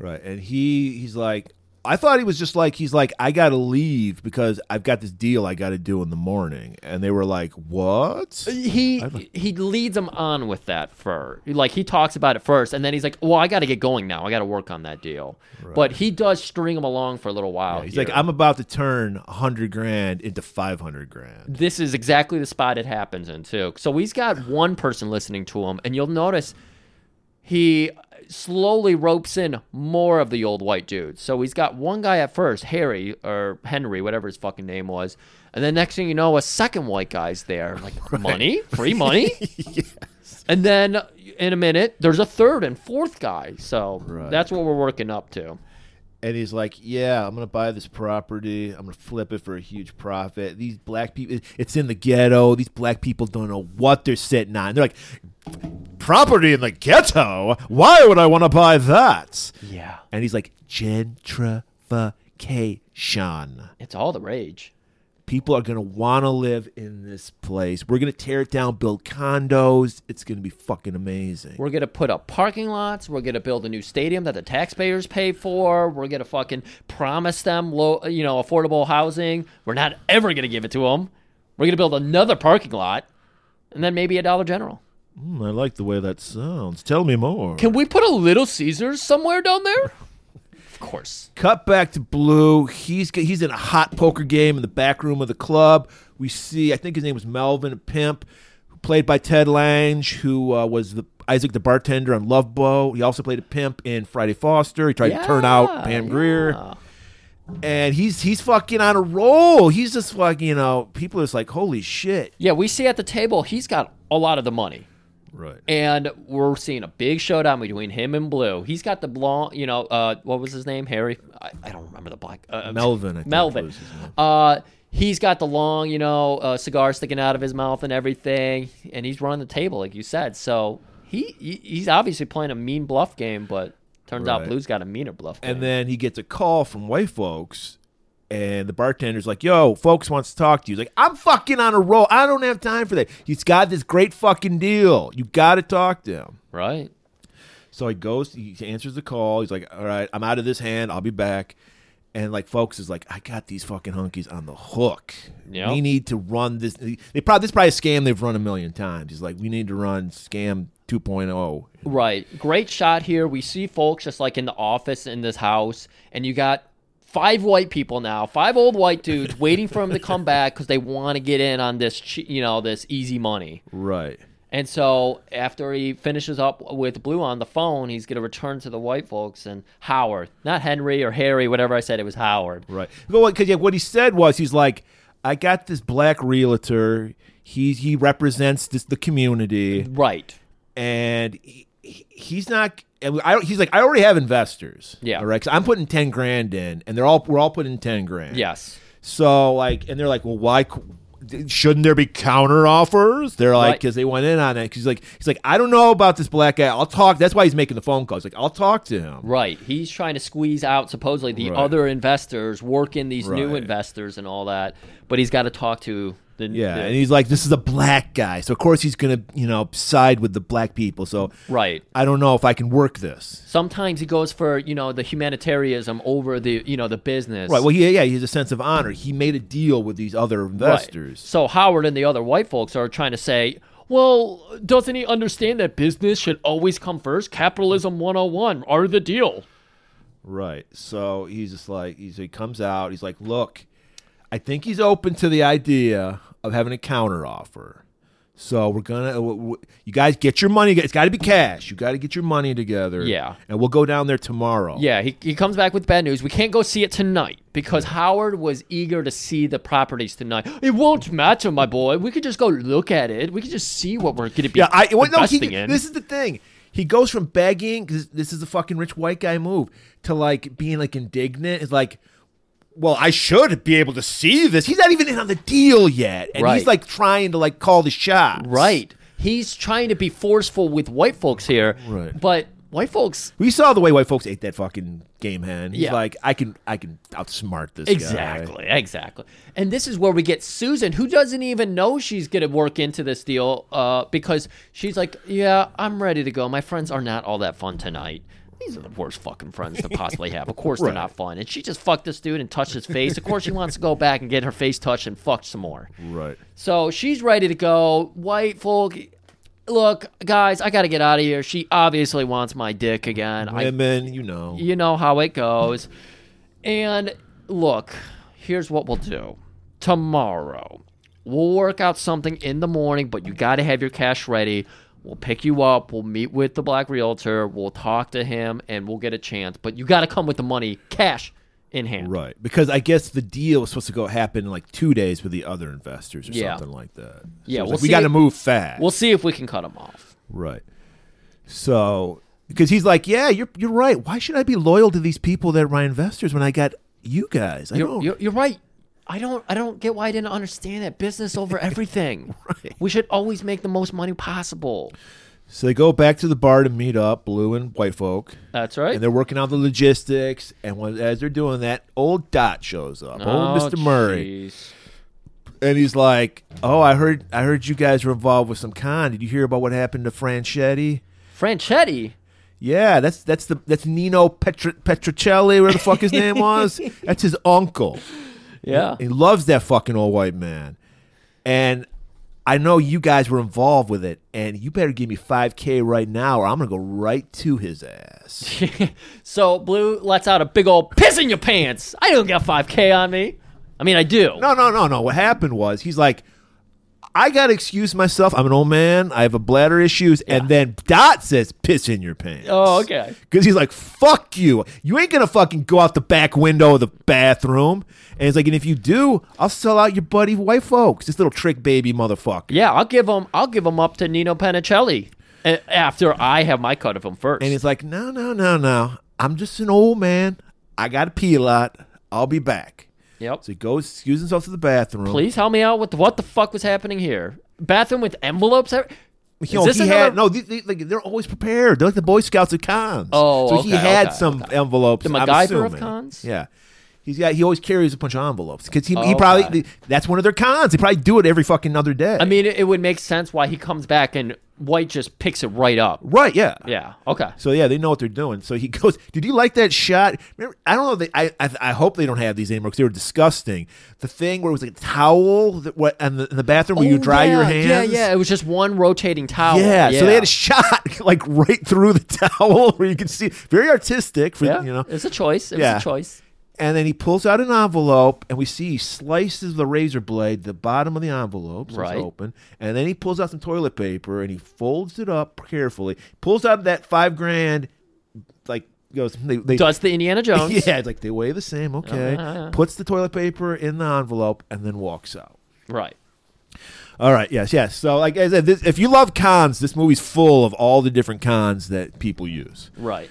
Speaker 4: yeah. Right. And he he's like I thought he was just like he's like I got to leave because I've got this deal I got to do in the morning. And they were like, "What?"
Speaker 3: He he leads him on with that fur. Like he talks about it first, and then he's like, "Well, I got to get going now. I got to work on that deal." But he does string him along for a little while.
Speaker 4: He's
Speaker 3: here.
Speaker 4: like, "I'm about to turn 100 grand into 500 grand."
Speaker 3: this is exactly the spot it happens in too. So he's got one person listening to him, and you'll notice he slowly ropes in more of the old white dudes. So he's got one guy at first, Harry or Henry, whatever his fucking name was, and then next thing you know, a second white guy's there, like money, free money. And then in a minute, there's a third and fourth guy. So that's what we're working up to.
Speaker 4: and he's like, "Yeah, I'm gonna buy this property. I'm gonna flip it for a huge profit." These black people, it's in the ghetto. These black people don't know what they're sitting on. They're like, "Property in the ghetto? Why would I want to buy that?"
Speaker 3: Yeah.
Speaker 4: and he's like, "Gentrification.
Speaker 3: It's all the rage."
Speaker 4: People are gonna want to live in this place. We're gonna tear it down, build condos. It's gonna be fucking amazing."
Speaker 3: We're gonna put up parking lots. We're gonna build a new stadium that the taxpayers pay for. We're gonna fucking promise them low, you know, affordable housing. We're not ever gonna give it to them. We're gonna build another parking lot, and then maybe a Dollar General.
Speaker 4: Hmm, I like the way that sounds. Tell me more.
Speaker 3: Can we put a Little Caesars somewhere down there? of course.
Speaker 4: Cut back to Blue. He's he's in a hot poker game in the back room of the club. We see, I think his name was Melvin Pimp, played by Ted Lange, who uh, was the Isaac the bartender on Love Boat. He also played a pimp in Friday Foster. He tried to turn out Pam Greer. And he's he's fucking on a roll. He's just fucking, you know, people are just like, holy shit.
Speaker 3: Yeah, we see at the table he's got a lot of the money.
Speaker 4: Right.
Speaker 3: And we're seeing a big showdown between him and Blue. He's got the blonde, you know, uh, what was his name? Harry? I, I don't remember the black. Uh,
Speaker 4: Melvin, I think
Speaker 3: Melvin.
Speaker 4: was his name.
Speaker 3: Uh, he's got the long, you know, uh, cigar sticking out of his mouth and everything, and he's running the table, like you said. So he he- he's obviously playing a mean bluff game, but turns out
Speaker 4: Right.
Speaker 3: Blue's got a meaner bluff game.
Speaker 4: And then he gets a call from white folks, and the bartender's like, "Yo, folks wants to talk to you." He's like, "I'm fucking on a roll. I don't have time for that. He's got this great fucking deal. You got to talk to him."
Speaker 3: Right.
Speaker 4: So he goes. He answers the call. He's like, "All right, I'm out of this hand. I'll be back." And like, folks is like, "I got these fucking hunkies on the hook.
Speaker 3: Yeah.
Speaker 4: We need to run this. They probably this is probably a scam they've run a million times. He's like, we need to run scam oh." 2.0."
Speaker 3: Right. Great shot here. We see folks just like in the office in this house, and you got five white people now, five old white dudes waiting for him to come back because they want to get in on this, che- you know, this easy money.
Speaker 4: Right.
Speaker 3: And so after he finishes up with Blue on the phone, he's going to return to the white folks and Howard, not Henry or Harry, whatever I said, it was Howard.
Speaker 4: Right. Because yeah, what he said was he's like, I got this black realtor. He he represents this the community.
Speaker 3: Right.
Speaker 4: And he, he- he's not. And I, don't- he's like, I already have investors.
Speaker 3: Yeah.
Speaker 4: All right. 'Cause I'm putting ten grand in, and they're all we're all putting ten grand.
Speaker 3: Yes.
Speaker 4: So like, and they're like, well, why? c- Shouldn't there be counter offers? They're like,
Speaker 3: Right.
Speaker 4: because they went in on it. 'Cause he's like, he's like, I don't know about this black guy. I'll talk. That's why he's making the phone calls. Like, I'll talk to him.
Speaker 3: Right. He's trying to squeeze out supposedly the
Speaker 4: Right.
Speaker 3: other investors, work in these new
Speaker 4: Right.
Speaker 3: investors and all that, but he's got to talk to the
Speaker 4: Yeah,
Speaker 3: the-
Speaker 4: and he's like, "This is a black guy, so of course he's gonna, you know, side with the black people." So
Speaker 3: Right.
Speaker 4: I don't know if I can work this.
Speaker 3: Sometimes he goes for you know the humanitarianism over the you know the business.
Speaker 4: Right. Well, yeah, yeah, he has a sense of honor. He made a deal with these other
Speaker 3: Right.
Speaker 4: investors.
Speaker 3: So Howard and the other white folks are trying to say, well, doesn't oh he understand that business should always come first? Capitalism 101 are the deal.
Speaker 4: Right. So he's just like he's, he comes out. He's like, look, I think he's open to the idea of having a counter offer. So we're gonna uh, w- w- you guys get your money. It's got to be cash. You got to get your money together.
Speaker 3: Yeah.
Speaker 4: And we'll go down there tomorrow.
Speaker 3: Yeah, he, he comes back with bad news. We can't go see it tonight because Howard was eager to see the properties tonight. It won't matter, my boy. We could just go look at it. We could just see what we're going to be
Speaker 4: Yeah, I well, no, he,
Speaker 3: investing in.
Speaker 4: this is the thing. He goes from begging because this is a fucking rich white guy move to like being like indignant. It's like, well, I should be able to see this. He's not even in on the deal yet, and
Speaker 3: Right.
Speaker 4: he's like trying to like call the shots.
Speaker 3: right. He's trying to be forceful with white folks here,
Speaker 4: Right.
Speaker 3: but white folks
Speaker 4: We saw the way white folks ate that fucking game hand. He's
Speaker 3: Yeah.
Speaker 4: like, I can, I can outsmart this. guy."
Speaker 3: Exactly, exactly. And this is where we get Susan, who doesn't even know she's going to work into this deal uh, because she's like, Yeah, I'm ready to go. My friends are not all that fun tonight. These are the worst fucking friends to possibly have. Of course, they're
Speaker 4: Right.
Speaker 3: not fun. And she just fucked this dude and touched his face. Of course, she wants to go back and get her face touched and fucked some more.
Speaker 4: Right.
Speaker 3: So she's ready to go. White folk, look, guys, I got to get out of here. She obviously wants my dick again. I
Speaker 4: Women, you know.
Speaker 3: you know how it goes. and look, here's what we'll do. Tomorrow, we'll work out something in the morning, but you got to have your cash ready. We'll pick you up. We'll meet with the black realtor. We'll talk to him and we'll get a chance. But you got to come with the money, cash in hand.
Speaker 4: Right. Because I guess the deal was supposed to go happen in like two days with the other investors or
Speaker 3: Yeah.
Speaker 4: something like that. So
Speaker 3: Yeah,
Speaker 4: it's
Speaker 3: we'll
Speaker 4: like, we
Speaker 3: see
Speaker 4: got to
Speaker 3: it-
Speaker 4: move fast.
Speaker 3: We'll see if we can cut him off.
Speaker 4: Right. So because he's like, yeah, you're you're right. Why should I be loyal to these people that are my investors when I got you guys? I
Speaker 3: You're,
Speaker 4: don't.
Speaker 3: you're, you're right. I don't. I don't get why I didn't understand that business over everything. We should always make the most money possible.
Speaker 4: So they go back to the bar to meet up, Blue and White Folk.
Speaker 3: That's right.
Speaker 4: And they're working out the logistics. And when, as they're doing that, old Dot shows up.
Speaker 3: Oh,
Speaker 4: old Mr. Murray.
Speaker 3: jeez.
Speaker 4: and he's like, "Oh, I heard, I heard you guys were involved with some con. Did you hear about what happened to Franchetti?
Speaker 3: Franchetti.
Speaker 4: Yeah, that's that's the that's Nino Petri- Petricelli, where the fuck his name was. That's his uncle.
Speaker 3: Yeah.
Speaker 4: he, he loves that fucking old white man. And I know you guys were involved with it, and you better give me five k right now, or I'm gonna go right to his ass.
Speaker 3: So Blue lets out a big old piss in your pants. I don't got 5K on me. I mean, I do.
Speaker 4: no, no, no, no. What happened was he's like. I gotta excuse myself. I'm an old man. I have a bladder issues, and then Dot says, "Piss in your pants."
Speaker 3: Oh, okay.
Speaker 4: Because he's like, fuck you. You ain't going to fucking go out the back window of the bathroom. And he's like, and if you do, I'll sell out your buddy white folks. This little trick baby motherfucker.
Speaker 3: Yeah, I'll give him. I'll give him up to Nino Panicelli uh, after I have my cut of him first.
Speaker 4: And he's like, no, no, no, no. I'm just an old man. I got to pee a lot. I'll be back.
Speaker 3: Yep.
Speaker 4: So he goes, excuse himself to the bathroom.
Speaker 3: Please help me out with what the fuck was happening here. Bathroom with envelopes. every- Is
Speaker 4: You know,
Speaker 3: this
Speaker 4: he
Speaker 3: another-
Speaker 4: had, no, they, they, like, they're always prepared. They're like the Boy Scouts of cons.
Speaker 3: Oh,
Speaker 4: so he
Speaker 3: okay,
Speaker 4: had
Speaker 3: okay,
Speaker 4: some envelopes.
Speaker 3: The
Speaker 4: I'm
Speaker 3: MacGyver of
Speaker 4: assuming.
Speaker 3: cons?
Speaker 4: Yeah, he's got. He always carries a bunch of envelopes because he, he
Speaker 3: Okay.
Speaker 4: probably that's one of their cons. They probably do it every fucking other day.
Speaker 3: I mean, it, it would make sense why he comes back and White just picks it right up.
Speaker 4: right? Yeah.
Speaker 3: Yeah. Okay.
Speaker 4: So yeah, they know what they're doing. So he goes. Did you like that shot? Remember, I don't know. They, I, I I hope they don't have these anymore because they were disgusting. The thing where it was like a towel that what and the, in the bathroom where you
Speaker 3: Oh,
Speaker 4: dry your
Speaker 3: yeah,
Speaker 4: hands.
Speaker 3: Yeah, yeah. It was just one rotating towel.
Speaker 4: Yeah, so they had a shot like right through the towel where you could see very artistic for
Speaker 3: Yeah,
Speaker 4: you know.
Speaker 3: it's a choice. It
Speaker 4: Yeah.
Speaker 3: was a choice.
Speaker 4: And then he pulls out an envelope and we see he slices the razor blade, the bottom of the envelope, so
Speaker 3: Right.
Speaker 4: it's open. And then he pulls out some toilet paper and he folds it up carefully, pulls out that five grand like goes they, they
Speaker 3: Does the Indiana Jones?
Speaker 4: Yeah, it's like they weigh the same, okay.
Speaker 3: Uh-huh.
Speaker 4: Puts the toilet paper in the envelope and then walks out.
Speaker 3: Right.
Speaker 4: All right. Yes. Yes. So, like I said, this, if you love cons, this movie's full of all the different cons that people use.
Speaker 3: Right.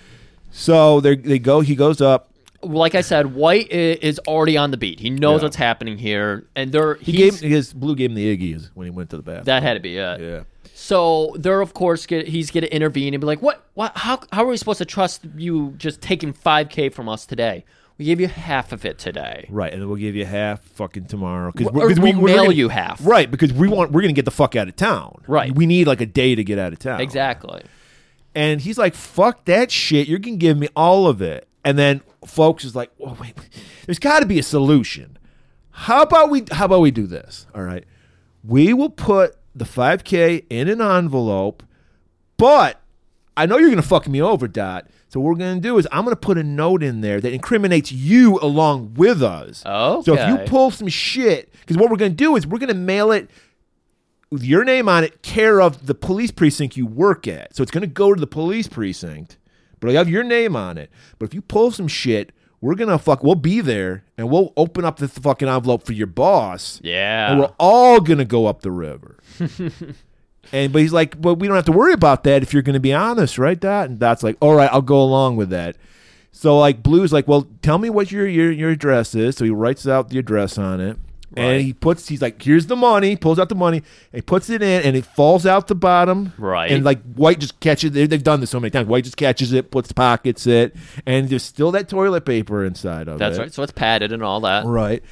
Speaker 4: So they they go. He goes up.
Speaker 3: Like I said, White i- is already on the beat. He knows
Speaker 4: Yeah.
Speaker 3: what's happening here, and they're
Speaker 4: He
Speaker 3: he's-
Speaker 4: gave his blue gave him the Iggy's when he went to the bathroom.
Speaker 3: that had to be it.
Speaker 4: yeah.
Speaker 3: So they're of course get, he's going to intervene and be like, "What? What? How? How are we supposed to trust you just taking five k from us today? We gave you half of it today.
Speaker 4: Right, and then we'll give you half fucking tomorrow because
Speaker 3: Or we'll mail you half.
Speaker 4: Right, because we want we're gonna get the fuck out of town.
Speaker 3: Right.
Speaker 4: we need like a day to get out of town.
Speaker 3: Exactly.
Speaker 4: And he's like, "Fuck that shit! You're gonna give me all of it." And then folks is like, "Well, wait, there's got to be a solution. How about we? How about we do this? All right, we will put the 5K in an envelope, but I know you're gonna fuck me over, Dot. So what we're going to do is I'm going to put a note in there that incriminates you along with us.
Speaker 3: Oh,
Speaker 4: So if you pull some shit, because what we're going to do is we're going to mail it with your name on it, care of the police precinct you work at. So it's going to go to the police precinct, but I have your name on it. But if you pull some shit, we're going to fuck, we'll be there and we'll open up the fucking envelope for your boss.
Speaker 3: Yeah.
Speaker 4: And we're all going to go up the river. And but he's like, but we don't have to worry about that if you're going to be honest, right? That and that's like, all right, I'll go along with that. So like, Blue's like, well, tell me what your your your address is. So he writes out the address on it, and he puts, he's like, here's the money. Pulls out the money, and he puts it in, and it falls out the bottom,
Speaker 3: Right.
Speaker 4: And like White just catches it. They've done this so many times. White just catches it, puts pockets it, and there's still that toilet paper inside of
Speaker 3: That's
Speaker 4: it.
Speaker 3: right. So it's padded and all that.
Speaker 4: Right.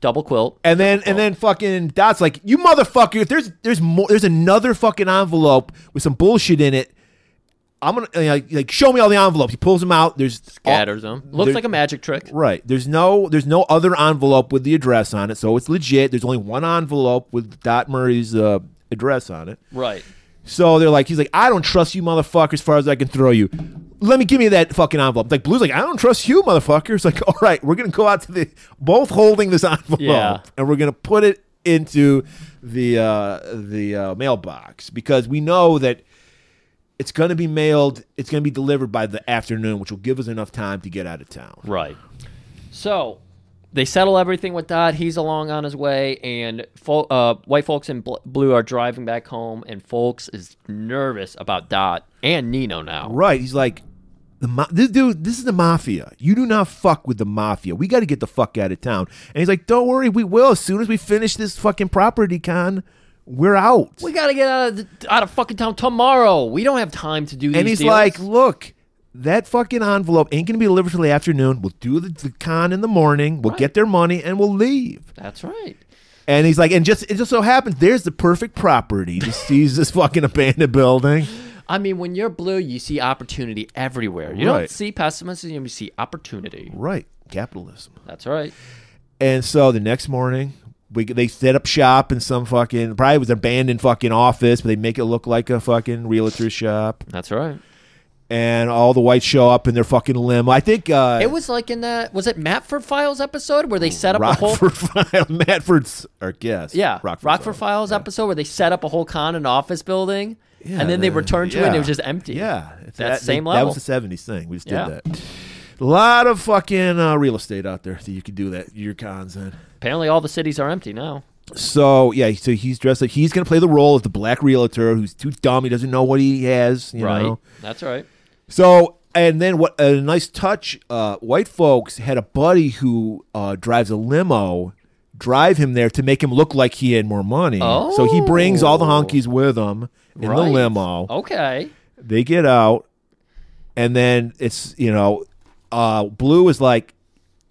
Speaker 3: Double quilt.
Speaker 4: And then and then fucking Dot's like, you motherfucker, if there's there's more there's another fucking envelope with some bullshit in it, I'm gonna and like, like show me all the envelopes. He pulls them out, there's
Speaker 3: Scatters them. Looks
Speaker 4: there-
Speaker 3: like a magic trick.
Speaker 4: Right. There's no there's no other envelope with the address on it, so it's legit. There's only one envelope with Dot Murray's uh, address on it.
Speaker 3: Right.
Speaker 4: So they're like, he's like, I don't trust you, motherfucker, as far as I can throw you. Let me give me that fucking envelope. Like Blue's like, I don't trust you, motherfucker. It's like, all right, we're gonna go out to the both holding this envelope,
Speaker 3: Yeah.
Speaker 4: and we're gonna put it into the uh, the uh, mailbox because we know that it's gonna be mailed. It's gonna be delivered by the afternoon, which will give us enough time to get out of town.
Speaker 3: Right. So they settle everything with Dodd. He's along on his way, and fol- uh, white folks and bl- blue are driving back home, and folks is nervous about Dodd and Nino now.
Speaker 4: Right. He's like, the ma- this dude, this is the mafia. You do not fuck with the mafia. We got to get the fuck out of town. And he's like, don't worry, we will. As soon as we finish this fucking property con, we're out.
Speaker 3: We gotta get out of the, out of fucking town tomorrow. We don't have time to do.
Speaker 4: and
Speaker 3: these
Speaker 4: he's
Speaker 3: deals.
Speaker 4: like, look, that fucking envelope ain't going to be delivered till the afternoon. We'll do the, the con in the morning. We'll get their money and we'll leave.
Speaker 3: "That's right."
Speaker 4: And he's like, and just it just so happens there's the perfect property to seize this fucking abandoned building.
Speaker 3: I mean, when you're blue, you see opportunity everywhere. You
Speaker 4: Right.
Speaker 3: don't see pessimism; you see opportunity.
Speaker 4: Right. Capitalism.
Speaker 3: That's right.
Speaker 4: And so the next morning, we they set up shop in some fucking probably was an abandoned fucking office, but they make it look like a fucking realtor shop.
Speaker 3: That's right.
Speaker 4: And all the whites show up in their fucking limo. I think uh,
Speaker 3: it was like in that was it Mapford Files episode where they set up a whole
Speaker 4: Rockford File, Matford's our guest.
Speaker 3: Yeah,
Speaker 4: Rockford.
Speaker 3: Rockford, Files, episode where they set up a whole con in an office building, and then they
Speaker 4: the-
Speaker 3: returned to it and
Speaker 4: yeah.
Speaker 3: it was just empty.
Speaker 4: Yeah,
Speaker 3: that's
Speaker 4: it's
Speaker 3: that,
Speaker 4: that-
Speaker 3: same
Speaker 4: that
Speaker 3: level.
Speaker 4: was the '70s thing. We just
Speaker 3: Yeah.
Speaker 4: did that. A lot of fucking uh, real estate out there that you could do that your cons in.
Speaker 3: Apparently, all the cities are empty now.
Speaker 4: So yeah, so he's dressed like he's gonna play the role of the black realtor who's too dumb. He doesn't know what he has. You
Speaker 3: right,
Speaker 4: know?
Speaker 3: that's right.
Speaker 4: So, and then what a nice touch. Uh, white folks had a buddy who uh, drives a limo, drive him there to make him look like he had more money. So he brings all the honkies with him in the
Speaker 3: Oh. Right.
Speaker 4: limo.
Speaker 3: Okay,
Speaker 4: They get out, and then it's, you know, uh, Blue is like,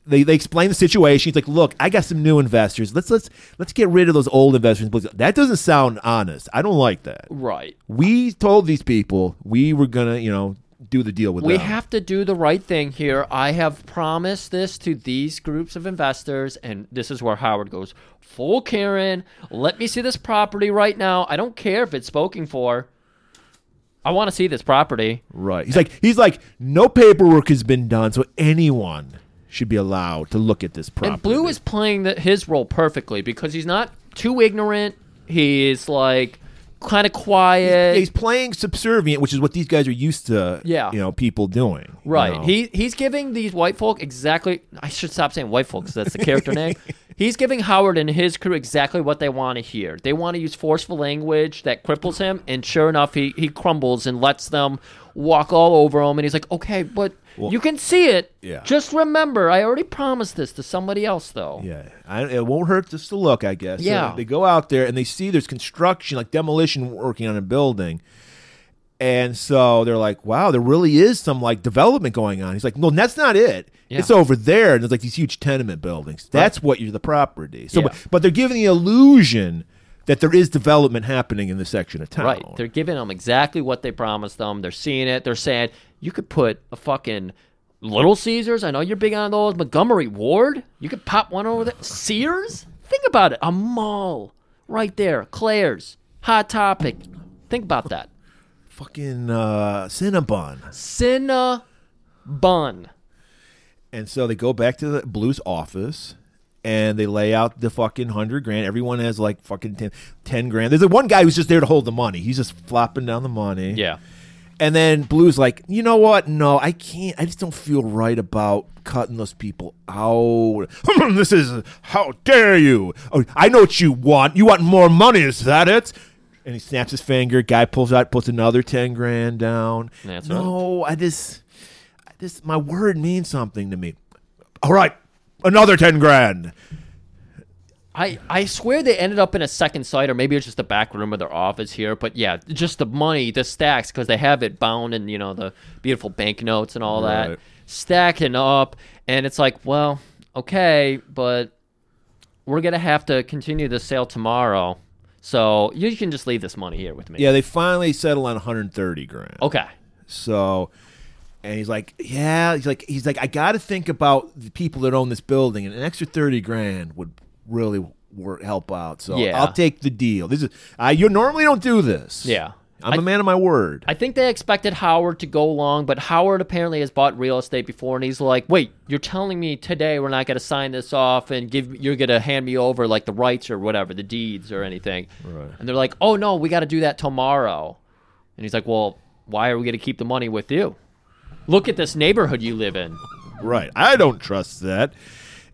Speaker 4: they, they explain the situation. He's like, "Look, I got some new investors. Let's let's let's get rid of those old investors." Blue's like, That doesn't sound honest. I don't like that.
Speaker 3: right.
Speaker 4: We told these people we were gonna, you know, do the deal with
Speaker 3: We
Speaker 4: them.
Speaker 3: have to do the right thing here. I have promised this to these groups of investors, and this is where Howard goes full Karen. Let me see this property right now. I don't care if it's spoken for. I want to see this property.
Speaker 4: Right. He's like he's like no paperwork has been done, so anyone should be allowed to look at this property.
Speaker 3: And Blue is playing the, his role perfectly because he's not too ignorant. He's like kind of quiet.
Speaker 4: he's playing subservient, which is what these guys are used to.
Speaker 3: Yeah.
Speaker 4: You know, people doing. you
Speaker 3: right.
Speaker 4: know.
Speaker 3: He he's giving these white folk exactly. I should stop saying white folks. That's the character name. He's giving Howard and his crew exactly what they want to hear. They want to use forceful language that cripples him, and sure enough, he he crumbles and lets them walk all over him. And he's like, "Okay, but you can see it.
Speaker 4: Yeah.
Speaker 3: Just remember, I already promised this to somebody else, though.
Speaker 4: Yeah. I, it won't hurt just to look, I guess. So
Speaker 3: Yeah.
Speaker 4: they go out there and they see there's construction, like demolition working on a building. And so they're like, wow, there really is some like development going on. He's like, no, that's not it.
Speaker 3: Yeah.
Speaker 4: It's over there. And there's like these huge tenement buildings. That's what you're the property. So,
Speaker 3: Yeah.
Speaker 4: but, but they're giving the illusion that there is development happening in this section of town.
Speaker 3: Right. They're giving them exactly what they promised them. They're seeing it. They're saying, you could put a fucking Little Caesars. I know you're big on those. Montgomery Ward. You could pop one over there. Sears? Think about it. A mall right there. Claire's. Hot Topic. Think about that.
Speaker 4: Fucking uh, Cinnabon.
Speaker 3: Cinnabon. bun.
Speaker 4: And so they go back to the Blue's office and they lay out the fucking hundred grand. Everyone has like fucking 10, 10 grand. There's the one guy who's just there to hold the money. He's just flopping down the money.
Speaker 3: Yeah.
Speaker 4: And then Blue's like, you know what? No, I can't. I just don't feel right about cutting those people out. this is how dare you? Oh, I know what you want. You want more money? Is that it? And he snaps his finger. Guy pulls out, puts another ten grand down.
Speaker 3: That's right.
Speaker 4: no, I just, I just, my word means something to me. All right, another ten grand.
Speaker 3: I, I swear they ended up in a second site, or maybe it's just the back room of their office here. But yeah, just the money, the stacks, because they have it bound in, you know, the beautiful banknotes and all
Speaker 4: Right.
Speaker 3: that, stacking up. And it's like, well, okay, but we're going to have to continue the sale tomorrow. So you can just leave this money here with me.
Speaker 4: Yeah, they finally settle on 130 grand.
Speaker 3: Okay.
Speaker 4: So, and he's like, yeah, he's like, he's like, I got to think about the people that own this building, and an extra 30 grand would really work, help out. So
Speaker 3: Yeah.
Speaker 4: I'll take the deal. This is, I you normally don't do this.
Speaker 3: Yeah.
Speaker 4: I'm a man of my word.
Speaker 3: I think they expected Howard to go along, but Howard apparently has bought real estate before, and he's like, "Wait, you're telling me today we're not going to sign this off and give you're going to hand me over like the rights or whatever, the deeds or anything?"
Speaker 4: Right.
Speaker 3: And they're like, "Oh no, we got to do that tomorrow." And he's like, "Well, why are we going to keep the money with you? Look at this neighborhood you live in."
Speaker 4: Right. I don't trust that.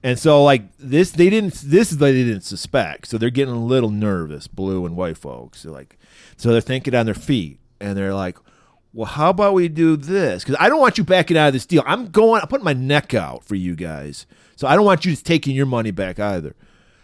Speaker 4: And so like this they didn't this is they didn't suspect. So they're getting a little nervous, blue and white folks. They're like so they're thinking on their feet and they're like, "Well, how about we do this? Cuz I don't want you backing out of this deal. I'm going I'm putting my neck out for you guys. So I don't want you just taking your money back either.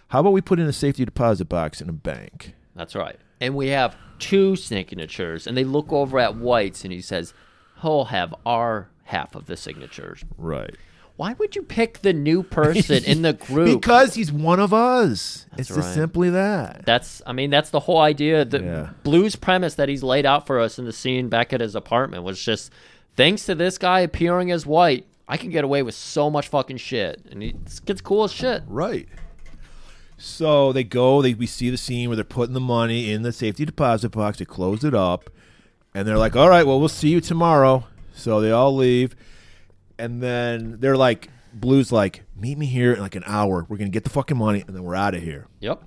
Speaker 4: How about we put in a safety deposit box in a bank?"
Speaker 3: That's right. And we have two signatures, and they look over at White's, and he says, "He'll have our half of the signatures."
Speaker 4: Right.
Speaker 3: Why would you pick the new person in the group?
Speaker 4: because he's one of us. it's just
Speaker 3: right.
Speaker 4: simply that.
Speaker 3: that's I mean that's the whole idea. The
Speaker 4: Yeah.
Speaker 3: blues premise that he's laid out for us in the scene back at his apartment was just thanks to this guy appearing as white, I can get away with so much fucking shit, and he it's- it's cool as shit.
Speaker 4: Right. So they go. They we see the scene where they're putting the money in the safety deposit box. They close it up, and they're like, "All right, well, we'll see you tomorrow." So they all leave, and then they're like, "Blue's like, meet me here in like an hour. We're gonna get the fucking money, and then we're out of here."
Speaker 3: Yep.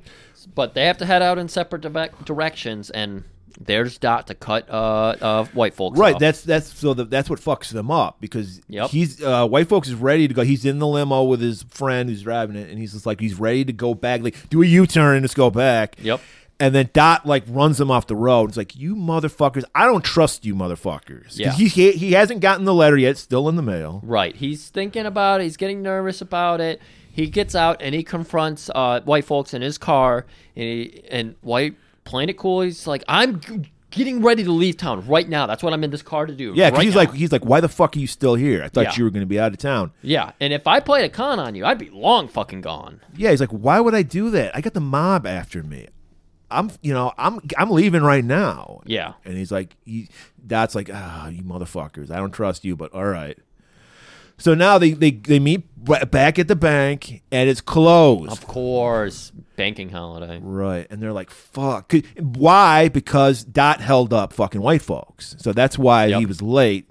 Speaker 3: But they have to head out in separate direc- directions, and there's Dot to cut uh, uh white folks.
Speaker 4: Right.
Speaker 3: off.
Speaker 4: That's that's so the, that's what fucks them up because
Speaker 3: Yep.
Speaker 4: he's uh, white folks is ready to go. He's in the limo with his friend who's driving it, and he's just like he's ready to go back, like do a U turn and just go back.
Speaker 3: Yep.
Speaker 4: And then Dot like runs him off the road. It's like you motherfuckers, I don't trust you motherfuckers. 'Cause
Speaker 3: Yeah.
Speaker 4: He, he he hasn't gotten the letter yet. It's still in the mail.
Speaker 3: Right. He's thinking about it. He's getting nervous about it. He gets out and he confronts uh, white folks in his car. And, he, and white playing it cool. He's like, I'm g- getting ready to leave town right now. That's what I'm in this car to do.
Speaker 4: Yeah. Because
Speaker 3: right
Speaker 4: he's
Speaker 3: now."
Speaker 4: like he's like, why the fuck are you still here? I thought
Speaker 3: Yeah.
Speaker 4: you were going to be out of town.
Speaker 3: yeah. And if I played a con on you, I'd be long fucking gone.
Speaker 4: Yeah, he's like, why would I do that? I got the mob after me. I'm, you know, I'm, I'm leaving right now.
Speaker 3: Yeah.
Speaker 4: And he's like, he, Dot's like, ah, you motherfuckers, I don't trust you, but all right. So now they they they meet b- back at the bank and it's closed.
Speaker 3: Of course, banking holiday.
Speaker 4: Right, and they're like, "Fuck!" 'Cause- Why? Because Dot held up fucking white folks, so that's why he was late.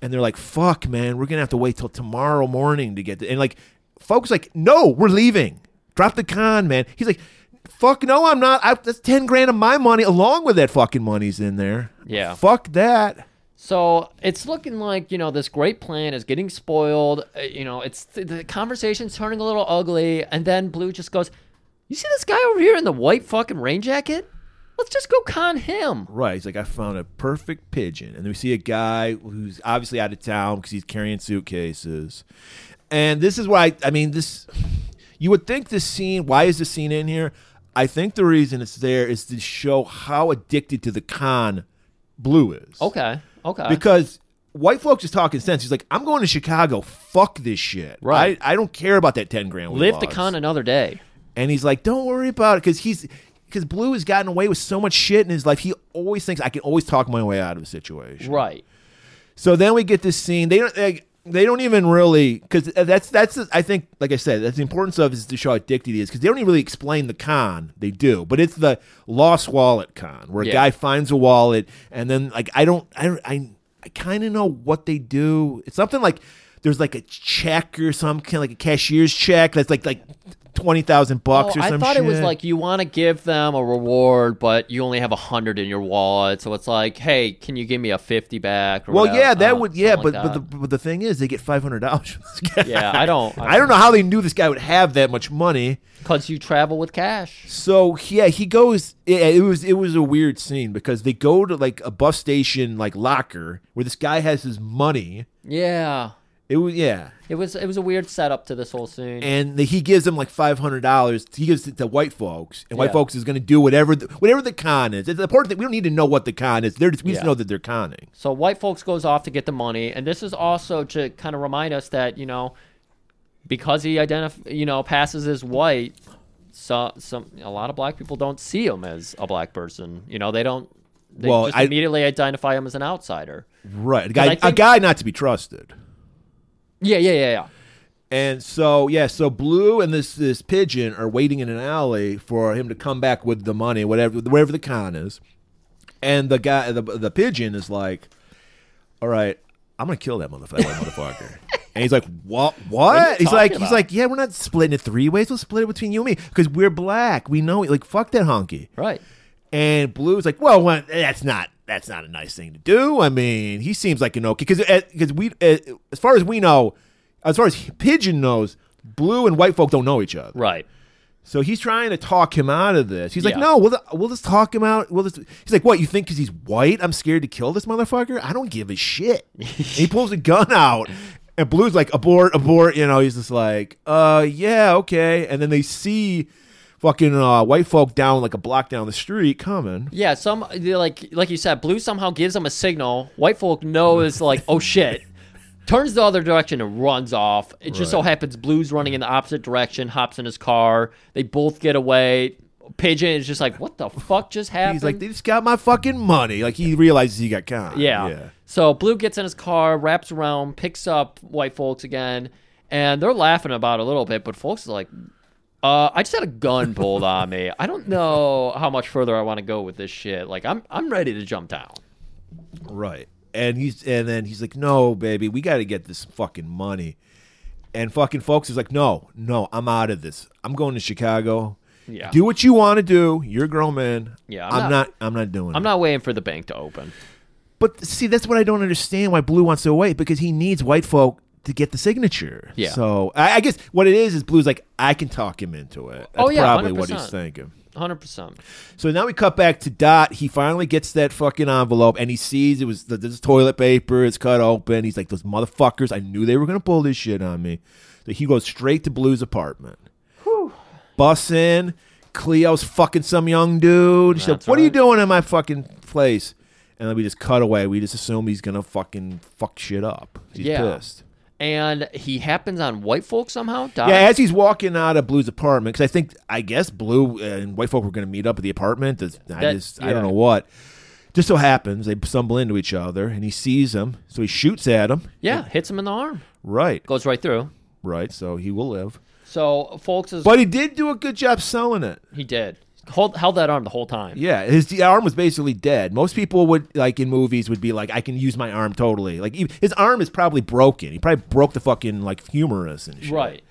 Speaker 4: And they're like, "Fuck, man, we're gonna have to wait till tomorrow morning to get." The-. And like, folks, like, "No, we're leaving. Drop the con, man." He's like, "Fuck, no, I'm not. I, that's ten grand of my money, along with that fucking money's in there."
Speaker 3: Yeah.
Speaker 4: fuck that.
Speaker 3: So it's looking like you know this great plan is getting spoiled. Uh, you know, it's the, the conversation's turning a little ugly, and then Blue just goes, "You see this guy over here in the white fucking rain jacket? Let's just go con him."
Speaker 4: Right. He's like, I found a perfect pigeon. And then we see a guy who's obviously out of town because he's carrying suitcases. And this is why, I mean, this, you would think this scene, why is this scene in here? I think the reason it's there is to show how addicted to the con Blue is.
Speaker 3: Okay, okay,
Speaker 4: Because white folks is talking sense. He's like, I'm going to Chicago. Fuck this shit.
Speaker 3: Right.
Speaker 4: I, I don't care about that 10 grand. we
Speaker 3: live the
Speaker 4: lost."
Speaker 3: con another day.
Speaker 4: And he's like, "Don't worry about it," because he's because Blue has gotten away with so much shit in his life. He always thinks I can always talk my way out of a situation.
Speaker 3: Right.
Speaker 4: So then we get this scene. They don't. They, they don't even really because that's that's the- I think like I said that's the importance of is to show how addicted he is because they don't even really explain the con they do but it's the lost wallet con where a
Speaker 3: Yeah.
Speaker 4: guy finds a wallet and then like I don't I don't I I kind of know what they do. It's something like there's like a check or some kind like a cashier's check that's like like twenty thousand bucks
Speaker 3: Oh,
Speaker 4: or
Speaker 3: I
Speaker 4: some
Speaker 3: thought it was
Speaker 4: shit.
Speaker 3: like you want to give them a reward, but you only have a hundred in your wallet, so it's like, hey, can you give me a fifty back? Or
Speaker 4: Well,
Speaker 3: whatever?
Speaker 4: yeah,
Speaker 3: Uh,
Speaker 4: that would yeah,
Speaker 3: something
Speaker 4: but
Speaker 3: like
Speaker 4: but the
Speaker 3: that.
Speaker 4: but the thing is, they get five hundred dollars from this guy.
Speaker 3: Yeah, I don't- I
Speaker 4: I, don't know how they knew this guy would have that much money.
Speaker 3: Cause you travel with cash.
Speaker 4: So yeah, he goes. It, it was it was a weird scene because they go to like a bus station like locker where this guy has his money.
Speaker 3: yeah,
Speaker 4: It was yeah.
Speaker 3: it was it was a weird setup to this whole scene.
Speaker 4: and the, he gives them like five hundred dollars. He gives it to white folks, and white
Speaker 3: Yeah.
Speaker 4: folks is going to do whatever the, whatever the con is. It's the part that we don't need to know what the con is. They're just, we just
Speaker 3: Yeah.
Speaker 4: know that they're conning.
Speaker 3: So white folks goes off to get the money, and this is also to kind of remind us that you know, because he identif- you know passes as white, so some a lot of black people don't see him as a black person. You know, they don't. They
Speaker 4: Well,
Speaker 3: just
Speaker 4: I-
Speaker 3: immediately identify him as an outsider.
Speaker 4: Right, a
Speaker 3: 'Cause
Speaker 4: guy,
Speaker 3: I
Speaker 4: a
Speaker 3: think-
Speaker 4: guy not to be trusted.
Speaker 3: Yeah, yeah, yeah, yeah.
Speaker 4: And so yeah, so Blue and this this pigeon are waiting in an alley for him to come back with the money, whatever wherever the con is. And the guy, the the pigeon is like, "All right, I'm gonna kill that motherfucker." motherfucker. and he's like, "What?
Speaker 14: What are you
Speaker 4: What?" He's like,
Speaker 14: talking
Speaker 4: he's
Speaker 14: about?
Speaker 4: like, "Yeah, we're not splitting it three ways. We'll split it between you and me because we're black. We know it. Like, fuck that honky."
Speaker 3: Right.
Speaker 4: And Blue's like, "Well, when, that's not that's not a nice thing to do. I mean, he seems like an okay because because we uh, as far as we know, as far as Pigeon knows, Blue and white folk don't know each other.
Speaker 3: Right.
Speaker 4: So he's trying to talk him out of this. He's like,
Speaker 14: Yeah.
Speaker 4: "No, we'll we'll just talk him out. We'll just." He's like, "What? You think because he's white, I'm scared to kill this motherfucker? I don't give a shit." And he pulls a gun out, and Blue's like, "Abort, abort!" You know, he's just like, "Uh, yeah, okay." And then they see fucking uh, white folk down like a block down the street coming.
Speaker 3: Yeah, some they're like like you said, blue somehow gives them a signal. White folk knows like, oh shit, turns the other direction and runs off. It just so
Speaker 14: Right.
Speaker 3: happens blue's running in the opposite direction, hops in his car. They both get away. Pigeon is just like, what the fuck just happened?
Speaker 4: He's like, "They just got my fucking money." Like he realizes he got caught.
Speaker 3: Yeah.
Speaker 4: yeah.
Speaker 3: So Blue gets in his car, wraps around, picks up white folks again, and they're laughing about it a little bit, but folks is like, uh, I just had a gun pulled on me. I don't know how much further I want to go with this shit. Like I'm I'm ready to jump down.
Speaker 4: Right. And he's and then he's like, "No, baby, we got to get this fucking money." And fucking folks is like, "No, no, I'm out of this. I'm going to Chicago.
Speaker 3: Yeah.
Speaker 4: Do what you want to do. You're a grown man.
Speaker 3: Yeah,
Speaker 4: I'm, not, I'm not doing
Speaker 3: I'm
Speaker 4: it."
Speaker 3: not waiting for the bank to open.
Speaker 4: But see, that's what I don't understand why Blue wants to wait because he needs white folk to get the signature.
Speaker 3: Yeah.
Speaker 4: So I, I guess what it is is Blue's like, I can talk him into it. That's
Speaker 3: Oh, yeah,
Speaker 4: probably what he's
Speaker 3: 100%.
Speaker 4: thinking.
Speaker 3: 100%.
Speaker 4: So now we cut back to Dot. He finally gets that fucking envelope and he sees it was the, this toilet paper. It's cut open. He's like, those motherfuckers, I knew they were going to pull this shit on me. So he goes straight to Blue's apartment. Bus in. Cleo's fucking some young dude. She said, What are you doing in my fucking place? And then we just cut away. We just assume he's going to fucking fuck shit up. He's
Speaker 3: yeah.
Speaker 4: pissed.
Speaker 3: And he happens on white folk somehow. Dies.
Speaker 4: Yeah, as he's walking out of Blue's apartment, because I think I guess Blue and white folk were going to meet up at the apartment. That's- I
Speaker 3: That-
Speaker 4: just I
Speaker 3: yeah.
Speaker 4: don't know what. Just so happens they stumble into each other, and he sees him, so he shoots at him.
Speaker 3: Yeah, hits him in the arm.
Speaker 4: Right,
Speaker 3: goes right through.
Speaker 4: Right, so he will live.
Speaker 3: So folks is
Speaker 4: But he did do a good job selling it.
Speaker 3: he did. Hold, held that arm the whole time.
Speaker 4: Yeah, his the arm was basically dead. Most people would like in movies would be like, "I can use my arm totally." Like even- his arm is probably broken. He probably broke the fucking like humerus and shit.
Speaker 3: Right.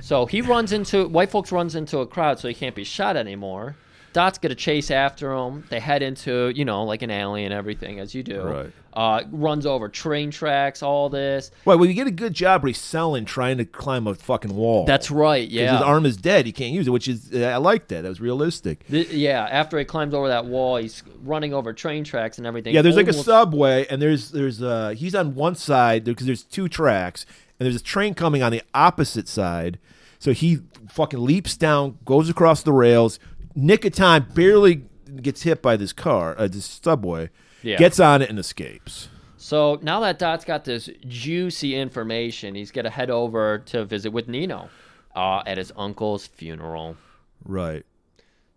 Speaker 3: So he runs into white folks runs into a crowd, so he can't be shot anymore. Dot's gonna chase after him. They head into you know like an alley and everything as you do.
Speaker 4: Right.
Speaker 3: Uh, runs over train tracks, all this.
Speaker 4: Right, well, you get a good job where he's selling trying to climb a fucking wall.
Speaker 3: That's right,
Speaker 4: 'Cause
Speaker 3: yeah.
Speaker 4: his arm is dead. He can't use it, which is, uh, I like that. That was realistic.
Speaker 3: Th- yeah. After he climbs over that wall, he's running over train tracks and everything.
Speaker 4: yeah, there's like a
Speaker 3: Almost-
Speaker 4: subway, and there's, there's, uh, he's on one side because there's two tracks, and there's a train coming on the opposite side. So he fucking leaps down, goes across the rails, nick of time, barely gets hit by this car, uh, this subway,
Speaker 3: Yeah.
Speaker 4: gets on it and escapes.
Speaker 3: So now that Dot's got this juicy information, he's gonna head over to visit with Nino uh, at his uncle's funeral.
Speaker 4: Right.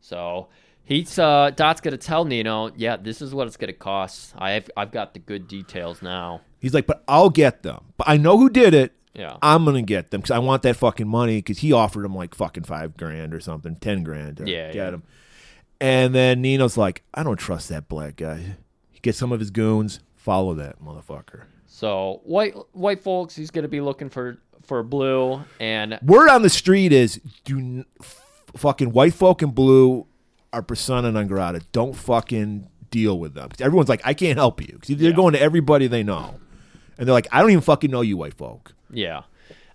Speaker 3: So he's uh, Dot's gonna tell Nino, yeah, this is what it's gonna cost. I've I've got the good details now.
Speaker 4: He's like, but I'll get them. But I know who did it.
Speaker 3: Yeah.
Speaker 4: I'm gonna get them because I want that fucking money. Because he offered him like fucking five grand or something, ten grand. To
Speaker 14: Yeah,
Speaker 4: get
Speaker 14: yeah.
Speaker 4: him. And then Nino's like, I don't trust that black guy. He gets some of his goons, Follow that motherfucker.
Speaker 3: So white white folks, he's going to be looking for for blue and
Speaker 4: Word on the street is do n- f- fucking white folk and blue are persona non grata. Don't fucking deal with them. 'Cause Everyone's like, I can't help you. 'Cause they're going to everybody they know, and they're like, I don't even fucking know you, white folk.
Speaker 3: yeah.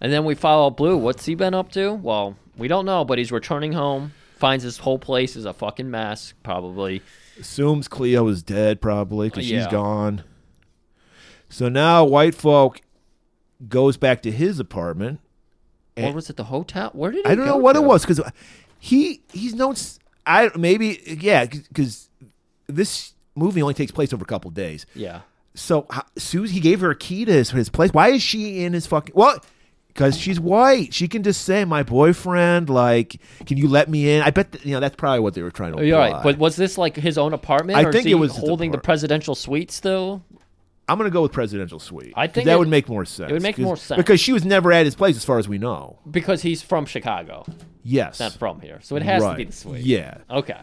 Speaker 3: And then we follow blue. What's he been up to? Well, we don't know, but he's returning home. Finds his whole place is a fucking mess, probably.
Speaker 4: Assumes Cleo is dead probably because
Speaker 3: Yeah.
Speaker 4: she's gone. So now white folk goes back to his apartment.
Speaker 3: What was it? The hotel? Where did he
Speaker 4: I don't know
Speaker 3: go
Speaker 4: what
Speaker 3: to?
Speaker 4: it was because he he's known. s- I maybe yeah because this movie only takes place over a couple days.
Speaker 3: Yeah.
Speaker 4: So how, Susie, he gave her a key to his, his place. Why is she in his fucking? Well, because she's white. She can just say, "My boyfriend." Like, can you let me in? I bet that, you know that's probably what they were trying to.
Speaker 3: You're
Speaker 4: imply.
Speaker 3: right. But was this like his own apartment?
Speaker 4: I
Speaker 3: or is
Speaker 4: think it
Speaker 3: he
Speaker 4: was his
Speaker 3: holding the
Speaker 4: apart-
Speaker 3: presidential suite still.
Speaker 4: I'm gonna go with presidential suite.
Speaker 3: I
Speaker 4: 'cause
Speaker 3: think
Speaker 4: that
Speaker 3: it-
Speaker 4: would make more sense.
Speaker 3: it would make
Speaker 4: 'cause-
Speaker 3: more sense.
Speaker 4: because she was never at his place, as far as we know.
Speaker 3: Because he's from Chicago.
Speaker 4: Yes.
Speaker 3: Not from here. So it has to be
Speaker 4: Right.
Speaker 3: the suite.
Speaker 4: Yeah.
Speaker 3: Okay.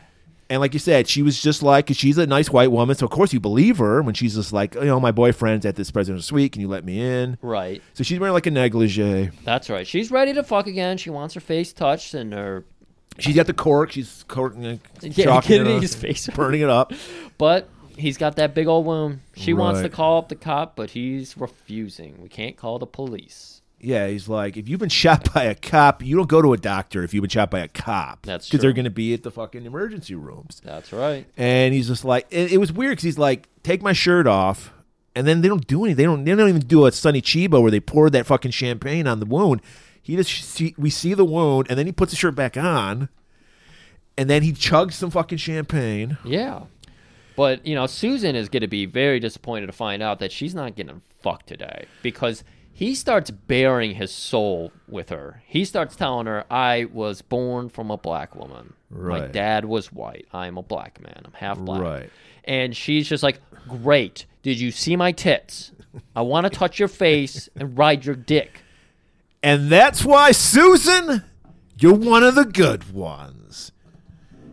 Speaker 4: And like you said, she was just like, 'cause she's a nice white woman, so of course you believe her when she's just like, you know, my boyfriend's at this presidential suite. Can you let me in?
Speaker 3: Right.
Speaker 4: So she's wearing like a negligee.
Speaker 3: That's right. She's ready to fuck again. She wants her face touched and her.
Speaker 4: She's got the cork. She's corking it,
Speaker 3: Yeah,
Speaker 4: chalking
Speaker 3: getting
Speaker 4: it
Speaker 3: in
Speaker 4: up,
Speaker 3: his face.
Speaker 4: burning it up.
Speaker 3: But he's got that big old wound. She wants to
Speaker 4: Right.
Speaker 3: call up the cop, but he's refusing. We can't call the police.
Speaker 4: Yeah, he's like, if you've been shot by a cop, you don't go to a doctor if you've been shot by a cop.
Speaker 3: That's
Speaker 4: because they're
Speaker 3: true.
Speaker 4: going to be at the fucking emergency rooms.
Speaker 3: That's right.
Speaker 4: And he's just like, it, it was weird because he's like, take my shirt off, and then they don't do anything. They don't. They don't even do a Sunny Chiba where they pour that fucking champagne on the wound. He just see, we see the wound, and then he puts the shirt back on, and then he chugs some fucking champagne.
Speaker 3: Yeah. But, you know, Susan is going to be very disappointed to find out that she's not getting fucked today because he starts bearing his soul with her. He starts telling her, I was born from a black woman. My
Speaker 4: Right.
Speaker 3: dad was white. I'm a black man. I'm half black.
Speaker 4: Right.
Speaker 3: And she's just like, Great. Did you see my tits? I want to touch your face and ride your dick.
Speaker 4: And that's why, Susan, you're one of the good ones.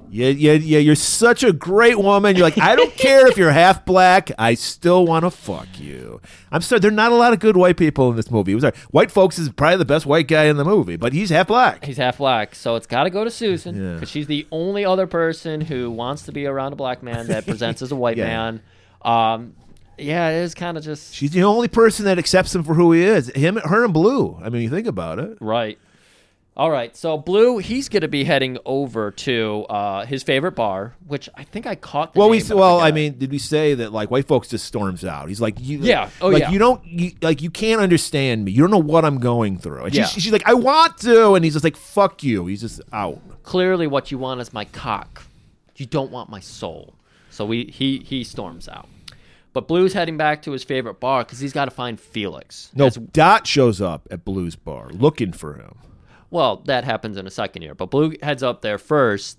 Speaker 4: Yeah, yeah, yeah. You're such a great woman. You're like, I don't care if you're half black. I still want to fuck you. I'm sorry. There are not a lot of good white people in this movie. It was like, white folks is probably the best white guy in the movie, but he's half black.
Speaker 3: He's half black, so it's got to go to Susan
Speaker 4: Yeah.
Speaker 3: because she's the only other person who wants to be around a black man that presents as a white
Speaker 4: Yeah.
Speaker 3: man. Um, yeah, it is kind of just
Speaker 4: She's the only person that accepts him for who he is. Him, her, and Blue. I mean, you think about it.
Speaker 3: right. All right, so Blue, he's going to be heading over to uh, his favorite bar, which I think I caught. The
Speaker 4: well,
Speaker 3: name
Speaker 4: we
Speaker 3: of
Speaker 4: s-
Speaker 3: the
Speaker 4: well, I
Speaker 3: guy.
Speaker 4: mean, did we say that like white folks just storms out? He's like, you,
Speaker 3: Yeah. Oh,
Speaker 4: like
Speaker 3: yeah.
Speaker 4: you don't, you, like you can't understand me. You don't know what I'm going through. And
Speaker 3: Yeah.
Speaker 4: she's, she's like, I want to, and he's just like, fuck you. He's just out.
Speaker 3: clearly what you want is my cock. You don't want my soul. So we he he storms out. But Blue's heading back to his favorite bar because he's got to find Felix.
Speaker 4: No, Dot shows up at Blue's bar looking for him.
Speaker 3: Well, that happens in a second year, but Blue heads up there first,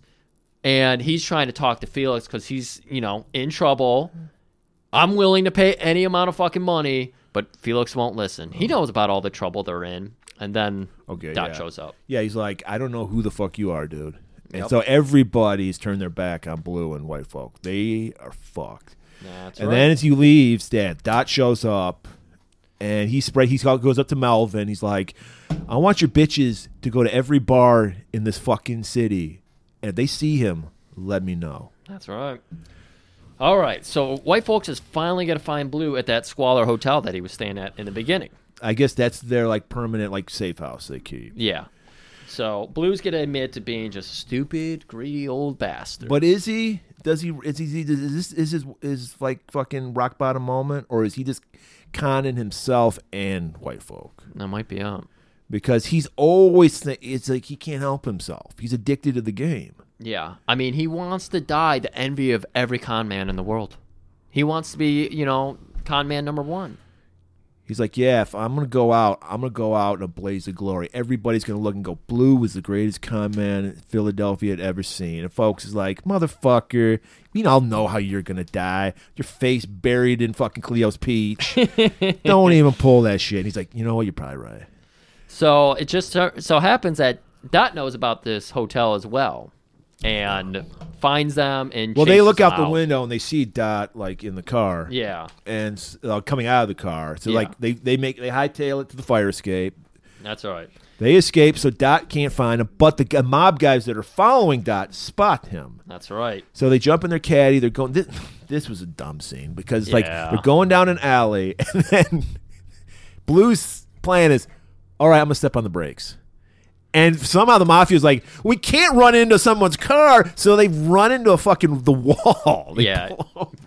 Speaker 3: and he's trying to talk to Felix because he's, you know, in trouble. I'm willing to pay any amount of fucking money, but Felix won't listen. He knows about all the trouble they're in, and then
Speaker 4: Okay,
Speaker 3: Dot
Speaker 4: yeah.
Speaker 3: shows up.
Speaker 4: Yeah, he's like, I don't know who the fuck you are, dude. And
Speaker 3: Yep.
Speaker 4: so everybody's turned their back on Blue and white folk. They are fucked.
Speaker 3: That's
Speaker 4: and
Speaker 3: right.
Speaker 4: then as he leaves, that Dot shows up, and he spread. He goes up to Malvin. He's like, "I want your bitches to go to every bar in this fucking city, and if they see him, let me know."
Speaker 3: That's right. All right, so White Folks is finally going to find Blue at that squalor hotel that he was staying at in the beginning.
Speaker 4: I guess that's their like permanent like safe house they keep.
Speaker 3: Yeah. So Blue's going to admit to being just a stupid, greedy old bastard.
Speaker 4: But is he? Does he? Is he? Is this? Is his? Is like fucking rock bottom moment, or is he just conning himself and white folk?
Speaker 3: That might be up.
Speaker 4: Because he's always th- it's like he can't help himself. He's addicted to the game.
Speaker 3: Yeah. I mean, he wants to die the envy of every con man in the world. He wants to be, you know, con man number one.
Speaker 4: He's like, yeah, if I'm gonna go out, I'm gonna go out in a blaze of glory. Everybody's gonna look and go, Blue was the greatest con man Philadelphia had ever seen. And folks is like, motherfucker, you all know how you're gonna die. Your face buried in fucking Cleo's peach. Don't even pull that shit. And he's like, you know what? You're probably right.
Speaker 3: So it just so so happens that Dot knows about this hotel as well. And finds them and
Speaker 4: Well, they
Speaker 3: chases
Speaker 4: look
Speaker 3: them
Speaker 4: out the window and they see Dot like in the car.
Speaker 3: Yeah.
Speaker 4: and uh, coming out of the car. So
Speaker 3: Yeah.
Speaker 4: like they they make they hightail it to the fire escape.
Speaker 3: That's all right.
Speaker 4: They escape, so Dot can't find him. But the g- mob guys that are following Dot spot him.
Speaker 3: That's right.
Speaker 4: So they jump in their caddy. They're going. This, this was a dumb scene because like
Speaker 3: Yeah.
Speaker 4: they're going down an alley, and then Blue's plan is, all right, I'm gonna step on the brakes. And somehow the mafia's like, we can't run into someone's car, so they run into a fucking the wall. They
Speaker 3: yeah,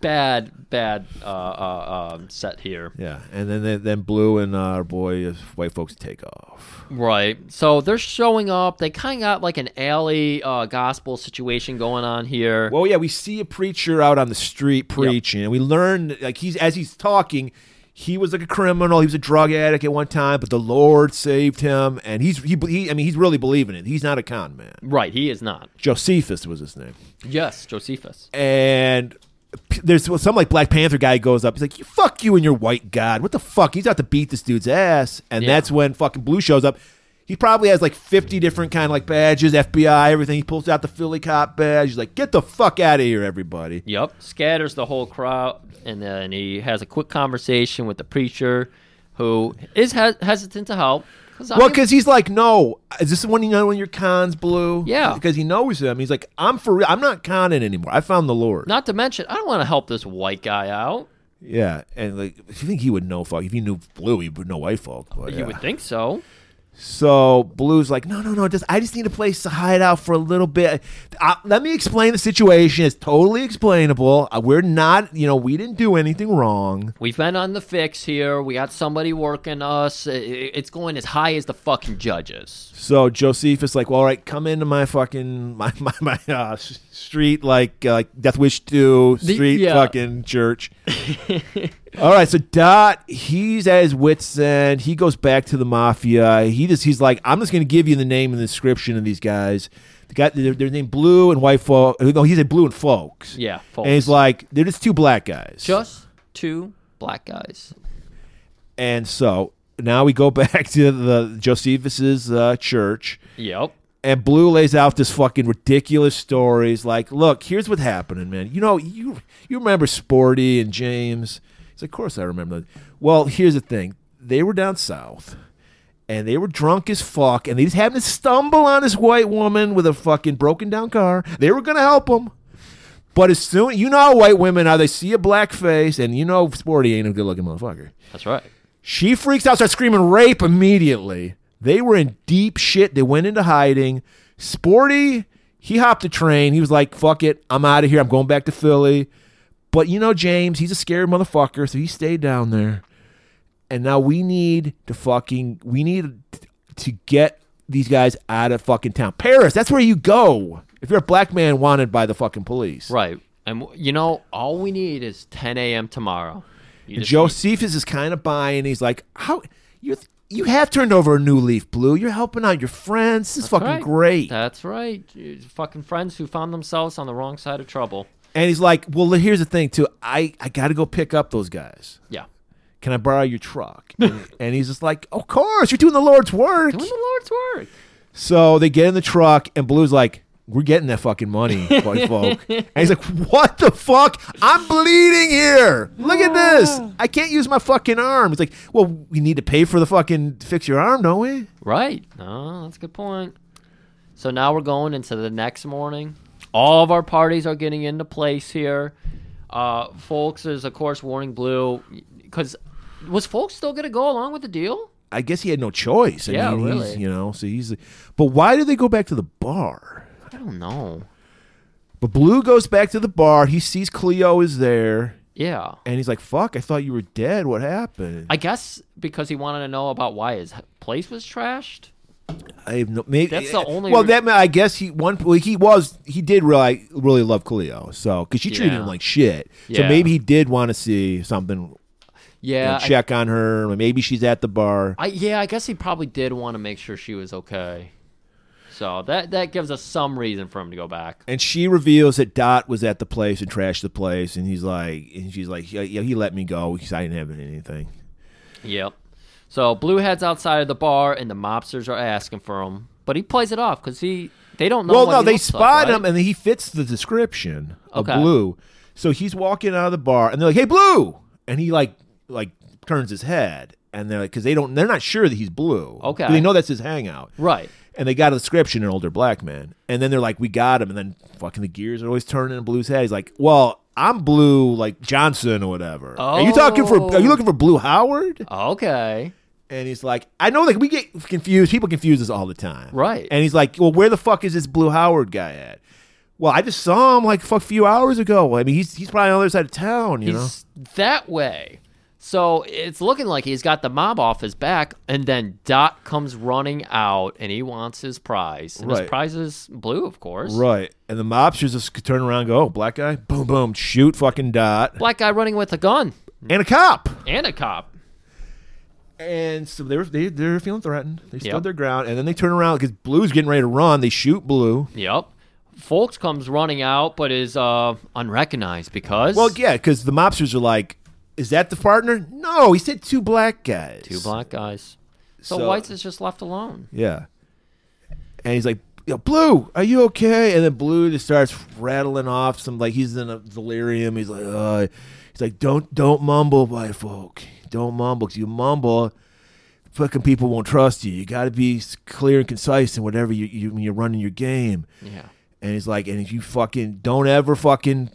Speaker 3: bad, bad uh, uh, um, set here.
Speaker 4: Yeah, and then then, then Blue and uh, our boy uh, white folks take off.
Speaker 3: Right. So they're showing up. They kind of got like an alley uh, gospel situation going on here.
Speaker 4: Well, yeah, we see a preacher out on the street preaching, and we learn like he's as he's talking, he was like a criminal, he was a drug addict at one time, but the Lord saved him, and he's he, he I mean he's really believing it. He's not a con man.
Speaker 3: Right. He is not.
Speaker 4: Josephus was his name,
Speaker 3: Yes, Josephus.
Speaker 4: and. p- There's some like Black Panther guy goes up. He's like, "Fuck you and your white god! What the fuck? He's out to beat this dude's ass." And
Speaker 3: Yeah.
Speaker 4: that's when fucking Blue shows up. He probably has like 50 different kind of like badges, FBI, everything. He pulls out the Philly cop badge. He's like, "Get the fuck out of here, everybody!"
Speaker 3: Yep. Scatters the whole crowd, and then he has a quick conversation with the preacher, who is he- hesitant to help. Cause I
Speaker 4: Well,
Speaker 3: mean,
Speaker 4: because he's like, no, is this when you know when your con's blue?
Speaker 3: Yeah.
Speaker 4: because he knows him. He's like, I'm for real. I'm not conning anymore. I found the Lord.
Speaker 3: not to mention, I don't want to help this white guy out.
Speaker 4: Yeah, and like, if you think he would know folk, if he knew blue, he would know white folk. But
Speaker 3: You
Speaker 4: yeah.
Speaker 3: would think so.
Speaker 4: So blue's like, no, no, no. Just I just need a place to hide out for a little bit. I, let me explain the situation. It's totally explainable. Uh, We're not, you know, we didn't do anything wrong.
Speaker 3: We've been on the fix here. We got somebody working us. I- I- It's going as high as the fucking judges.
Speaker 4: So Josephus like, well, all right, come into my fucking my my, my uh, s- street like uh, like Death Wish two
Speaker 3: The-
Speaker 4: street
Speaker 3: yeah.
Speaker 4: fucking church. all right, so Dot he's at his wits end. He goes back to the mafia. He just he's like, I'm just gonna give you the name and the description of these guys. The guy they're, they're named Blue and White Folk. No, he's a Blue and Folks.
Speaker 3: Yeah,
Speaker 4: and he's
Speaker 3: folks.
Speaker 4: like, they're just two black guys.
Speaker 3: Just two black guys.
Speaker 4: And so now we go back to the Josephus's uh, church.
Speaker 3: Yep.
Speaker 4: And Blue lays out this fucking ridiculous stories like, look, here's what's happening, man. You know, you you remember Sporty and James. He's like, Of course I remember that. Well, here's the thing. They were down south and they were drunk as fuck, and they just happened to stumble on this white woman with a fucking broken down car. They were gonna help them. But as soon you know how white women are, they see a black face, and you know Sporty ain't a good looking motherfucker.
Speaker 3: That's right.
Speaker 4: She freaks out, starts screaming rape immediately. They were in deep shit. They went into hiding. Sporty, he hopped a train. He was like, fuck it. I'm out of here. I'm going back to Philly. But you know, James, he's a scared motherfucker, so he stayed down there. And now we need to fucking, we need to get these guys out of fucking town. Paris, that's where you go if you're a black man wanted by the fucking police.
Speaker 3: Right. And w- you know, all we need is 10 a.m. tomorrow. You
Speaker 4: And
Speaker 3: just
Speaker 4: Josephus is kind of buying. He's like, "How you you have turned over a new leaf, Blue? You're helping out your friends. This
Speaker 3: That's
Speaker 4: is fucking
Speaker 3: right.
Speaker 4: great."
Speaker 3: That's right. You Fucking friends who found themselves on the wrong side of trouble.
Speaker 4: And he's like, "Well, here's the thing, too. I I got to go pick up those guys.
Speaker 3: Yeah.
Speaker 4: Can I borrow your truck?" and, and he's just like, "Of course. You're doing the Lord's work."
Speaker 3: Doing the Lord's work.
Speaker 4: So they get in the truck, and Blue's like. We're getting that fucking money, white folk. And he's like, "What the fuck? I'm bleeding here. Look at this.
Speaker 3: Ah.
Speaker 4: I can't use my fucking arm." It's like, "Well, we need to pay for the fucking fix your arm, don't we?"
Speaker 3: Right. Oh, that's a good point. So now we're going into the next morning. All of our parties are getting into place here. Uh, Folks is, of course, warning Blue because was Folks still going to go along with the deal?
Speaker 4: I guess he had no choice. I
Speaker 3: Yeah,
Speaker 4: mean, he's-
Speaker 3: really.
Speaker 4: You know, so he's. But why do they go back to the bar?
Speaker 3: I don't know.
Speaker 4: But Blue goes back to the bar. He sees Cleo is there,
Speaker 3: Yeah.
Speaker 4: and he's like, "Fuck! I thought you were dead. What happened?"
Speaker 3: I guess because he wanted to know about why his place was trashed.
Speaker 4: I have no. Maybe
Speaker 3: That's the only
Speaker 4: Well,
Speaker 3: re-
Speaker 4: that ma- I guess he one. Well, he was. He did really, really love Cleo. So because she treated
Speaker 3: Yeah.
Speaker 4: him like shit. So
Speaker 3: Yeah.
Speaker 4: maybe he did want to see something.
Speaker 3: Yeah,
Speaker 4: and
Speaker 3: I-
Speaker 4: check on her. Or maybe she's at the bar.
Speaker 3: I yeah, I guess he probably did want to make sure she was okay. So that that gives us some reason for him to go back.
Speaker 4: And she reveals that Dot was at the place and trashed the place, and he's like, and she's like, yeah, yeah, he let me go because I didn't have anything.
Speaker 3: Yep. So Blue heads outside of the bar, and the mobsters are asking for him, but he plays it off because he They don't know.
Speaker 4: Well,
Speaker 3: what
Speaker 4: no,
Speaker 3: he
Speaker 4: they
Speaker 3: looks like,
Speaker 4: spot
Speaker 3: right?
Speaker 4: him and he fits the description
Speaker 3: Okay.
Speaker 4: of Blue. So he's walking out of the bar and they're like, "Hey, Blue!" And he like like turns his head and they're like, because they don't, they're not sure that he's Blue.
Speaker 3: Okay.
Speaker 4: they know that's his hangout,
Speaker 3: Right.
Speaker 4: And they got a description, an older black man, and then they're like, "We got him!" And then fucking the gears are always turning in Blue's head. He's like, "Well." I'm blue, like Johnson or whatever. Are you talking for?
Speaker 3: Oh.
Speaker 4: Are you looking for Blue Howard?
Speaker 3: Okay.
Speaker 4: And he's like, I know that we get confused. People confuse us all the time.
Speaker 3: Right.
Speaker 4: And he's like, Well, where the fuck is this Blue Howard guy at? Well, I just saw him like fuck a few hours ago. I mean, he's he's probably on the other side of town. You
Speaker 3: He's that way. So it's looking like he's got the mob off his back, and then Dot comes running out, and he wants his prize, and
Speaker 4: Right.
Speaker 3: his prize is blue, of course.
Speaker 4: know, right? And the mobsters just turn around, and go, Oh, black guy, boom, boom, shoot, fucking dot,
Speaker 3: Black guy running with a gun
Speaker 4: and a cop.
Speaker 3: and a cop.
Speaker 4: And so they were they they were feeling threatened. They stood
Speaker 3: Yep.
Speaker 4: their ground, and then they turn around because Blue's getting ready to run. They shoot Blue.
Speaker 3: Yep. Folks comes running out, but is uh, unrecognized because
Speaker 4: Well, yeah, because the mobsters are like, Is that the partner? No, he said two black guys.
Speaker 3: two black guys. So,
Speaker 4: So-
Speaker 3: Whites is just left alone.
Speaker 4: Yeah. And he's like, Yo, Blue, are you okay? And then Blue just starts rattling off some like he's in a delirium. He's like, uh, he's like, don't don't mumble, white folk. Don't mumble. 'Cause you mumble, fucking people won't trust you. You got to be s- clear and concise in whatever you, you when you're running your game.
Speaker 3: Yeah.
Speaker 4: And he's like, and if you fucking don't ever fucking,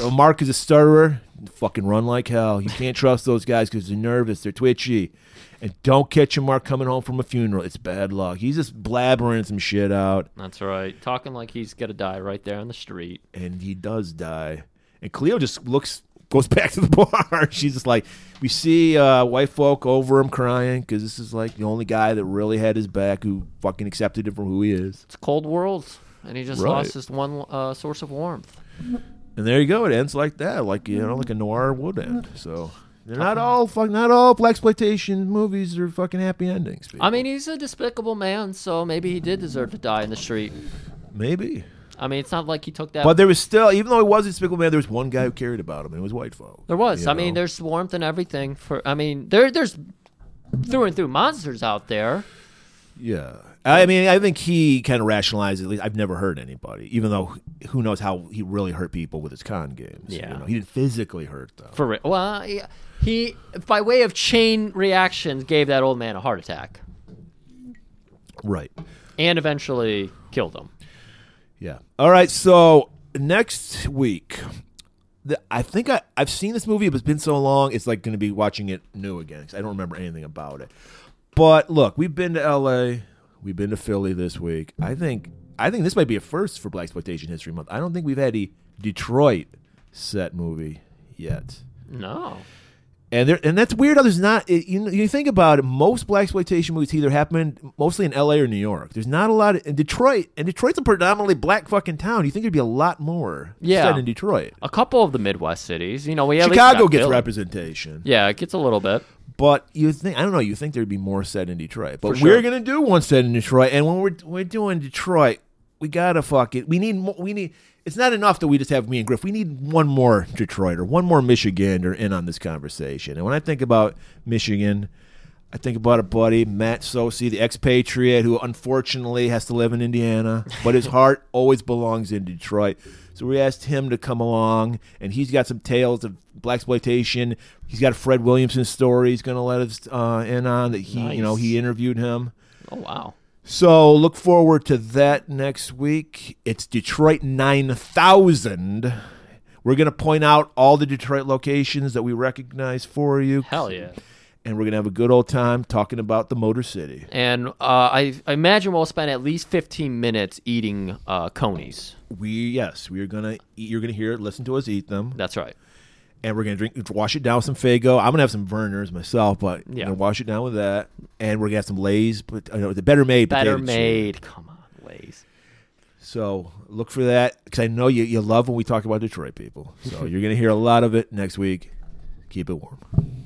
Speaker 4: uh, Mark is a stutterer, fucking run like hell. You can't trust those guys because they're nervous, they're twitchy. And don't catch a Mark coming home from a funeral. It's bad luck. He's just blabbering some shit out,
Speaker 3: That's right. Talking like he's gonna die right there on the street.
Speaker 4: and he does die. And Cleo just looks, goes back to the bar. She's just like, we see uh, white folk over him crying because this is like the only guy that really had his back who fucking accepted him for who he is.
Speaker 3: It's cold world, and he just
Speaker 4: Right.
Speaker 3: lost his one uh, source of warmth.
Speaker 4: And there you go. It ends like that, like you know, like a noir would end. So Uh-huh. they're not all fuck, not all black exploitation movies are fucking happy endings.
Speaker 3: I mean, he's a despicable man, so maybe he did deserve to die in the street.
Speaker 4: Maybe,
Speaker 3: I mean, it's not like he took that.
Speaker 4: but there was still, even though it was a despicable man, there was one guy who cared about him, and it was white folk.
Speaker 3: there was.
Speaker 4: you
Speaker 3: I mean,
Speaker 4: know?
Speaker 3: there's warmth and everything. For I mean, there there's through and through monsters out there.
Speaker 4: yeah. I mean, I think he kind of rationalized. At least I've never hurt anybody, even though who knows how he really hurt people with his con games. you
Speaker 3: Yeah.
Speaker 4: know? he didn't physically hurt them.
Speaker 3: For re- well, he, he by way of chain reactions gave that old man a heart attack
Speaker 4: Right.
Speaker 3: and eventually killed him.
Speaker 4: Yeah. All right. So next week, the, I think I, I've seen this movie, but it's been so long, it's like going to be watching it new again 'cause I don't remember anything about it. But look, we've been to L.A., we've been to Philly this week. I think I think this might be a first for Black Exploitation History Month. I don't think we've had a Detroit set movie yet.
Speaker 3: No.
Speaker 4: And there, and that's weird. How there's not it, you know, you think about it. Most black exploitation movies either happen mostly in L.A. or New York. There's not a lot in Detroit, and Detroit's a predominantly black fucking town. You think there'd be a lot more
Speaker 3: Yeah.
Speaker 4: set in Detroit.
Speaker 3: A couple of the Midwest cities, you know, we at least
Speaker 4: Chicago
Speaker 3: got
Speaker 4: gets
Speaker 3: Philly.
Speaker 4: representation,
Speaker 3: Yeah, it gets a little bit.
Speaker 4: but you think I don't know. You think there'd be more set in Detroit, but
Speaker 3: For sure.
Speaker 4: we're gonna do one set in Detroit. And when we're we're doing Detroit, we gotta fuck it. We need more. We need. It's not enough that we just have me and Griff. We need one more Detroiter, one more Michigander in on this conversation. And when I think about Michigan, I think about a buddy, Matt Sosi, the expatriate who unfortunately has to live in Indiana, but his heart always belongs in Detroit. So we asked him to come along, and he's got some tales of black exploitation. He's got a Fred Williamson story he's going to let us uh, in on that he, you know,
Speaker 3: Nice.
Speaker 4: he interviewed him.
Speaker 3: Oh wow.
Speaker 4: So look forward to that next week. It's Detroit 9000. We're going to point out all the Detroit locations that we recognize for you.
Speaker 3: Hell yeah.
Speaker 4: And we're going to have a good old time talking about the Motor City.
Speaker 3: And uh, I, I imagine we'll spend at least 15 minutes eating uh, conies.
Speaker 4: We yes, we are going to eat you're going to hear it, listen to us eat them.
Speaker 3: That's right.
Speaker 4: and we're gonna drink, wash it down with some Fago. I'm gonna have some Verners myself, but
Speaker 3: Yeah.
Speaker 4: yeah. gonna wash it down with that. And we're gonna have some Lay's, but uh, no, the better made,
Speaker 3: Better
Speaker 4: potato chip.
Speaker 3: made. Come on, Lays.
Speaker 4: So look for that because I know you, you love when we talk about Detroit people. So you're gonna hear a lot of it next week. Keep it warm.